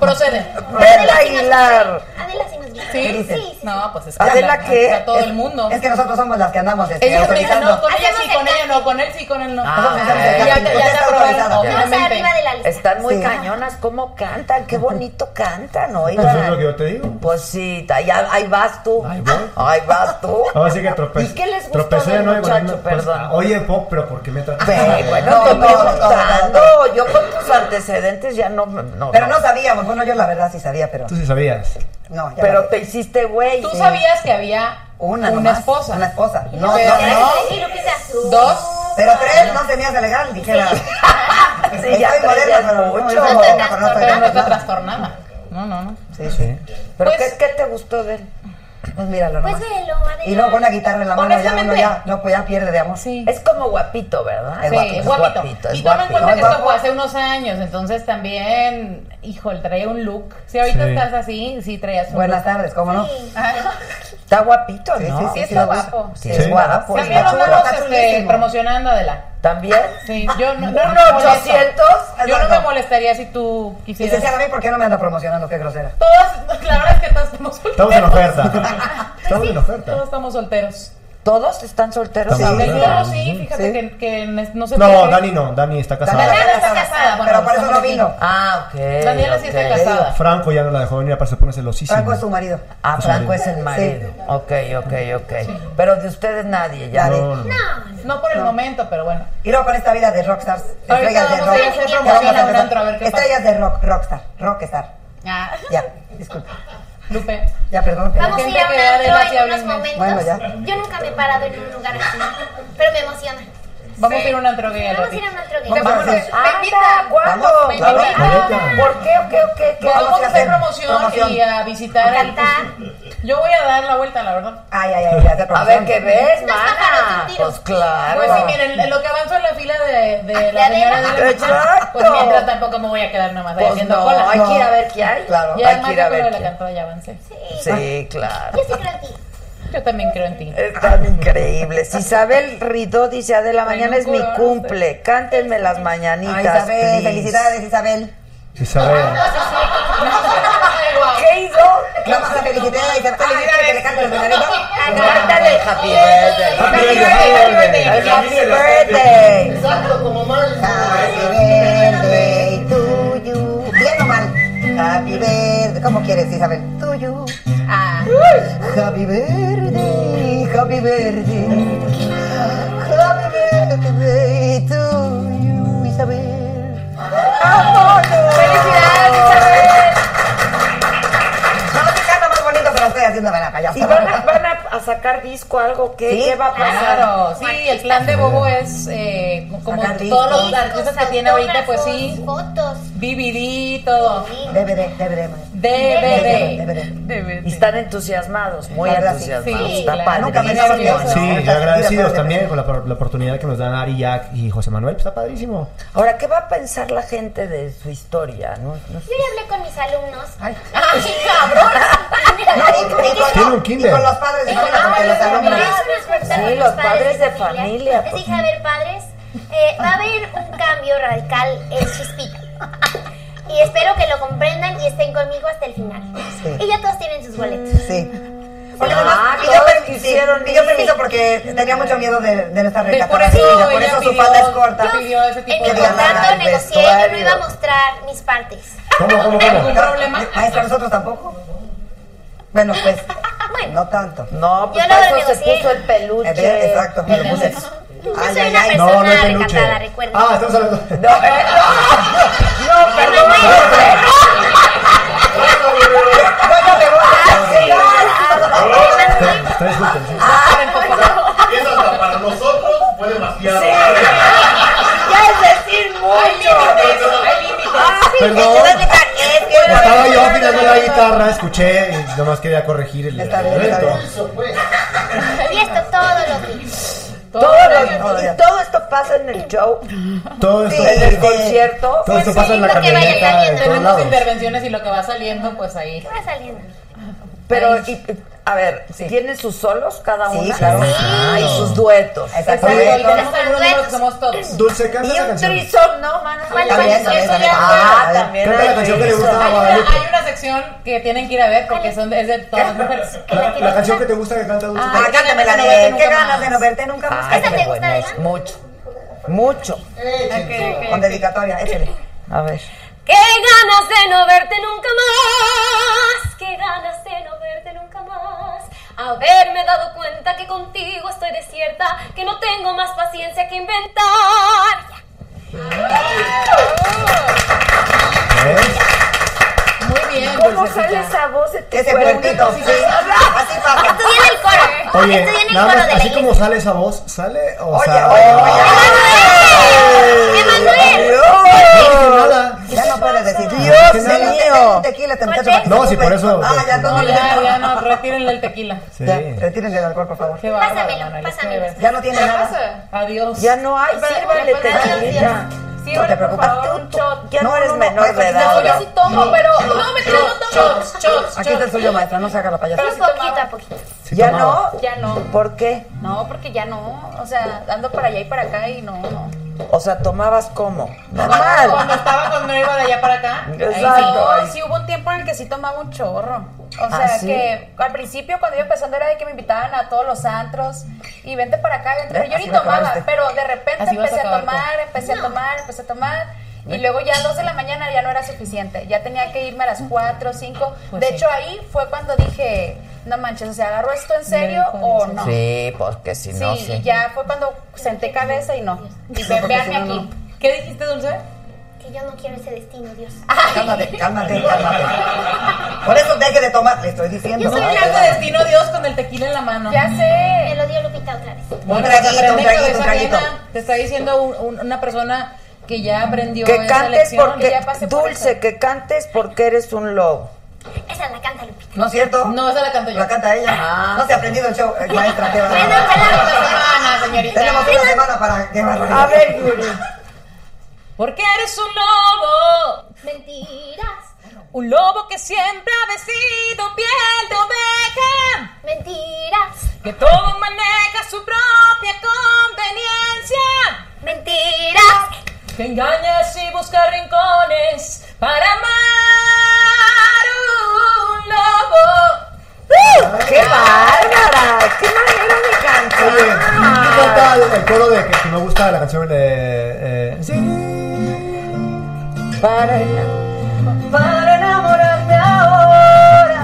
S11: Procede.
S1: Vela Aguilar.
S12: Adela sí nos gusta.
S11: Sí,
S8: ¿Qué dices?
S11: sí. No, pues es
S8: ¿Adela
S11: que
S8: qué?
S11: a todo el mundo.
S8: Es que nosotros somos las que andamos este,
S11: Ellos me dicen, no,
S8: autorizando.
S11: con ella sí, con ella no, con él sí, con él no.
S8: Ah,
S11: Ya te- ya te
S8: está
S11: aprobaron,
S8: autorizado.
S11: obviamente.
S1: Están muy
S8: Sí.
S1: cañonas, cómo cantan, qué bonito cantan, oigan.
S17: Eso es lo que yo te digo.
S1: Pues sí, ta- ya- ahí vas tú. Ahí vas tú.
S17: Ahora sí que trope-
S1: ¿Y qué les gustó
S17: tropecé
S1: del
S17: de nuevo. y
S1: muchacho?
S17: bueno, pues,
S1: Perdón.
S17: ah, oye, Pop, pero ¿por qué me tratas?
S1: Ve, bueno,
S17: No,
S1: te
S17: no, no,
S1: estoy
S17: no,
S1: preguntando. Yo con tus antecedentes ya no. me- no
S8: Pero no sabíamos. Bueno, yo la verdad sí sabía, pero.
S17: Tú sí sabías.
S8: No, ya
S1: Pero te hiciste güey.
S11: Tú
S1: Sí.
S11: sabías que había
S8: Una,
S11: una,
S8: nomás,
S11: esposa.
S8: Una esposa. No,
S11: Pero-
S8: no, no.
S11: Dos.
S8: Pero tres no se me hace legal, dijera.
S1: Sí, ya
S8: Estoy
S1: traías
S8: moderna, pero
S1: mucho.
S8: mucho. No, pero no estoy
S11: Pero no
S8: tan-
S11: está trastornada. No, no, Pues
S8: Sí,
S11: no.
S8: sí.
S1: ¿Pero qué, qué te gustó de él?
S8: Pues míralo,
S12: Pues
S8: nomás.
S12: velo,
S8: Y luego con la guitarra en la mano, ya uno
S11: Honestamente-
S8: ya, no, pues ya pierde de amor.
S1: Es como guapito, ¿verdad?
S8: Es
S11: Sí,
S8: guapito,
S11: es guapito.
S1: guapito, es
S11: y toma en
S1: guapito.
S11: cuenta que
S1: No, es
S11: esto fue
S1: guapo.
S11: hace unos años, entonces también, híjole, traía un look. Si ahorita
S8: Sí.
S11: estás así, sí traías un
S8: Buenas
S11: look. Ah,
S8: tardes, ¿cómo no?
S1: Está guapito, ¿no?
S11: Sí, está guapo.
S1: Sí, es guapo. pues,
S11: También lo
S1: está
S11: andamos
S1: chulo.
S11: este, promocionando, Adela.
S1: ¿También?
S11: Sí, yo no, no,
S8: Un
S11: me molesto.
S8: 800,
S11: Yo no
S8: exacto.
S11: me molestaría si tú quisieras.
S8: Licenciada, a mí, ¿por qué no me anda promocionando? Qué grosera.
S11: Todas, la verdad es que todos estamos solteros.
S8: Estamos en oferta.
S12: Pues
S11: Estamos
S8: en oferta.
S11: Todos estamos solteros.
S1: ¿Todos están solteros?
S11: Sí,
S17: Estamos en
S11: yo
S17: oferta.
S11: sí, fíjate que, que no sé por
S17: No,
S11: qué.
S17: Dani no, Dani está casada.
S11: Daniela está casada, bueno,
S8: Pero por eso
S11: estamos
S8: no
S11: aquí.
S8: vino.
S1: Ah, ok.
S11: Daniela sí está
S1: ok.
S11: casada.
S17: Franco ya no la dejó venir, aparte se pone celosísimo.
S8: Franco es su marido.
S1: Ah,
S17: Su
S1: Franco es
S17: marido.
S1: el marido. Ok, ok, ok. Pero de ustedes nadie, ya.
S17: Nadie.
S1: de-
S11: No por el momento, pero bueno.
S8: Y luego con esta vida de rockstars.
S11: Ahorita
S8: Estrellas de
S11: vamos a
S8: rock.
S11: ir a hacer
S8: Ya
S11: promoción
S8: vamos
S11: a un
S8: empezar.
S11: antro, a ver qué pasa.
S8: Estrellas de rock, rockstar, rockstar.
S11: Ah,
S8: Ya, disculpe.
S11: Lupe.
S8: Ya, perdón. que-
S12: Vamos a ir
S11: Gente
S12: a
S11: que va de
S12: un
S11: Latia
S12: antro en unos
S11: Blinken.
S12: momentos.
S8: Bueno, ya.
S12: Yo nunca me he parado en un lugar así, pero me emociona.
S11: Vamos a ir a un antro gay al
S12: Vamos a ir a
S11: ratito.
S12: un antro gay.
S11: Vamos a hacer-
S1: Ah, anda, ¿Cuándo?
S11: Vamos, me
S1: ¿Ahorita?
S11: invitan.
S1: ¿Por qué o qué o qué? ¿Qué
S11: Pues vamos a hacer
S1: hacer?
S11: promoción, y a visitar
S1: A
S11: el- pues, Yo voy a dar la vuelta, la verdad.
S8: Ay, ay, ay, ya hacer
S1: A
S8: promoción.
S1: ver, ¿qué ves, mana?
S11: tiro.
S1: Pues claro.
S11: Pues sí, miren, en lo que avanzo en la fila de, de la
S1: Adela.
S11: señora de la
S1: Exacto.
S11: pues mientras tampoco me voy a quedar nada más ahí
S1: Pues
S11: haciendo
S1: no,
S11: cola.
S1: hay que ir a ver qué hay. Claro,
S11: Y
S1: hay que
S11: además
S1: ir a
S11: yo creo
S1: ver
S11: que la
S1: qué hay.
S11: cantada ya avancé. Ah,
S1: Sí, claro.
S12: Yo sí creo en ti.
S11: Yo también creo en ti.
S1: Están increíbles. Isabel Ridó dice, Adela, mañana es mi
S11: Traen un
S1: cumple. Cántenme las mañanitas,
S8: Ay, Isabel,
S1: please".
S8: felicidades, Isabel.
S6: Sí sabe.
S8: ¿Qué hizo? Vamos a felicitar y te felicitar que le cante los bailarines. Cántale Happy Birthday.
S1: Happy
S8: Birthday.
S1: birthday.
S8: Happy Birthday. Exacto, como mal. Happy Birthday to you. Bien o mal. Happy Birthday. ¿Cómo quieres, Isabel? To you.
S1: Ah.
S8: Happy Birthday. Happy Birthday. Happy Birthday to you, Isabel. ¡Felicidades, Isabel! No, te canta más bonito, pero estoy haciendo la
S1: ¿Y van a, van a- a sacar disco algo? ¿Qué,
S8: Sí,
S1: qué va a pasar?
S11: Claro, sí, el plan de Bobo es eh, como
S1: Sacar
S11: todos los
S1: discos,
S11: artistas que tiene ahorita, pues sí. Fotos. DVD, todo.
S8: DVD, DVD.
S11: DVD.
S1: Y están entusiasmados, muy
S8: Claro, sí.
S1: entusiasmados.
S8: Sí,
S1: Está
S8: claro.
S1: padre.
S8: Nunca pensaron que-
S6: Sí, y agradecidos también con la, por- la oportunidad que nos dan Ari, Jack y José Manuel. Pues está padrísimo.
S1: Ahora, ¿qué va a pensar la gente de su historia? No, no
S12: Yo ya hablé con mis alumnos. ¡Ay,
S8: No, y- y con-
S6: Tiene un
S8: Y
S6: kinder.
S8: con los padres de familia, porque los alumnos.
S12: Sí, los padres de familia. Les dije, a ver, padres, eh, va a haber un cambio radical en Chispita. Y espero que lo comprendan y estén conmigo hasta el final. Y ya todos Ah, tienen sus boletos.
S8: Sí. Porque además pidió, permiso, pidió permiso porque tenía mucho miedo de, de no estar recaptada.
S12: eso
S8: Por,
S12: ella
S8: eso su
S12: pidió-
S8: falda es corta.
S12: yo pidió
S11: ese
S12: En
S8: Que
S12: mi
S8: diga nada,
S12: contrato
S8: el
S12: negocié que no
S8: vestuario.
S12: iba a mostrar mis partes.
S8: ¿Cómo, cómo, cómo?
S12: ¿Ningún problema?
S8: Maestra, nosotros tampoco. Bueno, pues. No tanto.
S1: No,
S12: pues Yo para lo eso se negocié. puso el
S8: peluche. exacto, me lo puse.
S12: Yo
S8: Ay,
S12: soy
S8: ay,
S12: una
S8: ay.
S12: persona recatada, recuerden.
S6: Ah, estamos hablando.
S8: No, eh,
S1: no, perdón.
S7: Es hasta para nosotros, fue demasiado.
S1: Ya es decir mucho. Hay límites, hay límites.
S6: Perdón. Estaba yo afinando la guitarra, escuché y nomás quería corregir el
S8: Está bien, está
S6: evento.
S12: Y esto todos los días.
S1: Todo, lo- y todo esto pasa en el show.
S6: Todo esto-
S1: en el concierto.
S6: Todo esto pasa en la
S11: Lo que vaya
S6: camioneta,
S11: saliendo.
S6: en todos
S11: Tenemos
S6: lados.
S11: intervenciones y lo que va saliendo, pues ahí.
S12: Va saliendo.
S1: Pero, y- a ver, ¿tienen sus solos cada
S6: Sí,
S1: una?
S6: claro.
S1: Ah, y sus duetos.
S6: Exacto.
S11: Oye,
S6: Duetos.
S11: tenemos algunos números que somos todos.
S6: Dulce, canta
S1: Y
S6: esa
S1: un
S6: canción.
S1: trisón, ¿no? ¿Cuál,
S11: cuál?
S6: También, también,
S11: Eso
S6: también.
S11: ya
S6: Ah,
S11: fue.
S6: también Canta la hay canción que le trisón. gusta a
S11: Hay una-
S6: Guadalupe.
S11: Hay una sección que tienen que ir a ver porque son de- es de todas las mujeres.
S6: La, la canción que te gusta que canta Dulce.
S11: Ah,
S8: Ah, cántame la
S11: no verte
S8: de.
S11: nunca
S8: ¿Qué ganas
S11: más.
S8: de no verte nunca más?
S1: Ay, qué buena es. Mucho. Mucho.
S8: Ok, Con dedicatoria, échale.
S1: A ver.
S10: Qué ganas de no verte nunca más, qué ganas de no verte nunca más. Haberme dado cuenta que contigo estoy desierta, que no tengo más paciencia que inventar.
S11: Muy bien.
S1: ¿Cómo sale esa voz de tu
S8: Ese
S1: cuerpo?
S8: puertito, sí. Así pasa.
S12: Estudié en el coro.
S6: Oye,
S12: Estudié en el
S6: nada
S12: coro
S6: más,
S12: de la
S6: así
S12: iglesia.
S6: como sale esa voz, ¿sale o
S8: Oye,
S6: sale?
S12: ¡Emanuel!
S8: Ya no puedes decir.
S1: Dios
S8: Que nada,
S1: mío.
S8: te tengo un tequila, este muchacho para que
S6: No,
S8: se
S6: sí, por
S8: ocupe.
S6: eso-
S8: Ah, ya
S11: No,
S8: no.
S11: ya, ya no, retírenle el tequila.
S8: Ya, retírenle el alcohol, por favor.
S11: Qué bárbaro,
S12: Pásamelo,
S11: Manuel,
S12: pásamelo.
S11: es que de
S8: Ya no tiene
S11: verdad.
S8: nada.
S11: Adiós.
S1: Ya no hay,
S11: Espera,
S1: sírvale
S11: espera, espera.
S1: tequila.
S8: No te
S11: Sírvale, por
S8: preocupes.
S11: favor, un shot.
S1: Ya no,
S8: No,
S1: eres
S8: no, no,
S1: menor
S8: maestra,
S1: de
S8: aquí está
S1: edad.
S8: el
S11: Yo sí tomo, pero... No, me no tomo. Shots, shots,
S8: Aquí está el suyo, maestra, no se haga la payasa.
S12: Un poquito a poquito.
S1: ¿Ya no?
S11: Ya no.
S1: ¿Por qué?
S11: No, porque ya no. O sea, ando para allá y para acá y no, no.
S1: O sea, tomabas como.
S11: Cuando
S1: Normal.
S11: estaba, cuando iba de allá para acá. ahí sí.
S1: Exacto.
S9: No, sí hubo un tiempo en el que sí tomaba un chorro. O sea,
S1: ¿Ah, sí?
S9: que al principio cuando iba empezando era de que me invitaban a todos los antros y vente para acá, vente. Pero
S8: ¿Eh?
S9: yo
S8: Así
S9: ni
S8: lo
S9: tomaba,
S8: acabaste.
S9: pero de repente
S11: Así vas a
S9: empecé a,
S11: acabar tú.
S9: tomar, empecé a tomar, empecé a tomar. Y luego ya a 2 de la mañana ya no era suficiente. Ya tenía que irme a las 4, 5.
S11: Pues
S9: de
S11: sí.
S9: hecho, ahí fue cuando dije, no manches, o sea, ¿agarro esto en serio
S11: Bien,
S9: o
S11: joder,
S9: no?
S1: Sí, porque si
S9: Sí,
S1: no,
S9: y
S1: sí.
S9: ya fue cuando senté cabeza y no. Y ve-
S8: porque
S9: véanme
S8: si no,
S9: aquí.
S11: ¿Qué dijiste, Dulce?
S12: Que yo no quiero ese destino, Dios.
S11: Ah,
S8: Cálmate, cálmate, cálmate. Por eso deje de tomar, le estoy diciendo.
S11: Yo soy un alto destino, Dios, con el tequila en la mano.
S9: Ya sé.
S12: Me lo dio Lupita otra vez.
S8: Un
S11: pues,
S8: traguito, un
S11: aprende
S8: traguito, un
S11: cabeza
S8: traguito.
S11: ajena. Te está diciendo un- un- una persona que ya aprendió
S1: Que
S11: esa
S1: cantes
S11: lección.
S1: porque.
S11: Ya pasé por
S1: Dulce,
S11: eso.
S1: que cantes porque eres un lobo.
S12: Esa la canta Lupita.
S8: ¿No es cierto?
S11: No, esa la canto yo.
S8: La canta ella. No se ha aprendido el show, eh, maestra, qué
S12: Bueno,
S8: bárbaro.
S12: ojalá.
S11: Semana, señorita.
S8: Tenemos una semana para que
S1: A ver, Yuri.
S11: Porque eres un lobo,
S12: Mentiras,
S11: un lobo que siempre ha vestido piel de oveja,
S12: mentiras,
S11: que todo maneja a su propia conveniencia,
S12: mentiras.
S11: que engañas y busca rincones
S12: Para amar un lobo.
S1: ¡Qué bárbara! ¡Qué manera de cantar!
S6: Oye, ¿qué canta el- el coro de que, que me gusta la canción de. eh, sí.
S1: Para
S12: Para enamorarme ahora.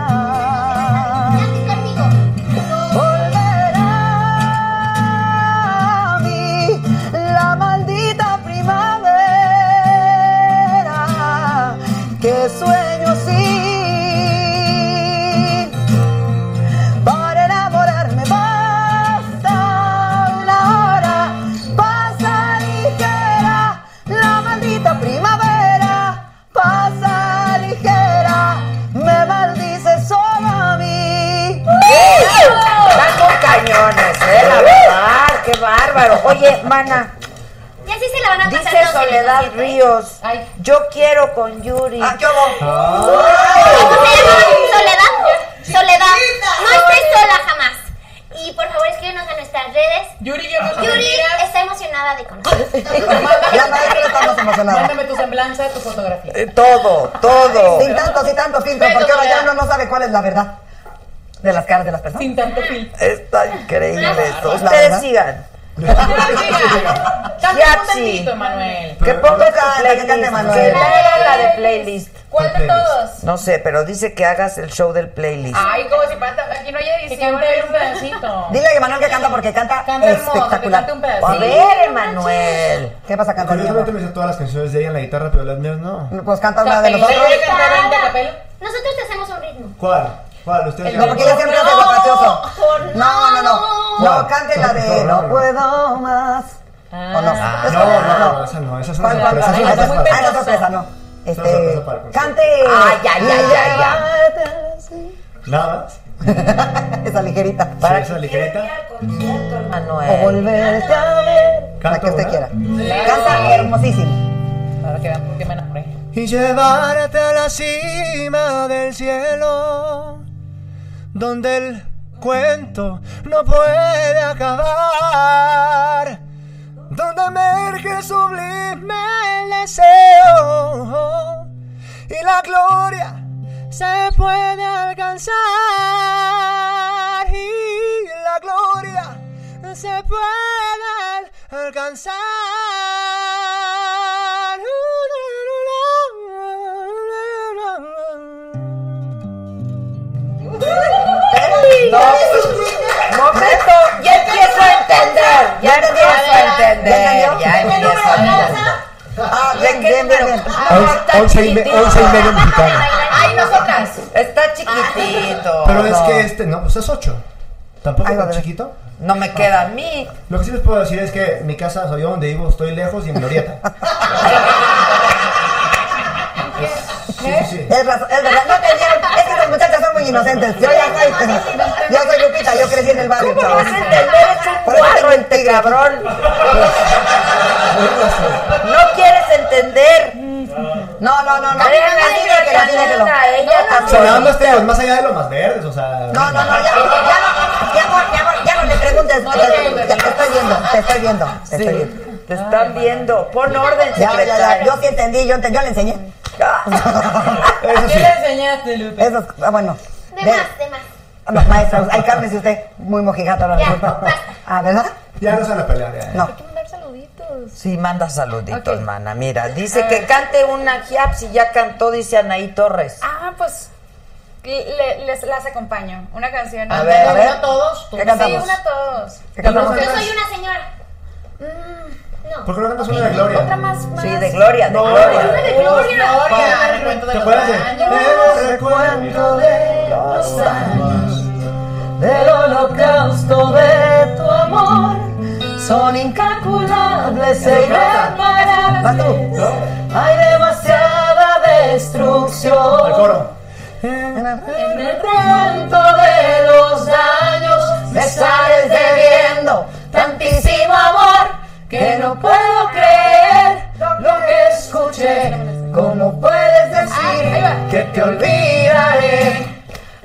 S7: Volverá a mí la maldita primavera que sueño sin. Para enamorarme basta una hora, pasa ligera la maldita primavera, pasa ligera, me maldice solo a mí.
S1: Están con cañones, ¿eh? La verdad, qué bárbaro. Oye, mana,
S12: Y así se la van a pasar.
S1: dice
S12: todos en el
S1: Soledad
S12: concierto, ¿eh?
S1: Ríos. Yo quiero con Yuri. ¡Ah, yo
S12: ¿Cómo se llama? Soledad. Soledad. No estés sola jamás. Y por favor escríbenos a nuestras redes.
S11: Yuri,
S12: Yuri está emocionada de conocerte.
S8: Ya parece que estamos emocionados.
S11: Mándame tu semblanza, tu fotografía.
S1: Eh, Todo, todo.
S8: Sin tanto, sin tanto filtro,
S11: Pero
S8: porque ahora ya
S11: todavía.
S8: uno no sabe cuál es la verdad de las caras de las personas.
S11: Sin tanto filtro.
S1: Está increíble esto.
S8: La
S1: Ustedes
S8: verdad.
S1: sigan.
S11: Canta un
S1: Yatsi.
S11: tantito, Manuel.
S1: Que ponga
S8: Pero
S1: tu
S8: toca la que cante
S1: playlist.
S8: Manuel.
S1: Que
S8: La
S1: ponga la de
S11: playlist.
S1: playlist.
S11: ¿Cuál de todos?
S1: No sé, pero dice que hagas el show del playlist.
S11: Ay, como si pata, aquí no hay edición. Que cante él un pedacito.
S8: Dile a Emanuel que canta porque canta,
S11: Canta hermoso, que
S8: espectacular.
S11: cante un pedacito.
S1: A ver, Emanuel.
S8: ¿Qué vas a cantar?
S6: Curiosamente me sé todas las canciones de ella en la guitarra, pero las mías no.
S8: Pues canta una de nosotros.
S12: Nosotros te hacemos un ritmo.
S6: ¿Cuál? ¿Cuál? ¿Ustedes
S8: No, porque ella siempre hace guapachoso. No, no, no. No,
S6: No,
S8: cante la de
S6: no, no,
S8: No
S6: no.
S8: puedo más. ¿O no?
S6: Ah,
S8: Esa
S6: no,
S8: no,
S6: no,
S8: no.
S6: no, esa no, esa es una
S8: ¿Cuál, cuál,
S6: sorpresa.
S8: cuál?
S6: esa
S8: Ah,
S6: es una
S8: esa
S6: sorpresa.
S8: es sorpresa, no.
S6: Esa es una sorpresa
S8: Este,
S6: para el concierto.
S8: cante.
S6: Ah,
S1: Ay, ya, ya, ya,
S6: Nada más.
S8: Esa ligerita.
S6: Para esa ligereta.
S8: O
S1: Manuel.
S8: volverte a ver. La que usted quiera. Canta hermosísimo.
S11: Ahora que vean por qué me enamoré.
S7: y llevarte a la cima del cielo, donde el cuento no puede acabar, donde emerge el sublime deseo y la gloria se puede alcanzar y la gloria se puede alcanzar.
S1: No,
S8: pues,
S1: momento, ya empiezo a entender. Ya empiezo a entender. Ya empiezo a entender.
S8: Ah,
S1: ¿De qué número? Ah,
S6: Once- once y me- once y medio mexicano.
S1: Ay, nosotras. Ah, Está chiquitito.
S6: Pero es
S1: no.
S6: que este, no, pues es 8. Tampoco
S1: Ay,
S6: tan
S1: madre.
S6: chiquito.
S1: No me queda a mí.
S6: Lo que sí les puedo decir es que mi casa, soy yo donde vivo, estoy lejos y en Glorieta. Sí, sí, sí.
S8: Es, razón, es verdad, no te dieron. Es que las muchachas son muy inocentes. Yo ya soy, yo soy Lupita, yo crecí en el barrio.
S1: ¿Cómo vas a entender? Es un
S8: Por eso pues,
S1: cuadro
S8: tengo
S1: este cabrón. Pues, No quieres entender.
S8: No, no, no, no.
S1: Créanme,
S8: Así que la tiene que lo.
S1: Camila, ella
S7: Ah,
S6: O
S1: también.
S6: sea, nada
S7: este
S6: más teos, más allá de los más verdes, o sea.
S8: No, no, no, ya, ya, no, ya, no, ya, no, ya no le preguntes, no, te, te- te estoy viendo, te estoy viendo, te estoy viendo.
S1: Te están viendo. Pon orden,
S8: Ya, ya, ya, yo
S1: secretaria.
S8: sí entendí, yo, ente- yo le enseñé.
S6: Eso
S11: ¿Qué
S6: sí.
S11: le enseñaste, Lupe?
S8: Eso es, ah, bueno.
S12: De
S8: Ve-
S12: más, de más.
S8: no, maestra, ay, cálmese usted, muy mojigata la
S12: Ya,
S8: disculpa.
S12: basta.
S8: Ah, ¿verdad?
S6: Ya no se van a pelear. ya.
S8: No.
S12: Mandar saluditos.
S1: Sí, manda saluditos, mana. Mira, dice que cante una jiap si ya cantó, dice Anaí Torres.
S9: Ah, pues le- les, las acompaño. Una canción.
S1: A ver, a ver.
S11: Una a todos, tú.
S8: ¿Qué cantamos?
S9: Sí, una a todos.
S8: ¿Qué cantamos?
S12: Yo soy una señora. Mm, no.
S6: ¿Por qué no cantas una de Gloria?
S12: Otra más, más.
S1: Sí, de Gloria, de
S6: No,
S1: Gloria.
S12: Una de Gloria.
S11: Gloria, recuento de
S6: ¿Te
S11: los
S6: acuerdas de?
S11: años.
S6: Te recuerdo de los años.
S7: del holocausto de tu amor son incalculables e irreparables. Hay demasiada
S6: Al
S7: destrucción.
S6: coro.
S7: En el cuento de los daños me sales debiendo tantísimo amor que no puedo creer lo que escuché. ¿Cómo puedes decir que te olvidaré?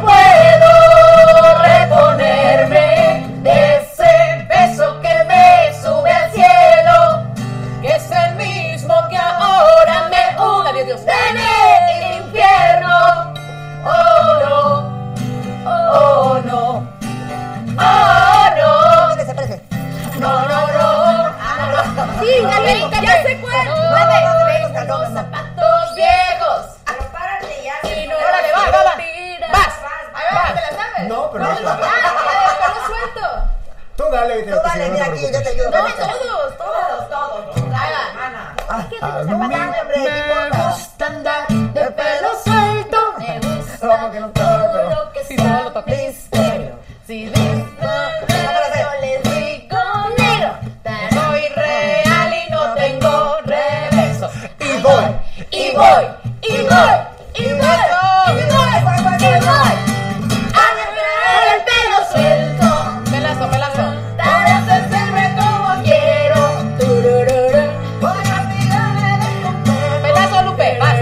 S7: puedo reponerme de ese beso que me sube al cielo. Oh, Abuelita, ya sé cuál. Tengo unos zapatos viejos. Pero párate ya. Y no era de
S1: va, va, va.
S7: Vas. Ahí va, ¿te la sabes?
S17: No, pero no.
S7: Ah, ya, lo suelto.
S17: Tú dale, te
S7: Tú dale, mira aquí, yo te ayudo. No, todos,
S1: todos, todos.
S7: Ah,
S17: A mí me gusta andar
S7: de pelo suelto. Me gusta todo lo que sea misterio. Si dicen yo les digo negro. Soy real y no tengo reverso. Y voy, y voy, y voy, y voy, y voy, y voy. A dejar el pelo suelto. Pelazo, pelazo. Para sentirme como quiero. Turururu. Voy a olvidarme de Eh, Pelazo, Lupe, vas.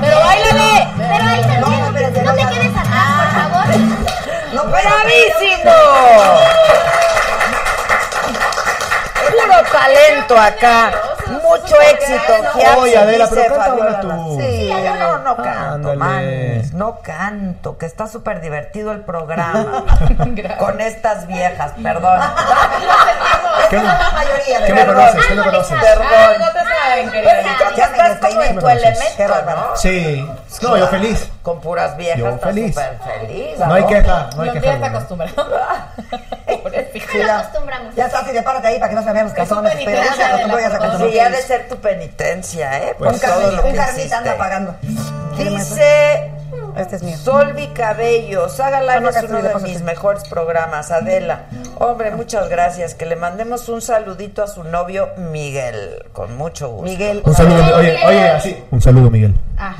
S7: Pero bailale.
S12: Pero ahí también, no te quedes atrás, por favor.
S1: ¡No, ¡Bravísimo! Puro talento acá. Mucho éxito. Giapsi,
S17: Oye, Adela, pero
S1: dice
S17: canta ahora
S1: Fabiola.
S17: tú.
S1: Sí, yo no, no canto,
S17: Ándale.
S1: manes. No canto, que está súper divertido el programa. Con estas viejas, perdón.
S17: ¿Qué me-
S1: la mayoría
S17: qué me
S1: perdón.
S17: conoces? ¿Qué me conoces?
S1: Perdón.
S7: Algo te saben, querida.
S1: Pues sí, creo que estás como en tu elemento, ¿no?
S17: Sí. No, yo feliz.
S1: Con puras viejas.
S17: Yo
S1: estás
S17: feliz.
S1: súper feliz.
S17: No hay queja, no hay
S11: Los
S17: queja.
S11: días te
S17: alguna.
S11: acostumbras.
S8: Nos acostumbramos. Ya está, así de párate ahí para que no se vean los calzones. Pero ya se acostumbró, ya se acostumbró.
S1: Sí, ha de ser tu penitencia, ¿eh? Por
S8: un
S1: todo
S8: carnita,
S1: lo
S8: un
S1: que
S8: carnita anda
S1: hiciste.
S8: pagando.
S1: Dice. Este es mío. Solvi Cabello, Saga Live
S8: no, acá
S1: es
S8: estoy,
S1: uno
S8: le
S1: de
S8: paso
S1: mis mejores programas. Adela, hombre, muchas gracias. Que le mandemos un saludito a su novio Miguel, con mucho gusto. Miguel,
S17: Un saludo, oye, oye, así. Un saludo, Miguel.
S1: Ah,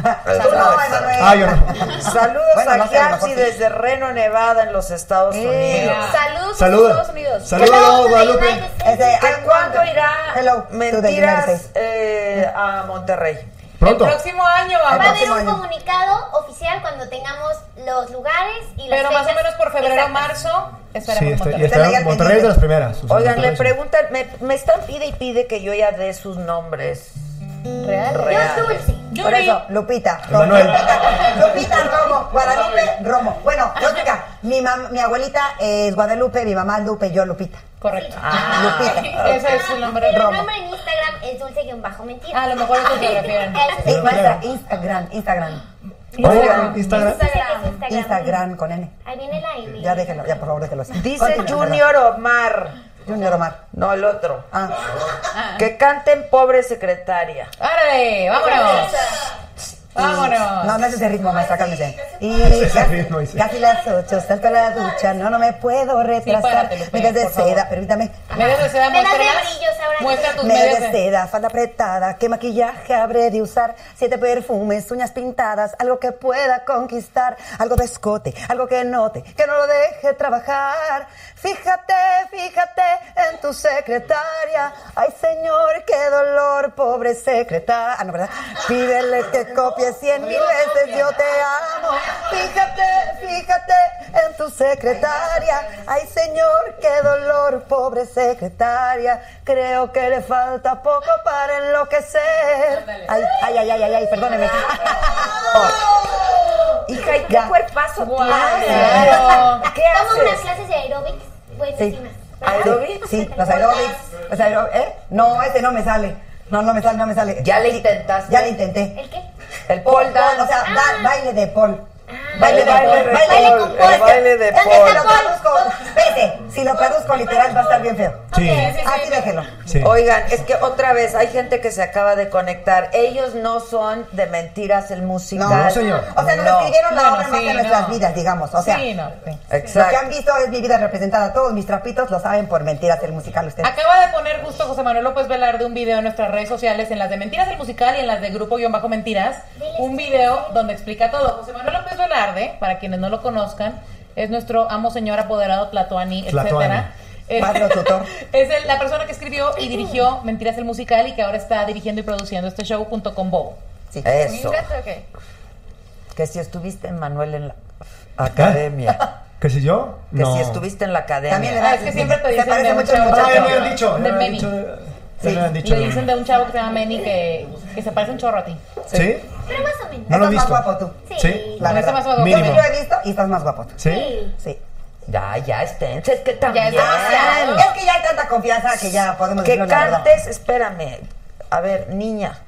S17: Ah, yo no.
S1: Saludos
S17: Bueno,
S1: a
S17: no sé, a lo mejor Eh,
S1: Giapsi desde Reno, Nevada, en los Estados Unidos.
S7: Saludos,
S17: Saludos. Estados Unidos. Saludos, Guadalupe.
S1: Este, ¿A cuándo irá
S8: Hello, to the United
S1: Mentiras
S8: States.
S1: eh, a Monterrey?
S17: Pronto.
S11: próximo año.
S12: Va a haber
S11: próximo
S12: un
S11: año.
S12: comunicado oficial cuando tengamos los lugares y las
S11: Pero más o
S12: fechas
S11: menos por febrero o
S12: exactas.
S11: marzo
S17: Sí,
S11: estaremos
S17: estoy,
S11: Monterrey.
S17: y espero Monterrey es de las primeras. Susana,
S1: Oigan, le
S17: Monterrey.
S1: preguntan, me, me están pide y pide que yo ya dé sus nombres.
S8: Reales.
S1: Reales.
S8: Por eso, Lupita, Romo.
S17: Emanuel.
S8: Lupita, Romo, Guadalupe, Romo. Bueno, yo explica, mi, mam- mi abuelita es Guadalupe, mi mamá Lupe, yo Lupita.
S11: Correcto.
S1: Ah,
S8: Lupita.
S11: Ese es su nombre. Ah,
S12: Pero el
S8: Romo.
S12: nombre en Instagram es dulce-mentira.
S11: A lo mejor eso se refieren.
S12: Ese
S8: Sí,
S12: es
S8: nuestra Instagram, Instagram.
S17: Oigan, Instagram.
S12: Instagram.
S8: Instagram con N.
S12: Ahí viene la M.
S8: Ya déjelo, ya por favor déjelo. así.
S1: Dice
S8: Continúa,
S1: Junior Omar,
S8: perdón. Junior Omar.
S1: no el otro,
S8: Ah,
S1: que canten pobre secretaria.
S11: ¡Árale! ¡Vámonos! ¡Vámonos!
S8: no, no es ese ritmo, maestra, cálmese. Y
S17: ese
S8: casi,
S17: ritmo, dice.
S8: casi las ocho, salto a la ducha, no, no me puedo retrasar.
S11: párate, Lupe,
S8: Medias de
S11: por favor.
S8: seda, permítame.
S11: Medias de seda,
S12: Medias de
S11: muéstralas.
S12: brillos ahora.
S11: Muestra tus
S8: Medias
S11: medias
S8: de
S11: de...
S8: seda, falda apretada, qué maquillaje habré de usar, siete perfumes, uñas pintadas, algo que pueda conquistar, algo de escote, algo que note, que no lo deje trabajar. Fíjate, fíjate en tu secretaria. Ay, señor, qué dolor, pobre secretaria. Ah, no, ¿verdad? Pídele que copie cien mil veces, yo te amo. Fíjate, fíjate en tu secretaria. Ay, señor, qué dolor, pobre secretaria. Creo que le falta poco para enloquecer. Ay, ay, ay, ay, ay, ay, perdóneme. Oh.
S1: Hija, ¿y qué
S8: Ya.
S1: cuerpazo
S11: Guau,
S1: tiene?
S11: claro.
S1: ¿Qué
S12: Tomo unas
S1: haces?
S12: clases de aeróbics buenísimas.
S1: ¿Aeróbics?
S8: Sí, los aeróbics. Los aeró- ¿eh? No, este no me sale. No, no me sale, no me sale.
S1: ¿Ya le intentaste?
S8: Ya le intenté.
S12: ¿El qué?
S1: El pole
S8: O
S1: dance.
S8: sea, da- baile de Paul.
S1: El baile de Paul, el baile de
S8: Es que
S1: Paul.
S8: si lo traduzco, espérate, si lo traduzco literal va a estar bien feo.
S17: Sí.
S8: Así Ah, déjelo.
S17: Sí.
S1: Oigan, es que otra vez hay gente que se acaba de conectar. Ellos no son de mentiras el musical.
S8: No,
S17: señor.
S8: O sea, nos
S1: No.
S8: escribieron la
S11: Bueno,
S8: obra más
S11: sí,
S8: de nuestras
S11: no.
S8: vidas, digamos. O sea,
S11: Sí, no, sí.
S8: lo que han
S1: Exacto.
S8: visto es mi vida representada. Todos mis trapitos lo saben por mentiras del musical ustedes.
S11: Acaba de poner justo José Manuel López Velarde un video en nuestras redes sociales, en las de Mentiras del Musical y en las de Grupo Guión Bajo Mentiras, un video donde explica todo. José Manuel López Velarde, para quienes no lo conozcan, es nuestro amo señor apoderado Tlatoani,
S17: Tlatoani.
S11: etcétera. Eh,
S8: Padre tutor.
S11: Es el- la persona que escribió y dirigió Mentiras del Musical y que ahora está dirigiendo y produciendo este show junto con Bobo.
S8: Sí.
S1: Eso.
S11: Fíjate que-
S1: Que si estuviste, Manuel, en la academia.
S17: ¿Qué sé yo?
S1: Que
S17: No.
S1: si estuviste en la academia.
S8: También le
S11: Ah,
S8: da-
S11: es que siempre te
S8: se
S11: dicen
S8: parece
S11: de
S8: mucho
S11: un
S8: al
S17: Ah,
S11: chavo.
S8: muchacho.
S17: ya me habían dicho.
S11: De
S17: Ya me habían
S11: Meni.
S17: dicho. Ya me habían dicho.
S11: Le dicen de un chavo que se llama Manny que, que se parece un chorro a ti.
S17: ¿Sí?
S12: Pero más o menos.
S17: No lo he
S8: Estás más
S17: visto.
S8: guapo tú.
S12: Sí.
S17: ¿Sí?
S8: La
S11: Pero
S8: verdad.
S11: está más guapo.
S8: Yo sí
S17: Mínimo.
S8: lo he visto y estás más guapo tú.
S17: ¿Sí?
S12: Sí.
S8: Sí.
S1: Ya, ya, esténse, es que también.
S8: demasiado. Ah, Es que ya hay tanta confianza Ah, que ya podemos
S1: Que
S8: decirlo la verdad.
S1: cantes, espérame. A ver, niña,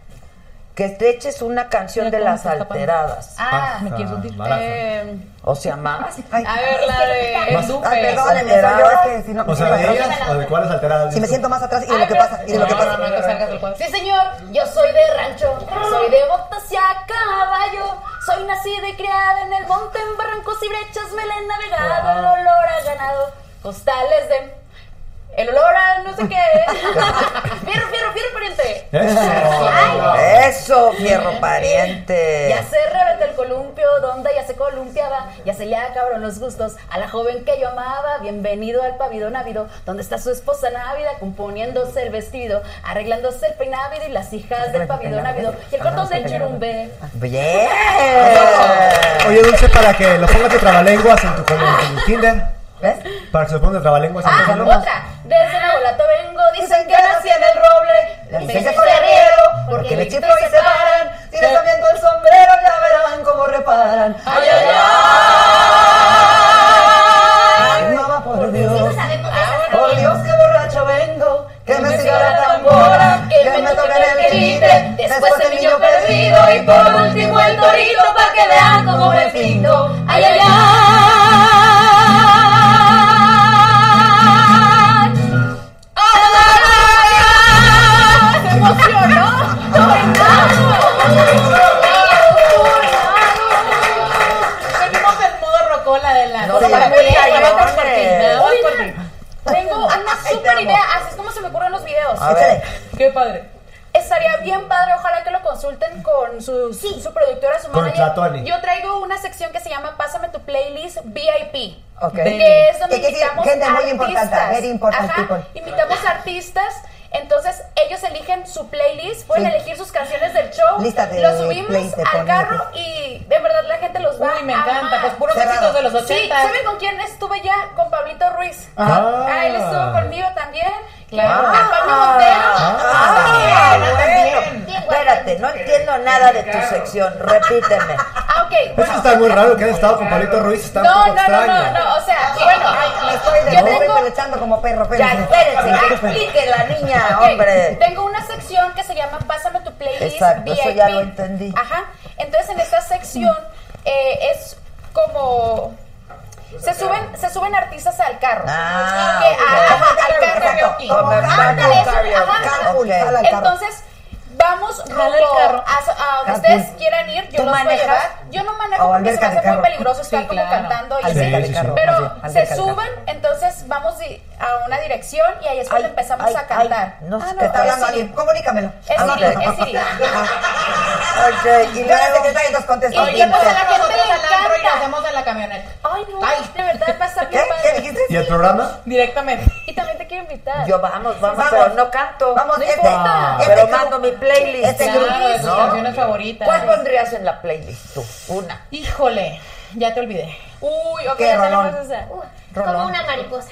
S1: que te eches una canción de las alteradas.
S10: Ah, me quiero sentir. Eh,
S1: O sea,
S8: Ah,
S1: más.
S10: a ver, la de
S8: Más-
S10: el dupe.
S8: Ay, perdónenme, soy yo, es que si no...
S6: O sea, de ellas o de cuáles alteradas.
S8: Si me siento más atrás y de lo que pasa, y de lo que pasa.
S9: Sí, señor, yo soy de rancho, soy de botas y a caballo, soy nacida y criada en el monte, en barrancos y brechas me la he navegado, el olor a ganado, costales de... El olor a no sé qué. fierro, fierro, fierro, pariente.
S1: Eso, fierro pariente.
S9: Ya se reventó el columpio, donde ya se columpiaba, ya se le acabaron los gustos a la joven que yo amaba. Bienvenido al pavido navido, donde está su esposa návida, componiéndose el vestido, arreglándose el peinávido y las hijas del pavido navido y el cortón del chirumbe. ¡Eh!
S1: Bien.
S6: Oye, Dulce, para que lo pongas de trabalenguas en tu, como en tu Tinder.
S8: ¿Ves?
S6: Para que se lo pongas de trabalenguas en tu
S9: Ah,
S6: Tinder.
S9: otra. Desde Navolato vengo,
S7: Pues
S9: dicen que nací en el roble.
S8: Y
S9: Me
S8: si se
S9: dicen
S8: corre riego,
S9: guerrero,
S8: porque
S9: me
S8: me chiflo y se paran. Si les están viendo el sombrero, ya verán cómo reparan. ¡Ay, ay, ay! Mamá, por Dios. Por Dios, qué borracho vengo. Que me siga la tambora, que me toquen el quite. Después el niño perdido y por último el torito, para que vean cómo me pinto. ¡Ay, ay, ay!
S10: Venimos del modo rocola de la.
S1: No, sí,
S10: para
S1: sí,
S10: que-
S1: sí,
S10: nada más
S1: sí.
S10: por ti, nada más por ti.
S9: Tengo una super idea, así es como se me ocurren los videos.
S1: A ver.
S9: Qué padre. Estaría bien padre, ojalá que lo consulten con su, su productora, su
S6: Con
S9: manager.
S6: Tlatuani.
S9: Yo traigo una sección que se llama Pásame tu playlist VIP.
S8: Ok.
S9: Que es donde
S8: Que quiere decir
S9: invitamos
S8: gente muy
S9: artistas.
S8: importante, very important
S9: Ajá,
S8: people.
S9: Invitamos artistas, entonces ellos eligen su playlist, pueden
S8: Sí.
S9: elegir sus canciones del show,
S8: Lista de
S9: los subimos
S8: playlist de
S9: al
S8: poner,
S9: carro y de verdad la gente los va
S10: Uy, me
S9: a
S10: encanta,
S9: amar.
S10: pues, puros Cerrado. éxitos de los
S9: Sí,
S10: 80.
S9: ¿saben con quién estuve ya? Con Pablito Ruiz.
S10: Ah.
S9: Ah, él estuvo conmigo también.
S1: Claro.
S9: Con Pablo Montero.
S1: Ah,
S9: También,
S1: bueno.
S9: también.
S1: Espérate, no entiendo nada de tu sección. Repíteme.
S9: Ah, ok.
S6: Eso está muy raro que han estado con Pablito Ruiz. Está
S9: No,
S6: un poco
S9: no, no,
S6: extraño.
S9: no, no, o sea, bueno,
S8: Me estoy de
S9: Ah, yo
S8: nuevo
S9: tengo-
S8: pelechando como perro, pero.
S1: Ya,
S8: Ah,
S1: espérense, que explique la niña,
S9: Ok,
S1: hombre.
S9: Tengo una sección que se llama Pásame tu playlist
S1: Exacto,
S9: VIP.
S1: eso ya lo entendí.
S9: Ajá. Entonces en esta sección eh, es como se suben se suben artistas al carro.
S1: Ah,
S9: Que-
S1: ok.
S9: ah,
S1: Como
S9: al
S1: karaoke,
S9: carro
S1: exacto.
S9: karaoke.
S1: Como
S9: Ándale, eso,
S1: karaoke,
S9: ajá.
S1: karaoke, jala el carro.
S9: Entonces vamos
S1: Jala el
S9: rumbo
S1: carro.
S9: a, a donde
S1: Ah,
S9: ustedes
S1: pues,
S9: quieran ir, yo
S1: ¿tú
S9: los voy a
S1: manejas?
S9: llevar. Yo no manejo
S1: O
S9: porque se me
S1: alberca de
S9: hace muy
S1: carro.
S9: peligroso estar como cantando y
S1: Alberca de
S9: así.
S1: carro, más bien,
S9: Pero
S1: alberca
S9: se
S1: de carro.
S9: suben, entonces vamos di- a una dirección y ahí es cuando empezamos a cantar.
S1: No sé,
S9: Ah,
S1: te está hablando
S8: Hablando a alguien, comunícamelo.
S9: Es
S8: Ah,
S9: Siri, es Siri.
S1: Ok, y
S8: Yo era
S1: luego.
S8: secretaria, entonces
S9: Y yo,
S8: contesto.
S9: pues, a la gente
S10: Nosotros
S9: le
S10: al antro y lo
S9: encanta.
S10: hacemos de la camioneta.
S9: Ay, no, de verdad va a estar bien padre.
S6: ¿Y el programa?
S10: Directamente.
S9: Y también te quiero invitar.
S1: Yo vamos, vamos,
S9: Vamos.
S1: pero no canto.
S8: Vamos,
S1: No
S8: este-
S1: importa.
S8: este
S1: pero
S8: club-
S1: mando mi playlist.
S8: este
S10: club. Claro, de sus canciones favoritas.
S1: ¿Cuál pondrías en la playlist tú? Una.
S10: Híjole, ya te olvidé.
S9: Uy, ok,
S1: Qué
S9: ya
S1: rolón.
S9: tenemos esa.
S12: Uh,
S1: Rolón.
S12: como una mariposa.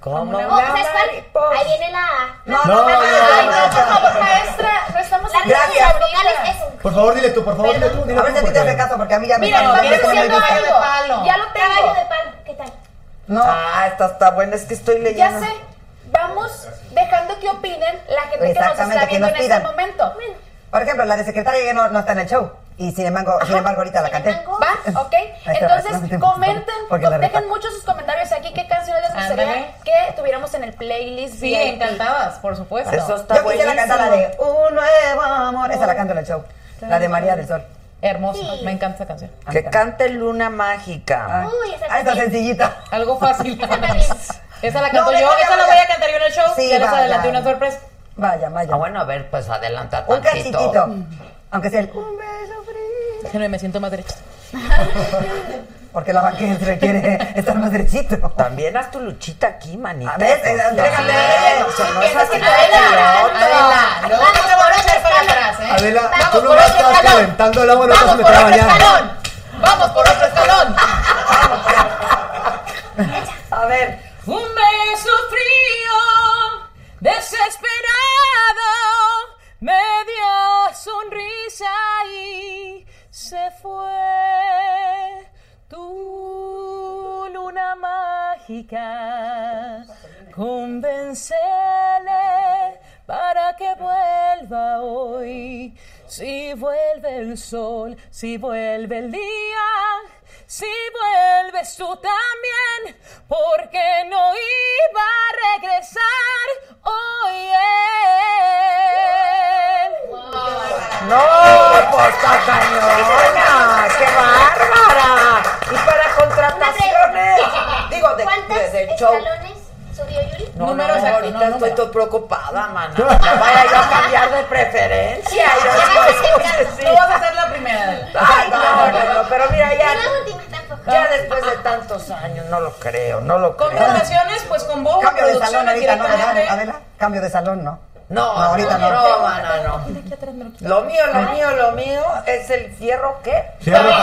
S1: ¿Cómo?
S12: Oh, ¿sabes cuál? Ahí viene la...
S1: No,
S6: no, no,
S9: Ay,
S6: no,
S9: no, por favor, maestra, no estamos
S12: La
S9: en
S12: regla de
S9: clase
S12: las
S9: ahorita.
S12: vocales es un...
S6: Por favor, dile tú, por favor, dile tú. Dile
S8: A
S6: tú
S8: ver si a ti
S6: porque-
S8: te hace caso, porque a mí ya me
S9: Mira,
S8: están
S9: nos viene
S8: dando
S9: siendo
S8: cuenta.
S9: algo. Ya lo
S12: Caballo
S9: tengo.
S12: de palo, ¿qué tal?
S8: No.
S1: Ah, esta está buena, es que estoy
S9: Ya
S1: leyendo.
S9: sé, vamos dejando que opinen la gente que nos
S8: Exactamente,
S9: está
S8: que
S9: viendo en
S8: nos
S9: este
S8: pidan.
S9: momento.
S8: Por ejemplo, la de secretaria ya no, no está en el show. Y sin embargo, sin embargo ahorita la canté.
S9: ¿Va? ¿Ok?
S8: Ahí está,
S9: Entonces,
S8: no me tengo
S9: comenten,
S8: porque la
S9: dejen
S8: repa-
S9: muchos sus comentarios aquí qué canciones les
S10: Ándale.
S9: gustaría que tuviéramos en el playlist.
S10: Sí,
S9: VIP.
S10: encantadas, por supuesto.
S1: Eso está
S8: Yo
S1: buenísimo.
S8: quisiera cantar la de Un nuevo amor. Esa la canto en el show. La de María del Sol.
S10: Hermosa, me encanta esa canción.
S1: Que cante Luna Mágica.
S12: Uy, esa
S8: Ah, esa
S12: también.
S8: sencillita.
S10: Algo fácil. esa la
S8: No,
S10: canto
S8: venga,
S10: yo, esa
S8: vaya.
S10: la voy a cantar yo en el show.
S8: Sí,
S10: ya les
S8: vaya.
S10: adelanté una sorpresa.
S8: Vaya, vaya.
S1: Ah, bueno, a ver, pues adelanta
S8: Un
S1: tantito.
S8: cachitito.
S10: Mm.
S8: Aunque sea el Un beso frío.
S10: Déjenme, me siento más derecha.
S8: Porque la banquera requiere estar más derechito.
S1: También haz tu luchita aquí, manita.
S8: A ver, eh, entrégale.
S1: Sí, no seas
S10: Piensas que-
S1: así, otro.
S10: Adela, no te voy a echar para atrás, ¿eh?
S6: Adela, tú
S10: Vamos por
S6: nomás
S10: otro
S6: estás
S10: escalón.
S6: calentando el agua, no te vas a
S10: Vamos por
S6: meter a
S10: otro
S6: bañar.
S10: escalón. Vamos por otro escalón.
S1: A ver,
S10: Un beso frío, desesperado, media sonrisa y se fue tu luna mágica. mágica. Convencele para que vuelva hoy. Si vuelve el sol, si vuelve el día, si vuelves tú también, porque no iba a regresar hoy. él.
S1: ¡No! ¡Pues está cañona! ¡Qué bárbara! Y para contrataciones, digo, de, de- del show.
S12: escalones subió Yuri?
S1: No, no, no, ahorita estoy todo preocupada, mana. No vaya yo a cambiar de preferencia.
S12: Ya
S1: yo
S12: vas a
S1: después-
S12: cambiar.
S1: pues, sí.
S12: No vas a
S10: ser la primera.
S1: Ay, no, no, no, pero mira, ya,
S10: Ni la
S1: ya después de tantos años, no lo creo, no lo creo.
S10: Contrataciones, pues con Bobo
S8: Cambio de salón
S10: Producciones
S8: ahorita, ¿no?
S10: directamente.
S8: ¿verdad, Adela? Cambio de salón, ¿no?
S1: No,
S8: ahorita no.
S1: No, mana, no. Lo mío, lo mío, lo mío es el Ah. fierro qué?
S8: Fierro.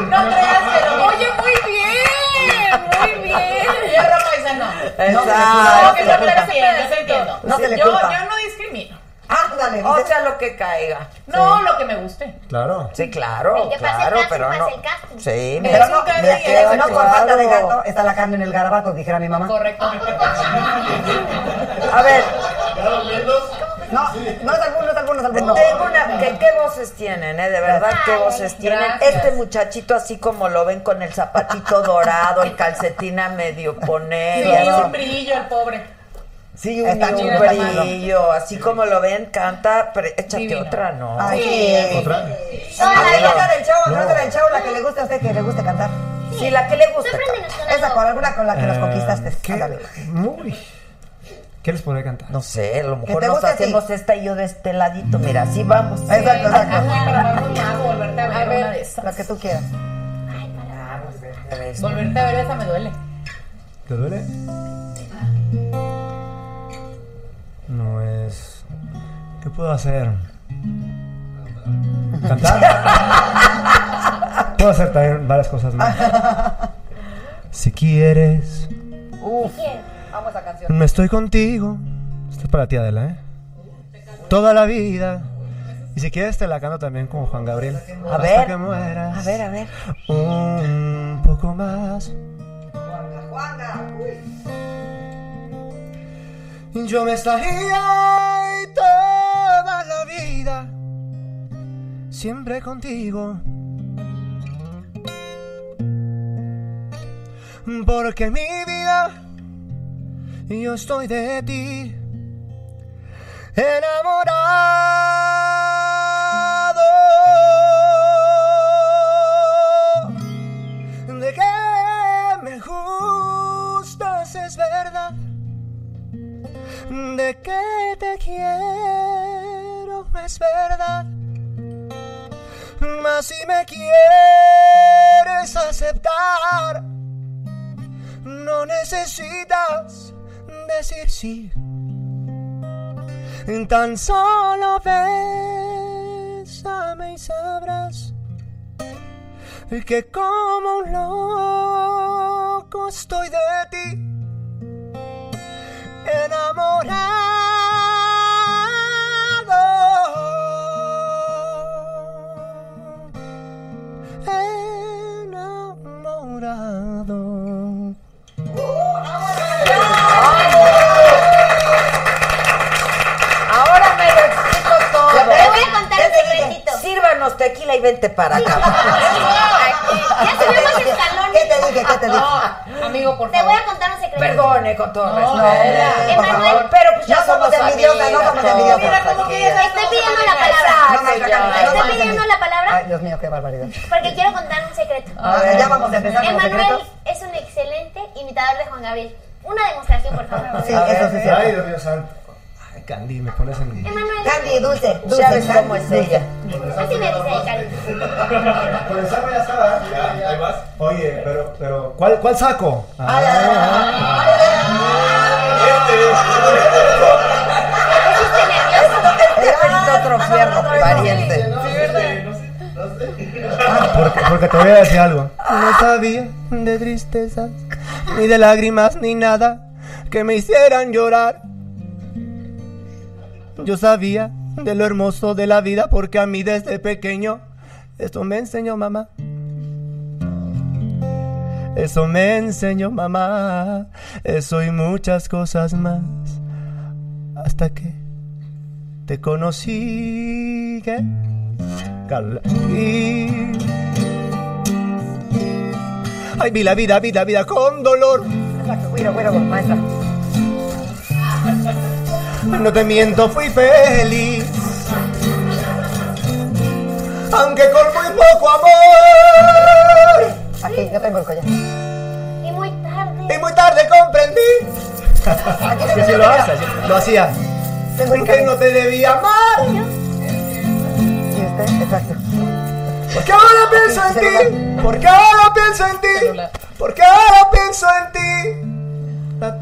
S10: No creas que lo- Oye, muy bien, muy bien. Fierro paisano.
S1: Exacto.
S10: No, que se aclare ese
S1: Entiendo,
S10: pedacito.
S1: entiendo. No se le
S10: yo,
S1: culpa.
S10: yo no discrimino.
S8: Ah, dale.
S1: O sea, lo que caiga.
S10: No, lo que me guste.
S1: Claro. Sí, claro,
S10: El que pase
S1: claro,
S10: el casting,
S1: pero
S10: pase
S1: no.
S10: el casting.
S1: Sí,
S10: Es
S1: pero
S10: un
S1: no,
S10: casting,
S1: me
S10: es
S1: queda
S8: Eh, no por falta de
S1: claro.
S8: gato está la carne en el garabato, dijera mi mamá.
S10: Correcto.
S8: A ver. No, no es alguno, es alguno, es alguno. Ah,
S1: Tengo una, que qué voces tienen, ¿eh? De verdad, qué voces tienen.
S8: gracias.
S1: Este muchachito, así como lo ven con el zapatito dorado, el calcetín a medio poner. y
S10: Sí,
S1: así.
S10: un brillo el pobre.
S1: Sí, un,
S10: Está
S1: y un
S10: chido, está
S1: brillo. Así como lo ven, canta. pero échate otra, ¿no?
S8: Ay,
S1: Sí.
S8: ¿Otra?
S1: Sí,
S8: Ah, la
S1: no.
S8: otra del chavo,
S1: No.
S8: otra del chavo, la que le guste a usted, que le guste cantar.
S1: Sí, la que le guste.
S8: Esa con alguna con la que nos
S13: Eh,
S8: conquistaste.
S13: ¿qué?
S8: Ándale.
S13: Muy. ¿Qué les podré cantar?
S1: No sé, a lo
S13: mejor
S1: Mejor nos hacemos esta y yo de este ladito. Mira, así vamos.
S8: Exacto, exacto.
S10: volverte a ver,
S8: A ver,
S10: una de esas.
S8: La que tú quieras.
S10: Volverte a ver esa me duele.
S13: ¿Te duele? No es. ¿Qué puedo hacer? ¿Cantar? puedo hacer también varias cosas más. Si quieres,
S8: Uf. Vamos a canción.
S13: no estoy contigo. Esto es para ti, Adela, ¿eh? Toda la vida. Y si quieres, te la canto también como Juan Gabriel.
S1: A
S13: Hasta
S1: ver.
S13: que mueras.
S1: A ver, a ver.
S13: Un poco más. Yo me estaría y toda la vida siempre contigo. Porque mi vida yo estoy de ti enamorado de que me gustas es verdad de que te quiero es verdad. Mas si me quieres aceptar, no necesitas decir sí. Tan solo bésame y sabrás que como un loco estoy de ti enamorado. Enamorado.
S1: Ahora me lo explico todo.
S12: Te voy a contar un secretito.
S1: Sírvanos tequila y vente para acá.
S12: Ya subimos escalones.
S8: ¿Qué te dije? ¿Qué te dije?
S10: Amigo, por
S12: Te voy a contar un secreto.
S1: Perdone con todo respeto.
S12: Adela.
S1: por
S12: Emanuel.
S1: favor. Pero pues ya
S8: No somos
S1: somos
S8: envidiosas,
S1: amigas,
S8: no somos envidiosas.
S1: Mira cómo que ya
S12: Estoy pidiendo la
S1: Exacto,
S12: palabra.
S1: ya.
S12: Estoy pidiendo la palabra
S8: Ay, Dios mío, qué barbaridad.
S12: porque quiero contar un secreto.
S8: A ver, ya vamos a empezar con los
S12: Emanuel
S8: secretos.
S12: es un excelente imitador de Juan Gabriel. Una demostración, por favor.
S8: Sí, eso sí es cierto.
S13: Ay, Dios mío santo. Ay, Candy, me pones en.
S12: Emanuel.
S8: Candy, dulce, dulce.
S1: ¿Sabes
S8: Candy,
S1: cómo es
S8: dulce.
S1: ella?
S12: Así me dice el cariño.
S13: Por el saco ya estaba. Oye, pero, pero. ¿Cuál, cuál saco? Ah, Ah,
S1: Este perito otro fierro, pariente.
S13: porque, porque te voy a decir algo. No sabía de tristezas, ni de lágrimas, ni nada que me hicieran llorar. Yo sabía de lo hermoso de la vida porque a mí desde pequeño esto me enseñó mamá. Eso me enseñó mamá. Eso y muchas cosas más. Hasta que te conocí. Que Carla. Y- Ay, vi la vida, vida, vida con dolor.
S7: Güiro, güiro, maestra.
S13: No te miento, fui feliz. Aunque con muy poco amor.
S7: Aquí, yo tengo el collar.
S12: Y muy tarde.
S13: Y muy tarde comprendí. que si lo haces, lo hacía. Que no te debía amar.
S7: Y usted, exacto.
S13: Porque ahora pienso en ti. Porque ahora pienso en ti. Porque ahora pienso en ti.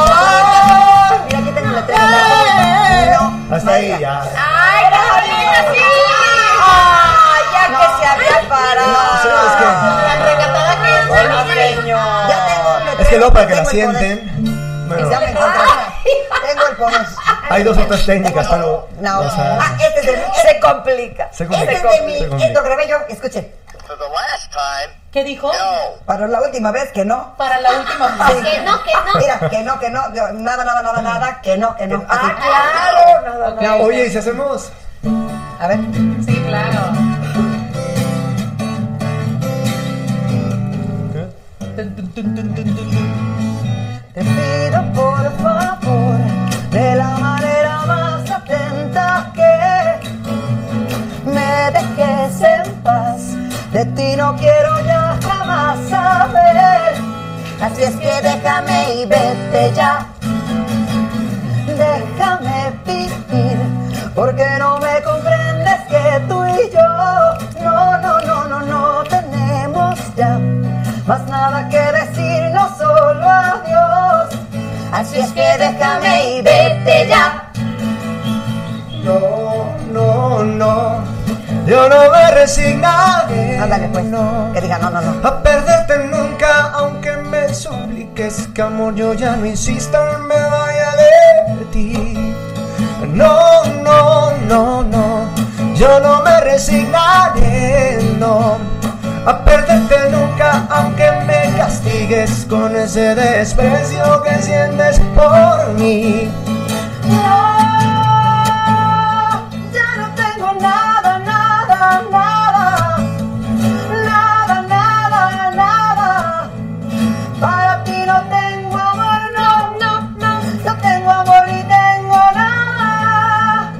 S7: Mira, aquí tengo la tres.
S13: Hasta ahí ya.
S8: ¡Ay, Carolina, sí!
S7: ¡Ay, Ah, ya que se había
S13: ¿Sabes
S7: parado!
S13: qué?
S8: La recatada que es
S7: Hola, señor. Ya tengo el letrero,
S13: Es que luego para que la
S7: tengo el poder.
S13: sienten.
S7: Que
S13: Bueno,
S7: ya me encontraron. Tengo el poder.
S13: hay dos otras técnicas, pero.
S7: No,
S13: o sea,
S7: ah, este es de mí. Se complica.
S13: Se complica.
S7: Este es de mí.
S13: Se complica.
S7: Esto lo grabé yo. Escuchen.
S11: ¿Qué dijo?
S7: Para la última vez que no.
S11: Para la última vez.
S7: Que
S12: no, que no.
S7: Mira, que no, que no. Yo, Nada, nada, nada, nada. Que no, que no. Ah,
S1: claro. Nada,
S7: nada.
S6: Oye, ¿y
S13: si hacemos?
S7: A ver.
S11: Sí, claro.
S7: Te pido por favor de la manera más atenta que me dejes en paz. De ti no quiero ya jamás saber. Así es que déjame y vete ya. Déjame vivir, porque no me comprendes que tú y yo no, no, no, no, no tenemos ya más nada que decir, no solo adiós. Así es que déjame y vete ya.
S13: No, no, no. Yo no me resignaré.
S7: Ándale, pues. Que diga, no, no, no.
S13: A perderte nunca, aunque me supliques que amor yo ya no insisto me vaya de ti. No, no, no, no, yo no me resignaré, no. A perderte nunca, aunque me castigues con ese desprecio que sientes por mí.
S7: Ya no tengo nada, nada, nada, nada, nada, nada. Para ti no tengo amor, no, no, no, no tengo amor ni tengo nada.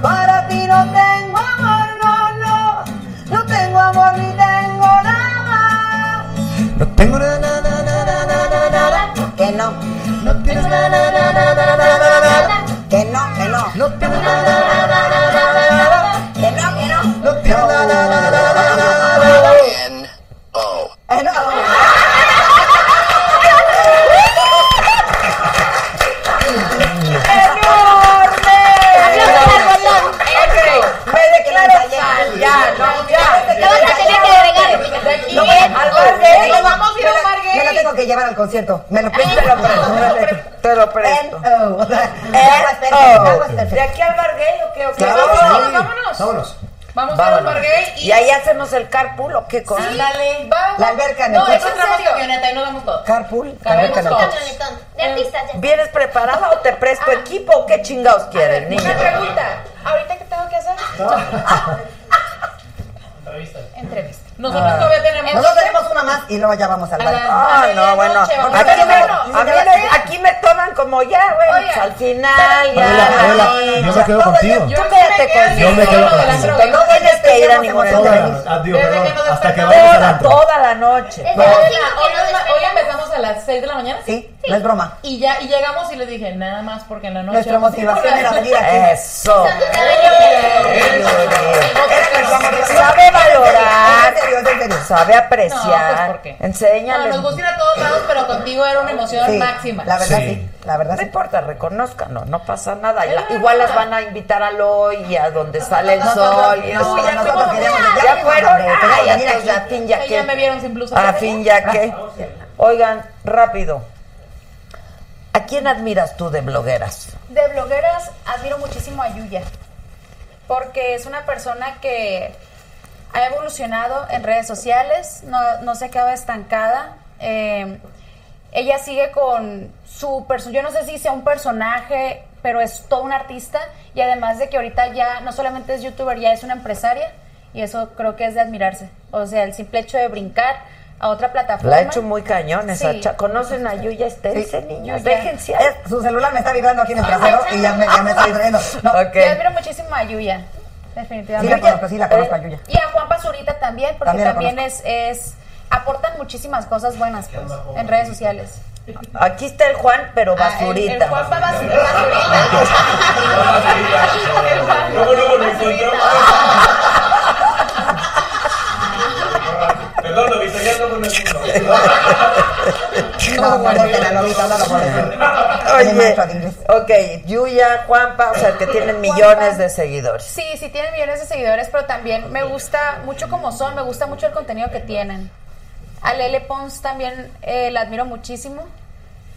S7: Para ti no tengo amor, no, no, no tengo amor ni tengo nada.
S13: No tengo nada, nada,
S7: nada, nada, nada, que no. No tienes nada, nada, nada, nada, nada, nada, que no, que no. No tienes nada, nada, nada, nada, nada, que no, que no. No tienes nada, nada, nada, nada, nada. Eh, no. Ve de que la ensayé.
S8: Ya, no, ya.
S7: Ve de que
S8: Ya vas
S7: la
S8: a tener
S7: ensayé.
S8: que agregar. De aquí,
S7: No, al
S8: no,
S7: bar gay.
S8: nos vamos a ir a un
S7: Me la-
S8: bar gay.
S7: Me la tengo que llevar al concierto. Me lo presto. Te lo presto. Te lo presto.
S1: ¿De aquí al bar gay o qué? o qué?
S7: Claro,
S1: Vámonos,
S7: sí.
S1: vámonos.
S7: Vámonos.
S1: Vamos,
S7: Vámonos.
S1: Y... ahí hacemos el carpool o qué cosa.
S7: Ándale. La alberca en el
S11: No,
S7: coche.
S11: eso es la camioneta y nos vamos todos.
S7: Carpool, la
S11: Cabemos
S7: alberca en el
S11: todos.
S7: coche.
S12: De artista ya.
S1: ¿Vienes preparada o te presto equipo o qué chingados quieres,
S9: Una
S1: niña?
S9: pregunta. ¿Ahorita qué tengo que hacer?
S11: Entrevista. Nosotros todavía tenemos.
S7: Nosotros tenemos una más y luego ya vamos al
S11: A
S7: bar.
S11: las
S1: Ah, no, bueno.
S11: noche, vamos
S1: Aquí
S11: a
S1: me,
S11: verlo.
S1: a mí me- aquí me toman como ya, güey. Al final, ya.
S6: Adela, Adela, yo me quedo
S1: Todo
S6: contigo.
S1: bien, Tú quédate conmigo.
S6: Yo me quedo contigo.
S1: No tienes que ir a ninguna
S6: Toda la-
S1: entrevista.
S6: ah, digo, perdón, hasta que vayas al
S1: Toda,
S6: antro.
S1: toda la noche.
S11: Hoy empezamos a las 6 de la mañana.
S8: Sí, no es broma.
S11: Y ya y llegamos y les dije, nada más porque en la noche.
S8: Nuestra motivación era venir aquí.
S1: Eso. Sabe valorar. Sabe apreciar.
S11: No,
S1: Enséñale.
S11: nos gusta ir a todos lados, pero contigo era una emoción
S1: Sí,
S11: máxima.
S1: La verdad sí. La verdad no importa, reconózcanlo, no pasa nada. Y la- igual las van a invitar al hoy y a donde sale el
S8: Nosotros-
S1: sol. y
S8: nosotros-
S1: eso.
S8: nosotros queremos- ya
S1: ya
S8: fuimos,
S1: fueron.
S8: hombre, tenemos
S1: Ay,
S8: que venir
S1: entonces,
S8: aquí.
S1: a fin ya
S8: Ay,
S1: que.
S8: ya me vieron sin blusa.
S1: A fin ya que. Oigan, rápido. ¿A quién admiras tú de blogueras?
S9: De blogueras admiro muchísimo a Yuya, porque es una persona que ha evolucionado en redes sociales, no, no se queda estancada. eh, ella sigue con su personaje, yo no sé si sea un personaje, pero es todo un artista y además de que ahorita ya no solamente es youtuber, ya es una empresaria y eso creo que es de admirarse. O sea, el simple hecho de brincar a otra plataforma.
S1: La ha hecho muy cañón esa
S9: Sí.
S1: cha- ¿Conocen a Yuya Stense, niños? Déjense ahí.
S8: Es- su celular me está vibrando aquí en el trasero y ya me, ya me está distrayendo. No.
S9: Yo admiro muchísimo a Yuya,
S8: Sí,
S9: definitivamente.
S8: la conozco, sí, la conozco a Yuya.
S9: Y a Juan Pazurita también, porque
S8: También la
S9: también, es, es aportan muchísimas cosas buenas pues, en redes sociales.
S1: Aquí está el Juan, pero
S9: Ah, el-
S1: basurita.
S9: el Juan va basu- basurita. El Juan.
S4: Luego, luego lo encontramos. Perdón, Lobito, ya no conozco.
S8: No, perdónela, Lobito, no lo
S1: Oye, ok, Yuya, Juanpa, o sea, que tienen millones de seguidores.
S9: Sí, sí tienen millones de seguidores, pero también me gusta mucho como son, me gusta mucho el contenido que tienen. A Lele Pons también eh, la admiro muchísimo,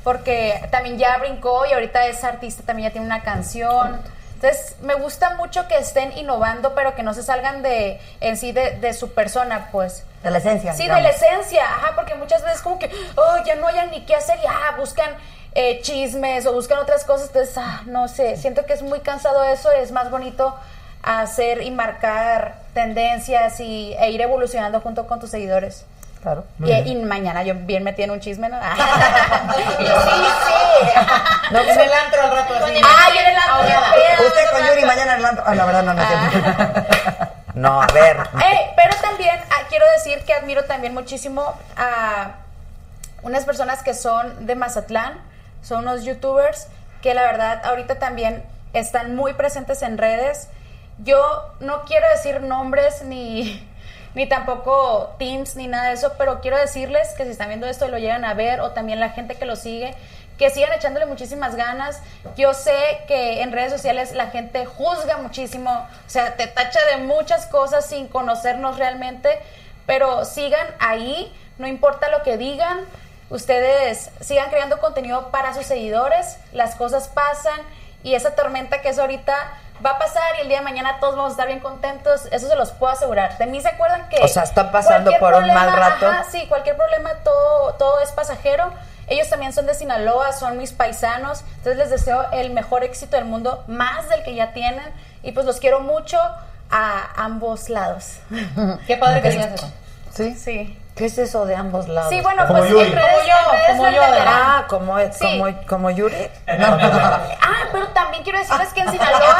S9: porque también ya brincó y ahorita es artista, también ya tiene una canción. Entonces, me gusta mucho que estén innovando, pero que no se salgan de en sí de, de su persona, pues.
S8: De la esencia.
S9: Sí, de
S8: digamos.
S9: la esencia, ajá, porque muchas veces como que, oh, ya no hayan ni qué hacer, y ah, buscan eh, chismes o buscan otras cosas, entonces, ah, no sé, siento que es muy cansado eso, es más bonito hacer y marcar tendencias y, e ir evolucionando junto con tus seguidores.
S1: Claro.
S9: Y, y mañana yo bien metí en un chisme, ¿no? Y yo, sí, sí.
S1: No,
S8: en el antro al rato así.
S9: Ah, yo en el antro.
S8: Usted con Yuri mañana en el antro- Ah, la verdad no, no entiendo.
S1: No, a ver.
S9: Eh, pero también ah, quiero decir que admiro también muchísimo a unas personas que son de Mazatlán, son unos youtubers que la verdad ahorita también están muy presentes en redes. Yo no quiero decir nombres ni, ni tampoco teams ni nada de eso, pero quiero decirles que si están viendo esto y lo llegan a ver o también la gente que lo sigue, que sigan echándole muchísimas ganas. Yo sé que en redes sociales la gente juzga muchísimo, o sea, te tacha de muchas cosas sin conocernos realmente, pero sigan ahí, no importa lo que digan, ustedes sigan creando contenido para sus seguidores, las cosas pasan y esa tormenta que es ahorita va a pasar y el día de mañana todos vamos a estar bien contentos, eso se los puedo asegurar. De mí se acuerdan que...
S1: O sea, están pasando
S9: cualquier
S1: por un mal rato.
S9: ajá, sí, cualquier problema, todo, todo es pasajero. Ellos también son de Sinaloa, son mis paisanos. Entonces les deseo el mejor éxito del mundo, más del que ya tienen. Y pues los quiero mucho a ambos lados.
S11: Qué padre que digas eso.
S1: ¿Sí?
S9: Sí.
S1: ¿Qué es eso de ambos lados?
S9: Sí, bueno, pues en redes,
S11: Como yo,
S9: en redes
S11: como
S9: lo
S11: yo,
S9: entenderán.
S1: Ah, como,
S9: este Sí.
S1: como, como Yuri.
S9: Ah, pero también quiero decirles que en Sinaloa.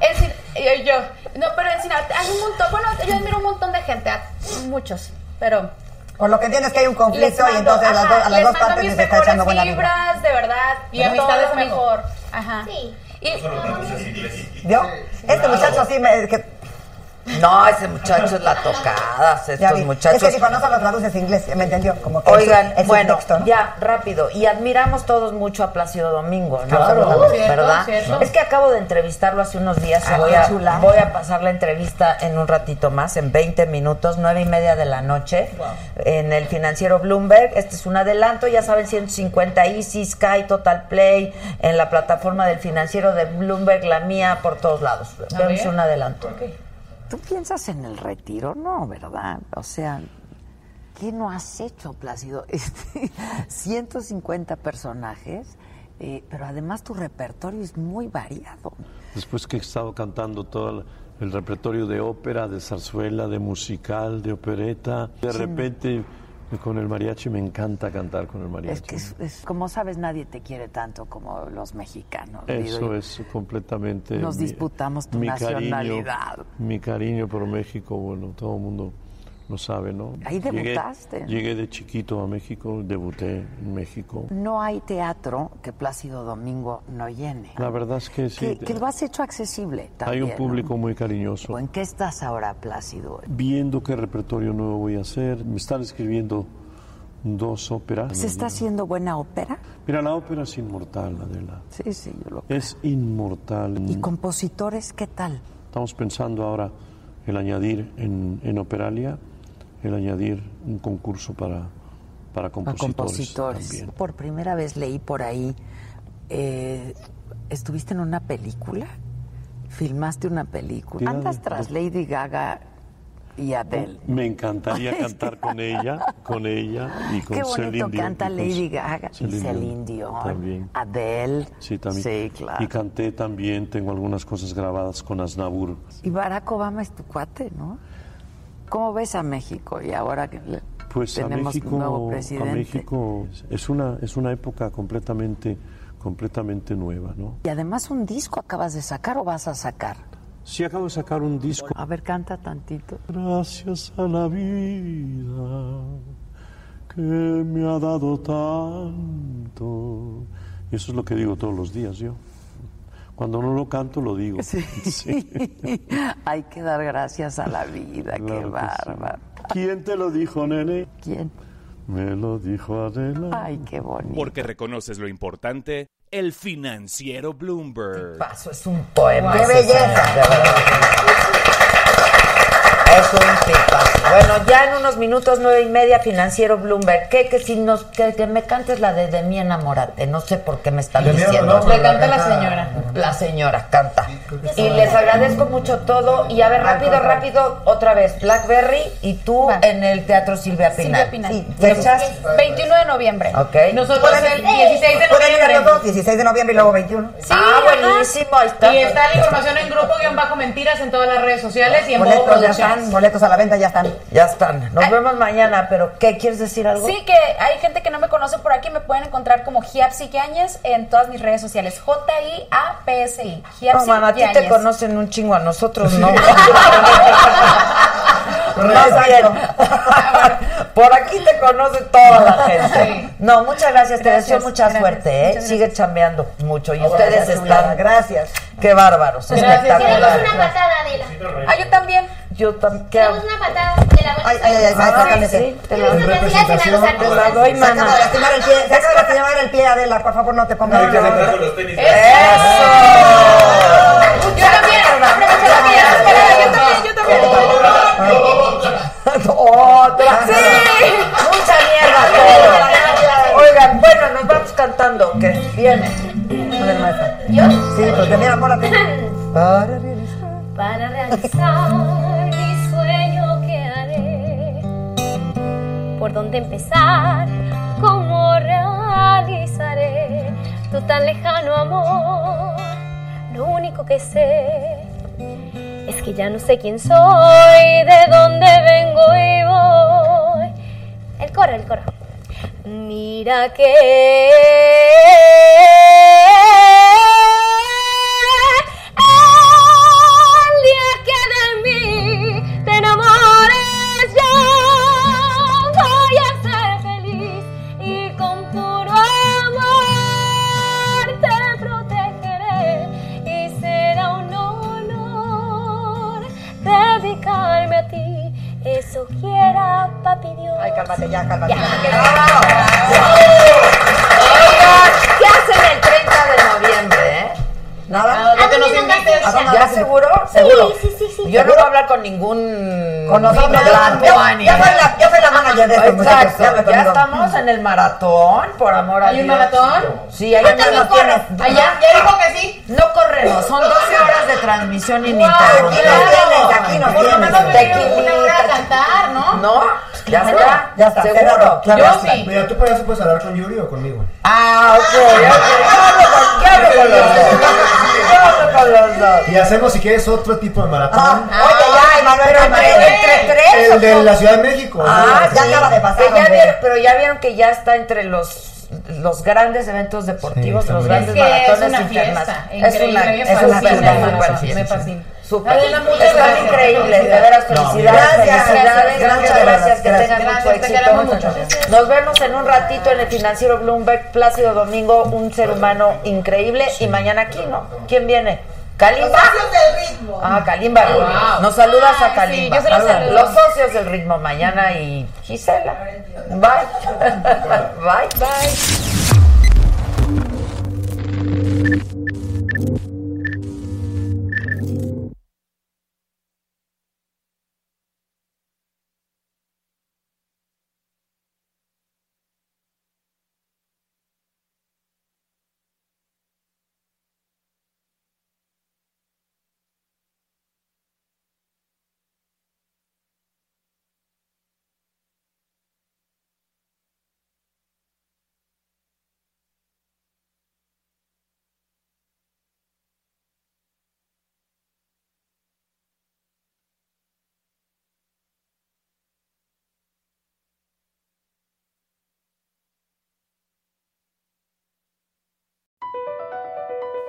S9: en Sin- yo, yo- No, pero en Sinaloa hay un montón. Bueno, yo admiro un montón de gente, a muchos, pero.
S8: Por lo que entiendo es que hay un
S9: Les
S8: conflicto y
S9: mando,
S8: entonces a las
S9: ajá,
S8: dos, a las
S9: les
S8: dos
S9: mando
S8: partes
S9: mis
S8: les está
S9: mejores
S8: echando buena vibra.
S9: vibras, de verdad.
S8: Y
S9: todo
S8: amistades
S9: lo
S8: conmigo.
S9: mejor. Ajá. Y,
S8: ¿Vio? Este muchacho sí me... que-
S1: No, ese muchacho es la tocada,
S8: ya
S1: estos
S8: vi.
S1: muchachos.
S8: Es que si conoce los traduces inglés, ¿me entendió? Como que
S1: Oigan,
S8: es- es
S1: bueno,
S8: subtexto, ¿no?
S1: ya, rápido. Y admiramos todos mucho a Plácido Domingo, ¿no?
S8: Claro,
S1: Absolutamente,
S8: cierto,
S1: ¿verdad?
S8: cierto.
S1: Es que acabo de entrevistarlo hace unos días. y
S8: Ah,
S1: voy, a,
S8: chulada.
S1: voy a pasar la entrevista en un ratito más, en 20 minutos, 9 y media de la noche, en el financiero Bloomberg. Este es un adelanto, ya saben, 150 Easy, Sky, Total Play, en la plataforma del financiero de Bloomberg, la mía, por todos lados.
S8: A
S1: Vemos
S8: ver.
S1: un adelanto. ¿Tú piensas en el retiro? No, ¿verdad? O sea, ¿qué no has hecho, Plácido? Este, 150 personajes, eh, pero además tu repertorio es muy variado.
S18: Después que he estado cantando todo el- el repertorio de ópera, de zarzuela, de musical, de opereta, de
S1: Sí.
S18: repente con el mariachi me encanta cantar con el mariachi.
S1: Es que, es- es- como sabes, nadie te quiere tanto como los mexicanos. digo
S18: Eso
S1: yo.
S18: es completamente.
S1: Nos disputamos tu nacionalidad.
S18: Cariño, mi cariño por México, bueno, todo el mundo no sabe, ¿no?
S1: Ahí
S18: Llegué-
S1: debutaste.
S18: Llegué de chiquito a México, debuté en México.
S1: No hay teatro que Plácido Domingo no llene.
S18: La verdad es que
S1: Que,
S18: sí.
S1: que lo has hecho accesible
S18: Hay
S1: también.
S18: un público muy cariñoso.
S1: ¿En qué estás ahora, Plácido?
S18: Viendo qué repertorio nuevo voy a hacer, me están escribiendo dos óperas.
S1: ¿Se está haciendo buena ópera?
S18: Mira, la ópera es inmortal, Adela.
S1: Sí, sí, yo lo
S18: Es inmortal.
S1: ¿Y compositores qué tal?
S18: Estamos pensando ahora el añadir en, en Operalia, el añadir un concurso para, para
S1: A
S18: compositores.
S1: compositores.
S18: también.
S1: Por primera vez leí por ahí, eh, ¿estuviste en una película? ¿Filmaste una película?
S18: Tira de-
S1: Andas tras Lady Gaga y Adele.
S18: Me encantaría cantar con ella, con ella y con
S1: Qué bonito
S18: Celine Dion.
S1: canta
S18: y con
S1: Lady Gaga y Celine Dion, Adele.
S18: Sí, también.
S1: claro.
S18: Y canté también, tengo algunas cosas grabadas con Aznabur.
S1: Y Barack Obama es tu cuate, ¿no? ¿Cómo ves a México y ahora que le-
S18: Pues
S1: tenemos
S18: a México,
S1: nuevo
S18: a
S1: presidente?
S18: México es una, es una época completamente, completamente nueva, ¿no?
S1: Y además un disco acabas de sacar o vas a sacar.
S18: Sí, acabo de sacar un disco.
S1: A ver, canta tantito.
S18: Gracias a la vida que me ha dado tanto. Y eso es lo que digo todos los días yo. Cuando no lo canto, lo digo. Sí.
S1: Hay que dar gracias a la vida, qué bárbaro.
S18: ¿Quién te lo dijo, nene?
S1: ¿Quién?
S18: Me lo dijo Adela.
S1: Ay, qué bonito.
S19: Porque reconoces lo importante, el financiero Bloomberg.
S1: Paso es un
S19: poema
S1: ¡Qué
S19: ese,
S1: belleza!
S19: señor, de
S1: Es un tipazo. Bueno, ya en unos minutos, nueve y media, Financiero Bloomberg. ¿Qué, que si nos, que, que me cantes la de De mí enamórate? No sé por qué me están
S8: De mí
S1: diciendo.
S8: no, pero Le canta la
S7: la señora.
S1: La señora canta.
S8: sí.
S1: Y les agradezco mucho todo. Y a ver,
S8: Al
S1: rápido,
S8: contrario.
S1: rápido, otra vez. Blackberry y tú en el Teatro Silvia Pinal.
S7: Silvia Pinal.
S1: Sí, fechas.
S7: 21 de noviembre.
S1: Ok.
S7: Nosotros el 16 de
S8: Pueden ir a los
S7: noviembre.
S8: dos, 16 de noviembre y luego 21.
S7: Ah, buenísimo, ahí está.
S11: Y está la información en grupo guión bajo mentiras en todas las redes sociales y en Bobo
S8: Boletos ya
S11: Producciones.
S8: están, boletos a la venta ya están.
S1: Ya están. Nos vemos mañana, pero ¿qué? ¿Quieres decir algo?
S7: Sí, que hay gente que no me conoce por aquí, me pueden encontrar como Giapsi Yáñez en todas mis redes sociales. J-I-A-P-S-I.
S1: No,
S7: Giapsi
S1: man, a ti te
S7: Yáñez.
S1: conocen un chingo, a nosotros no. no
S8: Exacto.
S1: sabieron. Por aquí te conoce toda la gente. No, muchas gracias, te deseo mucha suerte, ¿eh? Sigue chambeando mucho y ustedes
S8: gracias,
S1: están. Gracias. Qué bárbaros,
S8: Gracias,
S1: espectacular.
S8: Adela.
S10: Una patada, Adela.
S7: Ah, yo también.
S1: Yo también. ¿qué hago?
S10: Damos una patada de la
S8: Ay, ay, ay, sácame ese.
S1: te la doy.
S8: Te la doy, mamá. Sácame de lastimar el pie, sácame de lastimar el pie, Adela, por favor, no te pongas.
S5: Hay que
S8: No,
S5: sacar
S8: no,
S5: con
S8: no.
S5: los tenis.
S8: Yo también, yo también,
S1: ¡Otra! ¡Sí! ¡Mucha mierda! todo. Oigan, bueno, nos vamos cantando. ¿Qué? Viene. A ver, maestra.
S10: ¿Yo?
S8: Sí, pues de mí enamórate. Para
S10: para realizar mi sueño que haré. ¿Por dónde empezar? ¿Cómo realizaré tu tan lejano amor? Lo único que sé es que ya no sé quién soy, de dónde vengo y voy. El coro, el coro. Mira que el día que de mí te enamores yo voy a ser feliz y con puro amor te protegeré y será un honor dedicarme a ti. Eso quiera, papi Dios. Ay,
S8: cálmate ya, cálmate.
S1: ¿Qué hacen el 30 de noviembre, eh? Ah,
S8: Nada, no Ah, que nos invites. ¿A dónde
S1: ¿Ya
S8: vas?
S1: seguro?
S8: Sí,
S1: ¿Seguro?
S8: sí, sí, sí.
S1: Yo no voy a hablar con ningún...
S8: Con nosotros,
S1: ni
S8: yo-
S1: blanco,
S8: yo-
S1: Ani.
S8: yo soy la- yo soy la manager de estos muchachos,
S1: Ah, Exacto,
S8: ya habla
S1: ya
S8: conmigo.
S1: estamos en el maratón, por amor a
S8: ¿Hay
S1: Dios.
S8: un maratón?
S1: Sí, hay un
S8: ¿Cuántas
S1: maratón.
S8: no corres? Allá, ya dijo que sí.
S1: No corremos, son 12 horas de transmisión
S8: Aquí nos tienes,
S1: ininterrumpida.
S8: aquí nos
S1: Por lo menos
S8: tienes.
S1: tequilita,
S8: cantar, ¿no?
S1: ¿No? Ya
S8: Bueno,
S1: está.
S8: ya está,
S1: ¿Seguro?
S8: cerrado, claro.
S1: Yo
S8: Basta.
S1: sí.
S17: Mira, tú puedes, puedes hablar con Yuri o conmigo.
S1: Ah, ok. ok. Ya hablo con- ya hablo con los dos. Ya hablo con los dos.
S17: Y hacemos, si quieres, otro tipo de maratón.
S1: Oye, ya, Emanuel,
S17: Ah, Pero
S1: Emanuel,
S17: entre-
S1: entre tres.
S17: El de la Ciudad de México.
S1: Ah,
S17: ¿no?
S1: ya
S17: Sí.
S1: acaba de pasar. Que ya vieron- pero ya vieron que ya está entre los los grandes eventos deportivos,
S17: está
S1: los
S17: muy
S1: grandes
S11: bien. Es que es
S1: maratones
S11: una fiesta,
S1: internacionales.
S11: increíble, me
S1: es una
S11: fascina el
S1: es una
S11: maratón,
S1: super
S11: me
S1: fiesta.
S11: fascina.
S1: Súper.
S20: Adela, muchas
S1: Están
S20: gracias.
S1: increíbles, de veras,
S20: No,
S1: felicidades.
S20: gracias,
S1: felicidades,
S20: gracias, muchas
S1: de veras,
S20: gracias, que tengan mucho
S1: gracias, te
S20: éxito.
S1: queremos mucho. Nos vemos en un ratito en el financiero Bloomberg, Plácido Domingo, un ser humano increíble. Y mañana aquí, ¿no? ¿Quién viene? ¿Kalimba?
S20: ritmo.
S1: Ah, Kalimba.
S20: Wow.
S1: Nos saludas
S20: Ay,
S1: a Kalimba.
S20: sí, yo se los saludo.
S1: Los socios del ritmo mañana y Gisela. Bye. bye, bye.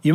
S21: You